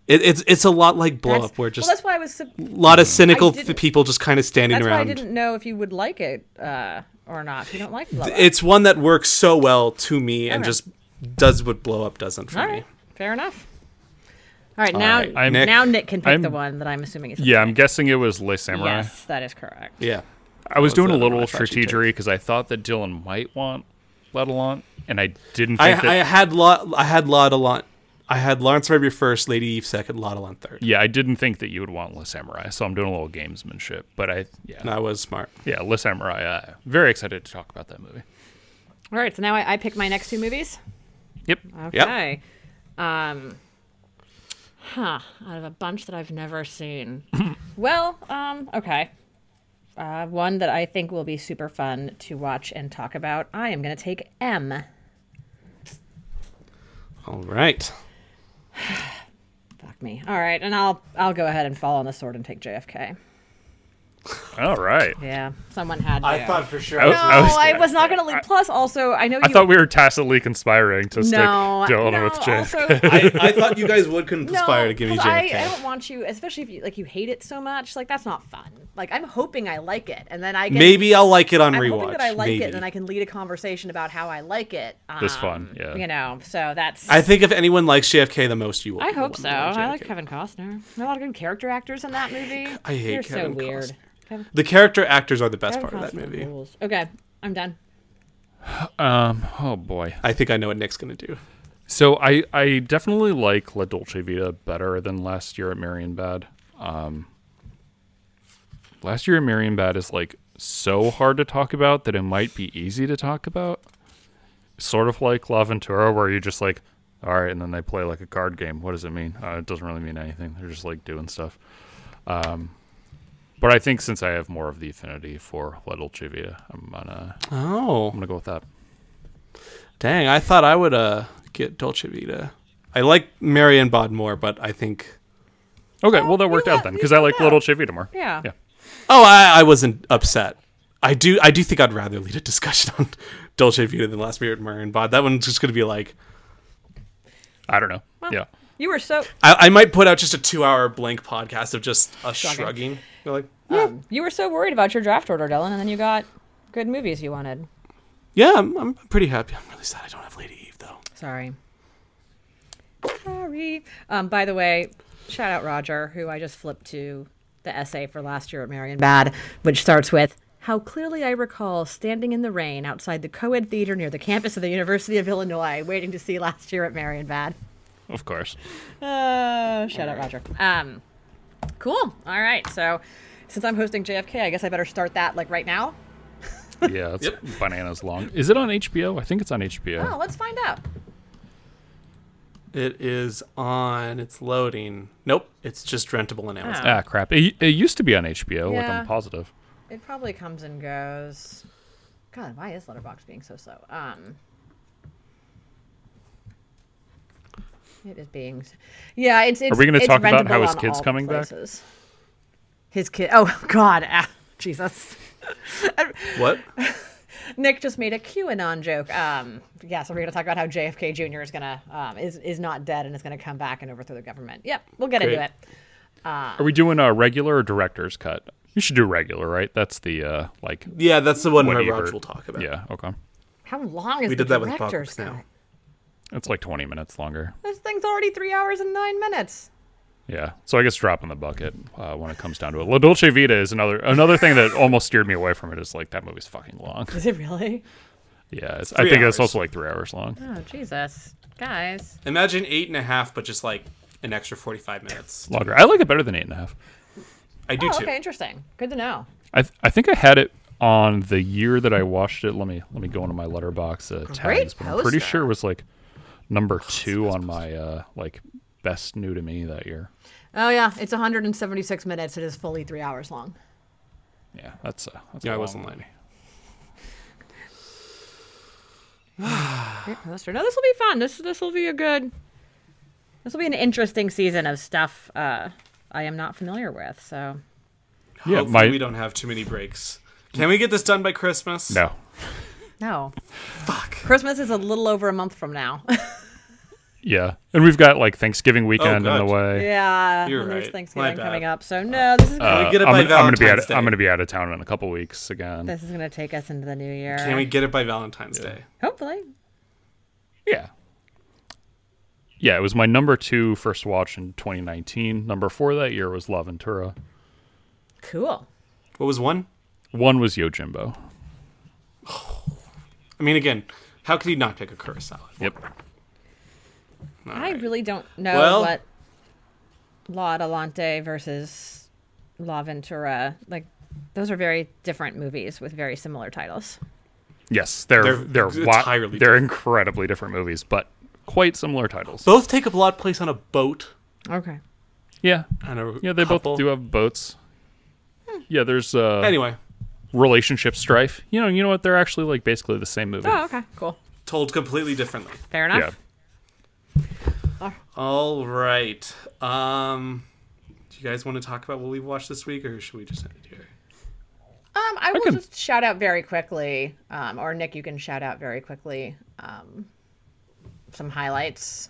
It, it's it's a lot like blow That's- up, where just well, that's why I was. Sub- a lot of cynical didn't- f- people just kind of standing that's why I around. didn't know if you would like it uh, or not. If you don't like Blow Up. it's one that works so well to me, and Okay. just does what blow up doesn't for All me. right. Fair enough. All right. Now, right, I'm- now Nick can pick I'm- the one that I'm assuming is. Yeah, I'm guessing it was Les Samurai. Yes, that is correct. Yeah, I was doing a the other one little I thought you'd strategery because I thought that Dylan might want Lettelant, and I didn't think I, that. I had lot I had lot a lot. I had Lawrence Arabia first, Lady Eve second, Laudelon third. yeah, I didn't think that you would want Les Samurai, so I'm doing a little gamesmanship. But I, yeah, And I was smart. yeah, Les Samurai. Uh, very excited to talk about that movie. All right. So now I, I pick my next two movies. Yep. Okay. Um, huh. Out of a bunch that I've never seen. well, um, okay. Uh, one that I think will be super fun to watch and talk about. I am going to take M. All right. Fuck me. All right, and I'll I'll go ahead and fall on the sword and take JFK. All right. Yeah, someone had. to. for sure. I was- No, I was- I was not going to leave. Plus, also, I know you. I thought we were tacitly conspiring to stick no, Dylan no, with JFK. also- I, I thought you guys would conspire to give me 'cause I, I JFK. don't want you, especially if you like you hate it so much. Like that's not fun. Like I'm hoping I like it, and then I get, Maybe I'll like it on I'm rewatch. hoping that I like Maybe. it, and then I can lead a conversation about how I like it. Um, This fun, yeah. You know, so that's. I think if anyone likes JFK the most, you will. I be the hope one so. that likes I like JFK. Kevin Costner. There are a lot of good character actors in that movie. I hate They're Kevin so weird. Costner. Kevin, The character actors are the best Kevin part of that Costner movie. rules. Okay, I'm done. Um. Oh boy. I think I know what Nick's gonna do. So I I definitely like La Dolce Vita better than last year at Marion Bad. Um. Last year at Marion Bad is like so hard to talk about that it might be easy to talk about. Sort of like La Ventura, where you're just like, all right, and then they play like a card game. What does it mean? Uh, it doesn't really mean anything. They're just like doing stuff. Um. But I think since I have more of the affinity for La Dolce Vita, I'm gonna I'm Oh gonna go with that. dang! I thought I would uh get Dolce Vita. I like Marion Bod more, but I think Okay, well that worked we out got- then we because I got like out. Little Chivita more. Yeah. yeah. Oh, I, I wasn't upset. I do I do think I'd rather lead a discussion on Dolce Vita than Last Spirit Marin Bod. That one's just gonna be like I don't know. yeah, You were so I, I might put out just a two hour blank podcast of just us Shrugging. shrugging. You're like "Hmm, um, you were so worried about your draft order, Dylan, and then you got good movies you wanted. Yeah, I'm, I'm pretty happy. I'm really sad I don't have Lady Eve though. Sorry. Sorry. Um, by the way, shout out Roger, who I just flipped to the essay for last year at Marion Bad, which starts with How clearly I recall standing in the rain outside the co ed theater near the campus of the University of Illinois, waiting to see last year at Marion Bad. of course. Uh, shout out Roger. Um, cool. All right. So since I'm hosting JFK, I guess I better start that like right now. Yeah, it's bananas long. Is it on HBO? I think it's on HBO. Oh, let's find out. It is on. It's loading. Nope, it's just rentable on Amazon. Ah, crap. It, it used to be on HBO. Like Yeah. I'm positive. It probably comes and goes. God, why is Letterbox being so slow? Um, it is being. s- Yeah, it's. it's we gonna it's talk about how rentable his on kid's all coming back? places. His kid. Oh God, ah, Jesus. What? Nick just made a QAnon joke. Um, yeah, so we're gonna talk about how JFK Jr. is gonna um, is is not dead and is gonna come back and overthrow the government. Yep, we'll get into Great. it. Are we doing a regular or director's cut? You should do regular, right? That's the uh like Yeah, that's the one what where Ebert- Roger will talk about. Yeah, okay. How long is We the did that with director's Apocalypse Now. cut? It's like 20 minutes longer. This thing's already three hours and nine minutes. Yeah. So I guess drop in the bucket uh, when it comes down to it. La Dolce Vita is another another thing that almost steered me away from it is like that movie's fucking long. Is it really? Yeah, it's, I three think it's hours. also like 3 hours long. Oh Jesus, guys. Imagine eight and a half, but just like an extra forty-five minutes. Longer. I like it better than eight and a half. I do oh, too. okay, interesting. Good to know. I th- I think I had it on the year that I watched it. Let me let me go into my letterbox uh, tags, but I'm pretty poster. sure it was like number two on my uh like best new to me that year. Oh yeah, it's 176 minutes. It is fully three hours long. Yeah, that's uh, that's a Yeah, I long wasn't one. lying. Great poster. No, this will be fun. This this will be a good. This will be an interesting season of stuff uh, I am not familiar with. So Yeah, Hopefully my- we don't have too many breaks. Can we get this done by Christmas? No, no. Fuck. Christmas is a little over a month from now. yeah, and we've got like Oh, Thanksgiving weekend on in God. the way. yeah, You're and there's right. Thanksgiving My coming bad. Uh. up. So no, this is gonna, Can we get it Uh, I'm, by gonna- I'm gonna be out. Valentine's Day? I'm gonna be out of town in a couple weeks again. this is gonna take us into the new year. Can we get it by Valentine's Day? Hopefully. yeah, yeah. It was my number two first watch in 2019. Number four that year was La Ventura. Cool. What was one? One was Yojimbo. I mean, again, how could he not pick a curacao? Yep. I really don't know Well- what La Adelante versus La Ventura like. Those are very different movies with very similar titles. Yes, they're They're they're ex- wa- entirely they're different. incredibly different movies, but quite similar titles. Both take up a lot of place on a boat. Okay. Yeah, And a yeah, they couple. Hmm. both do have boats. Yeah, there's uh, Anyway, relationship strife. You know, you know what? They're actually like basically the same movie. Oh, okay. Cool. told completely differently. Fair yeah, enough. All right. Um, do you guys want to talk about what we've watched this week, or should we just end it here? Um, I will can- just shout out very quickly, um, or Nick, you can shout out very quickly um, some highlights.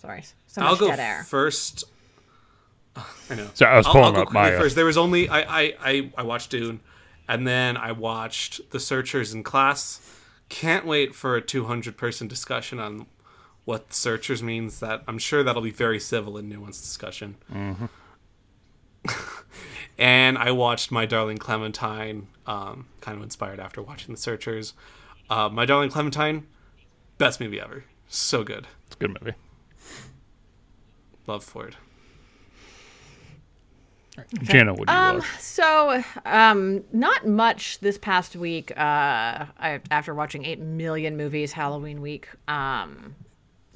Sorry, so much I'll go dead air. first. I know. So I was pulling go up my, quickly uh, first. There was only I, I I I watched Dune, and then I watched The Searchers in class. Can't wait for a 200 person discussion on what Searchers means. That I'm sure that'll be very civil and nuanced discussion. Mm-hmm. and I watched My Darling Clementine, um, kind of inspired after watching The Searchers. Uh, My Darling Clementine, best movie ever. So good. it's a good movie. Love Ford. Jana, what do you watch? So, um, not much this past week. Uh, I, after watching eight million movies Halloween week, um,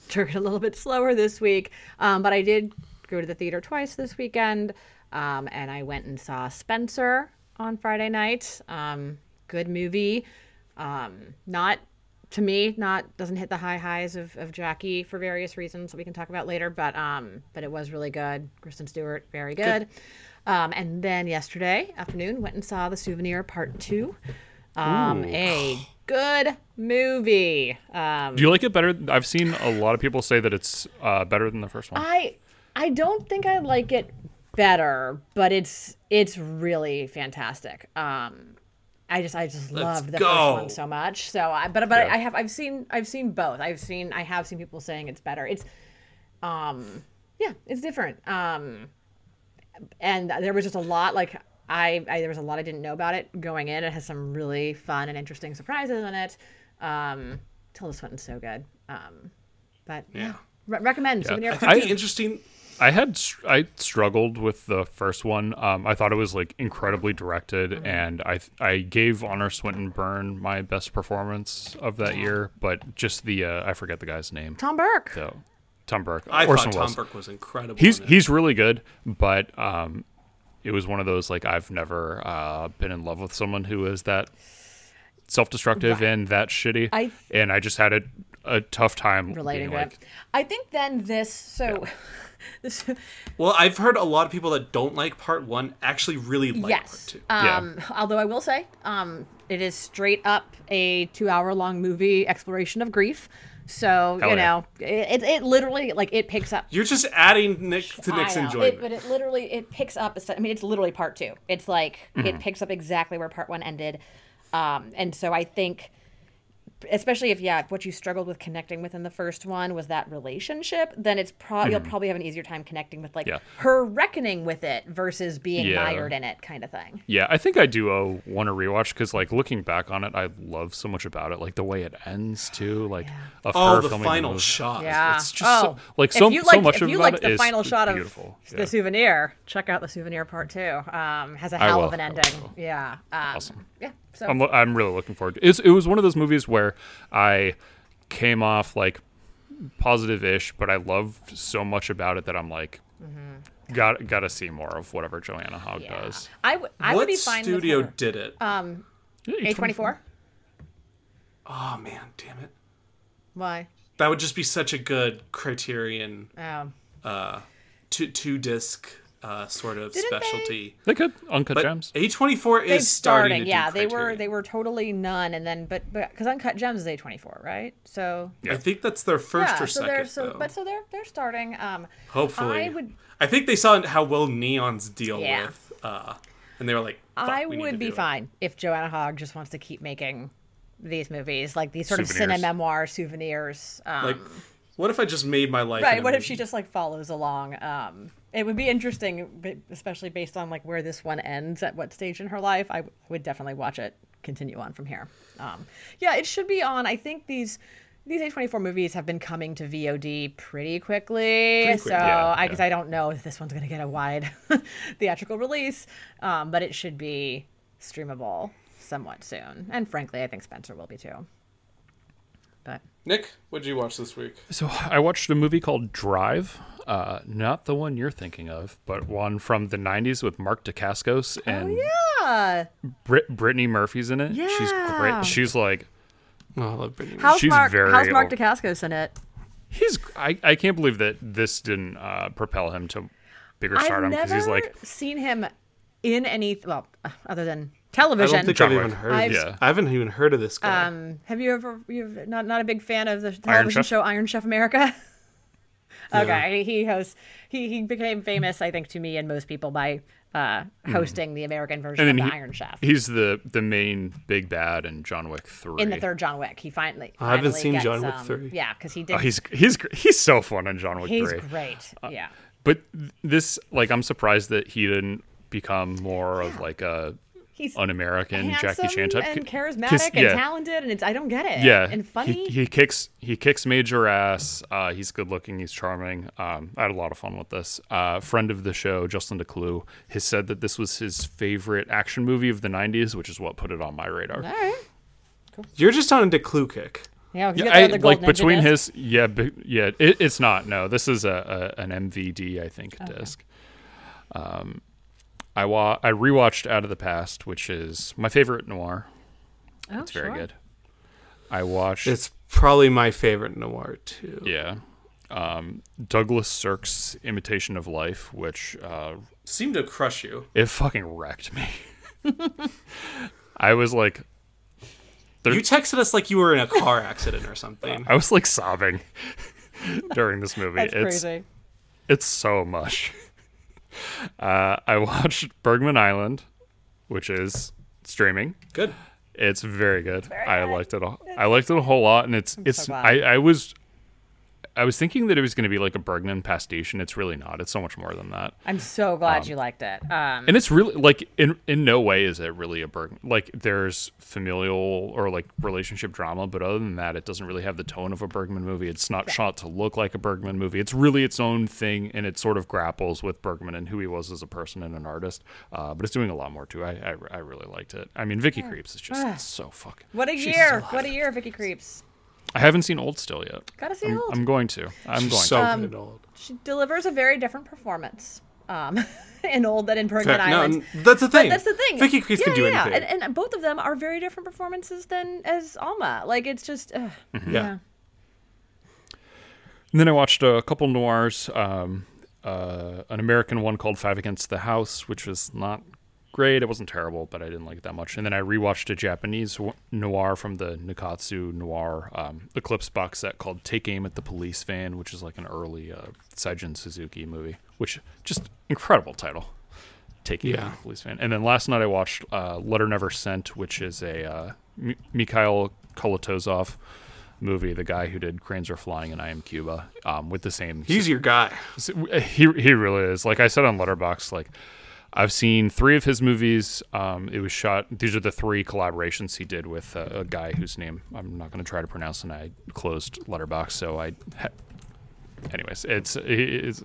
took it a little bit slower this week. Um, but I did go to the theater twice this weekend, um, and I went and saw Spencer on Friday night. Um, good movie. Um, not to me not doesn't hit the high highs of, of Jackie for various reasons that we can talk about later. But um, but it was really good. Kristen Stewart, very good. Um, and then yesterday afternoon went and saw the Souvenir Part Two. Um, a good movie. Um, Do you like it better? I've seen a lot of people say that it's uh, better than the first one. I I don't think I like it better, but it's it's really fantastic. Um I just I just love the go. first one so much. So I but but Yeah. I have I've seen I've seen both. I've seen I have seen people saying it's better. It's um yeah, it's different. Um and there was just a lot like I, I there was a lot I didn't know about it going in. It has some really fun and interesting surprises in it. Um Tilda Swinton's so good. Um but yeah. Re- recommend Souvenir I- the interesting I had str- I struggled with the first one. Um, I thought it was like incredibly directed, Mm-hmm. and I th- I gave Honor Swinton Byrne my best performance of that year, but just the uh, I forget the guy's name. Tom Burke. So, Tom Burke. I thought Orson Tom Welles. Burke was incredible. He's in it. he's really good, but um, it was one of those like I've never uh, been in love with someone who is that self-destructive and that shitty, I- and I just had a a tough time relating being like, to it. I think then this so this Well, I've heard a lot of people that don't like part one actually really like part yes. two. Yeah. Um although I will say um it is straight up a 2-hour long movie exploration of grief. So, Hell you yeah. know, it, it it literally like it picks up You're just adding Nick to Nick's I know. enjoyment. It, but it literally it picks up. a se- I mean, it's literally part two. It's like Mm-hmm. it picks up exactly where part one ended, um, and so I think, especially if yeah, what you struggled with connecting with in the first one was that relationship, then it's probably you'll probably have an easier time connecting with like Mm-hmm. Yeah. her reckoning with it versus being Yeah. mired in it kind of thing. Yeah, I think I do owe one a rewatch because, like, looking back on it, I love so much about it, like the way it ends too, like of oh, her the filming final movie. shot. Yeah. It's just so- like, so- Oh. if you so liked, much if of you about liked it the is final shot of beautiful. the Yeah. souvenir, check out the souvenir part two. Um, has a I hell will. of an I ending. will. Yeah. Um, Awesome. Yeah. So I'm, lo- I'm really looking forward to it. It's, it was one of those movies where I came off like positive ish, but I loved so much about it that I'm like, got got to see more of whatever Joanna Hogg Mm-hmm. yeah. does. I, w- I would What be fine studio with her. Uh, did it? A twenty four. oh man, damn it! Why? That would just be such a good Criterion Um, two two disc uh, sort of Didn't they- specialty. They could uncut gems. A twenty four they is starting. starting. to do Yeah, they were Criterion. they were totally none, and then but but because Uncut Gems is a twenty four, right? So I think that's their first yeah, or so they're second. so though. but so they're they're starting. Um, Hopefully, I I, would- think they saw how well neons deal Yeah. with, uh, and they were like, "Fuck, I we need to would be do it." fine if Joanna Hogg just wants to keep making these movies, like these sort of Souvenirs. cine memoir souvenirs. Um, Like, what if I just made my life? in right? a What if she movie? just like follows along? Um, it would be interesting, but especially based on like where this one ends at what stage in her life. I w- would definitely watch it continue on from here. Um, yeah, it should be on. I think these these A twenty four movies have been coming to VOD pretty quickly, Pretty quick, so yeah, I because yeah. I don't know if this one's going to get a wide theatrical release, um, but it should be streamable somewhat soon. And frankly, I think Spencer will be too. But Nick, what did you watch this week? So I watched a movie called Drive, uh, not the one you're thinking of, but one from the '90s with Mark Dacascos and Oh, yeah, Brit- Brittany Murphy's in it. She's Yeah. great. She's like Oh, I love Brittany. how's She's Mark? very how's Mark old. DeCascos in it? he's. I, I can't believe that this didn't uh, propel him to bigger I've stardom because never he's like seen him in any well uh, other than television. John Wick. heard. I've- Yeah. I haven't even heard of this guy. um, have you ever you're not not a big fan of the television Chef? show Iron Chef America? okay, he hosts he he became famous I think to me and most people by uh, hosting the American version of Hmm. and the then he, Iron Chef. he's the the main big bad in John Wick three. in the third John Wick, he finally. I haven't finally seen gets, John Wick um, three. Yeah, because he did. Oh, he's Uh, he's gr- he's so fun in John Wick he's three. great. Yeah. But th- this like I'm surprised that he didn't become more of like a He's un-American handsome Jackie Chan type and 'Cause- charismatic and yeah. talented, and it's I don't get it. Yeah, and he- funny. He, kicks he kicks major ass. Uh, he's good looking. He's charming. Um, I had a lot of fun with this. Uh, friend of the show, Justin DeClue, has said that this was his favorite action movie of the '90s, which is what put it on my radar. All right. You're just on a clue kick. Yeah, 'cause you Yeah, got the I, other like golden between empty disc. his yeah be, yeah it, it's not no this is a, a an MVD I think disc. Um, I wa- I rewatched Out of the Past, which is my favorite noir. Oh, It's very sure. good. I watched. It's probably my favorite noir too. yeah. Um, Douglas Sirk's Imitation of Life, which uh, Seemed to crush you. it fucking wrecked me. I was like, You texted us like you were in a car accident or something. I was like sobbing during this movie. That's it's crazy. it's so much. Uh, I watched Bergman Island, which is streaming. Good. It's very good. I liked it. A, I liked it a whole lot, and it's it's. glad. I, I was, I was thinking that it was going to be like a Bergman pastiche, and it's really not. It's so much more than that. I'm so glad you liked it. Um, And it's really like in in no way is it really a Bergman. Like there's familial or like relationship drama, but other than that, it doesn't really have the tone of a Bergman movie. It's not shot to look like a Bergman movie. It's really its own thing, and it sort of grapples with Bergman and who he was as a person and an artist. Uh, but it's doing a lot more too. I I, I really liked it. I mean, Vicky Creeps is Ah. just so fucking. what a year! What a year, Vicky Creeps. I haven't seen Old still yet. Gotta see I'm, old. I'm going to. I'm going. So to. Um, good and old. she delivers a very different performance um, in old than in Bergman Fair- No, Island. n- that's the thing. That's the thing. Vicky Crease can do anything. And, and both of them are very different performances than as Alma. Like it's just ugh. yeah. And then I watched a couple noirs, um, uh, an American one called Five Against the House, which was not great. It wasn't terrible, but I didn't like it that much. And then I rewatched a Japanese w- noir from the Nikatsu Noir um, Eclipse box set called Take Aim at the Police Van, which is like an early uh, Seijin Suzuki movie, which just incredible title. Take Aim Yeah. at the Police Van. And then last night I watched uh, Letter Never Sent, which is a uh, M- Mikhail Kolotozov movie, the guy who did Cranes Are Flying and I Am Cuba, um, with the same. uh, He's your guy. he he really is. Like I said on Letterbox, like I've seen three of his movies. Um, it was shot. These are the three collaborations he did with uh, a guy whose name I'm not going to try to pronounce, and I closed Letterbox, so I. Ha- Anyways, it's it's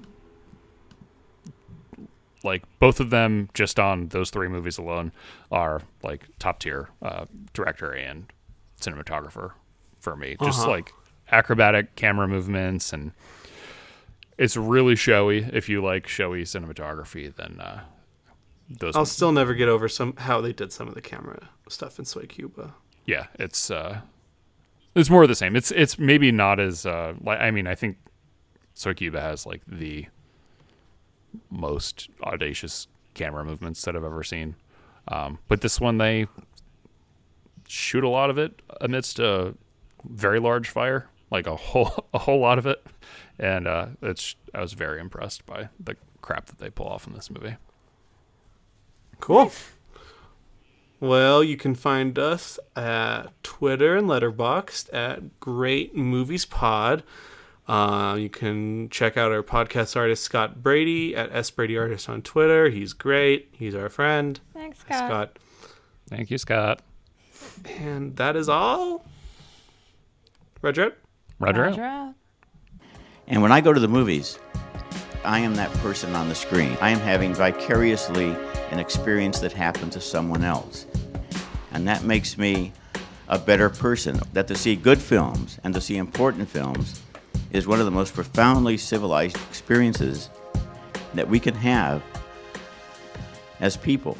like both of them just on those three movies alone are like top tier uh, director and cinematographer for me just Uh-huh. like acrobatic camera movements and it's really showy if you like showy cinematography then uh those I'll still never get over some how they did some of the camera stuff in Sway Cuba. yeah it's uh it's more of the same it's it's maybe not as uh like i mean i think Soyuba has like the most audacious camera movements that i've ever seen um but this one they shoot a lot of it amidst a very large fire like a whole a whole lot of it and uh it's i was very impressed by the crap that they pull off in this movie Cool. Well, you can find us at Twitter and Letterboxd at Great Movies Pod. Uh, you can check out our podcast artist Scott Brady at S Brady Artist on Twitter. He's great. He's our friend, Thanks, Scott. Scott. thank you scott And that is all. Roger. out. roger, out. Roger out. And when I go to the movies, I am that person on the screen. I am having vicariously an experience that happened to someone else. And that makes me a better person. That to see good films and to see important films is one of the most profoundly civilized experiences that we can have as people.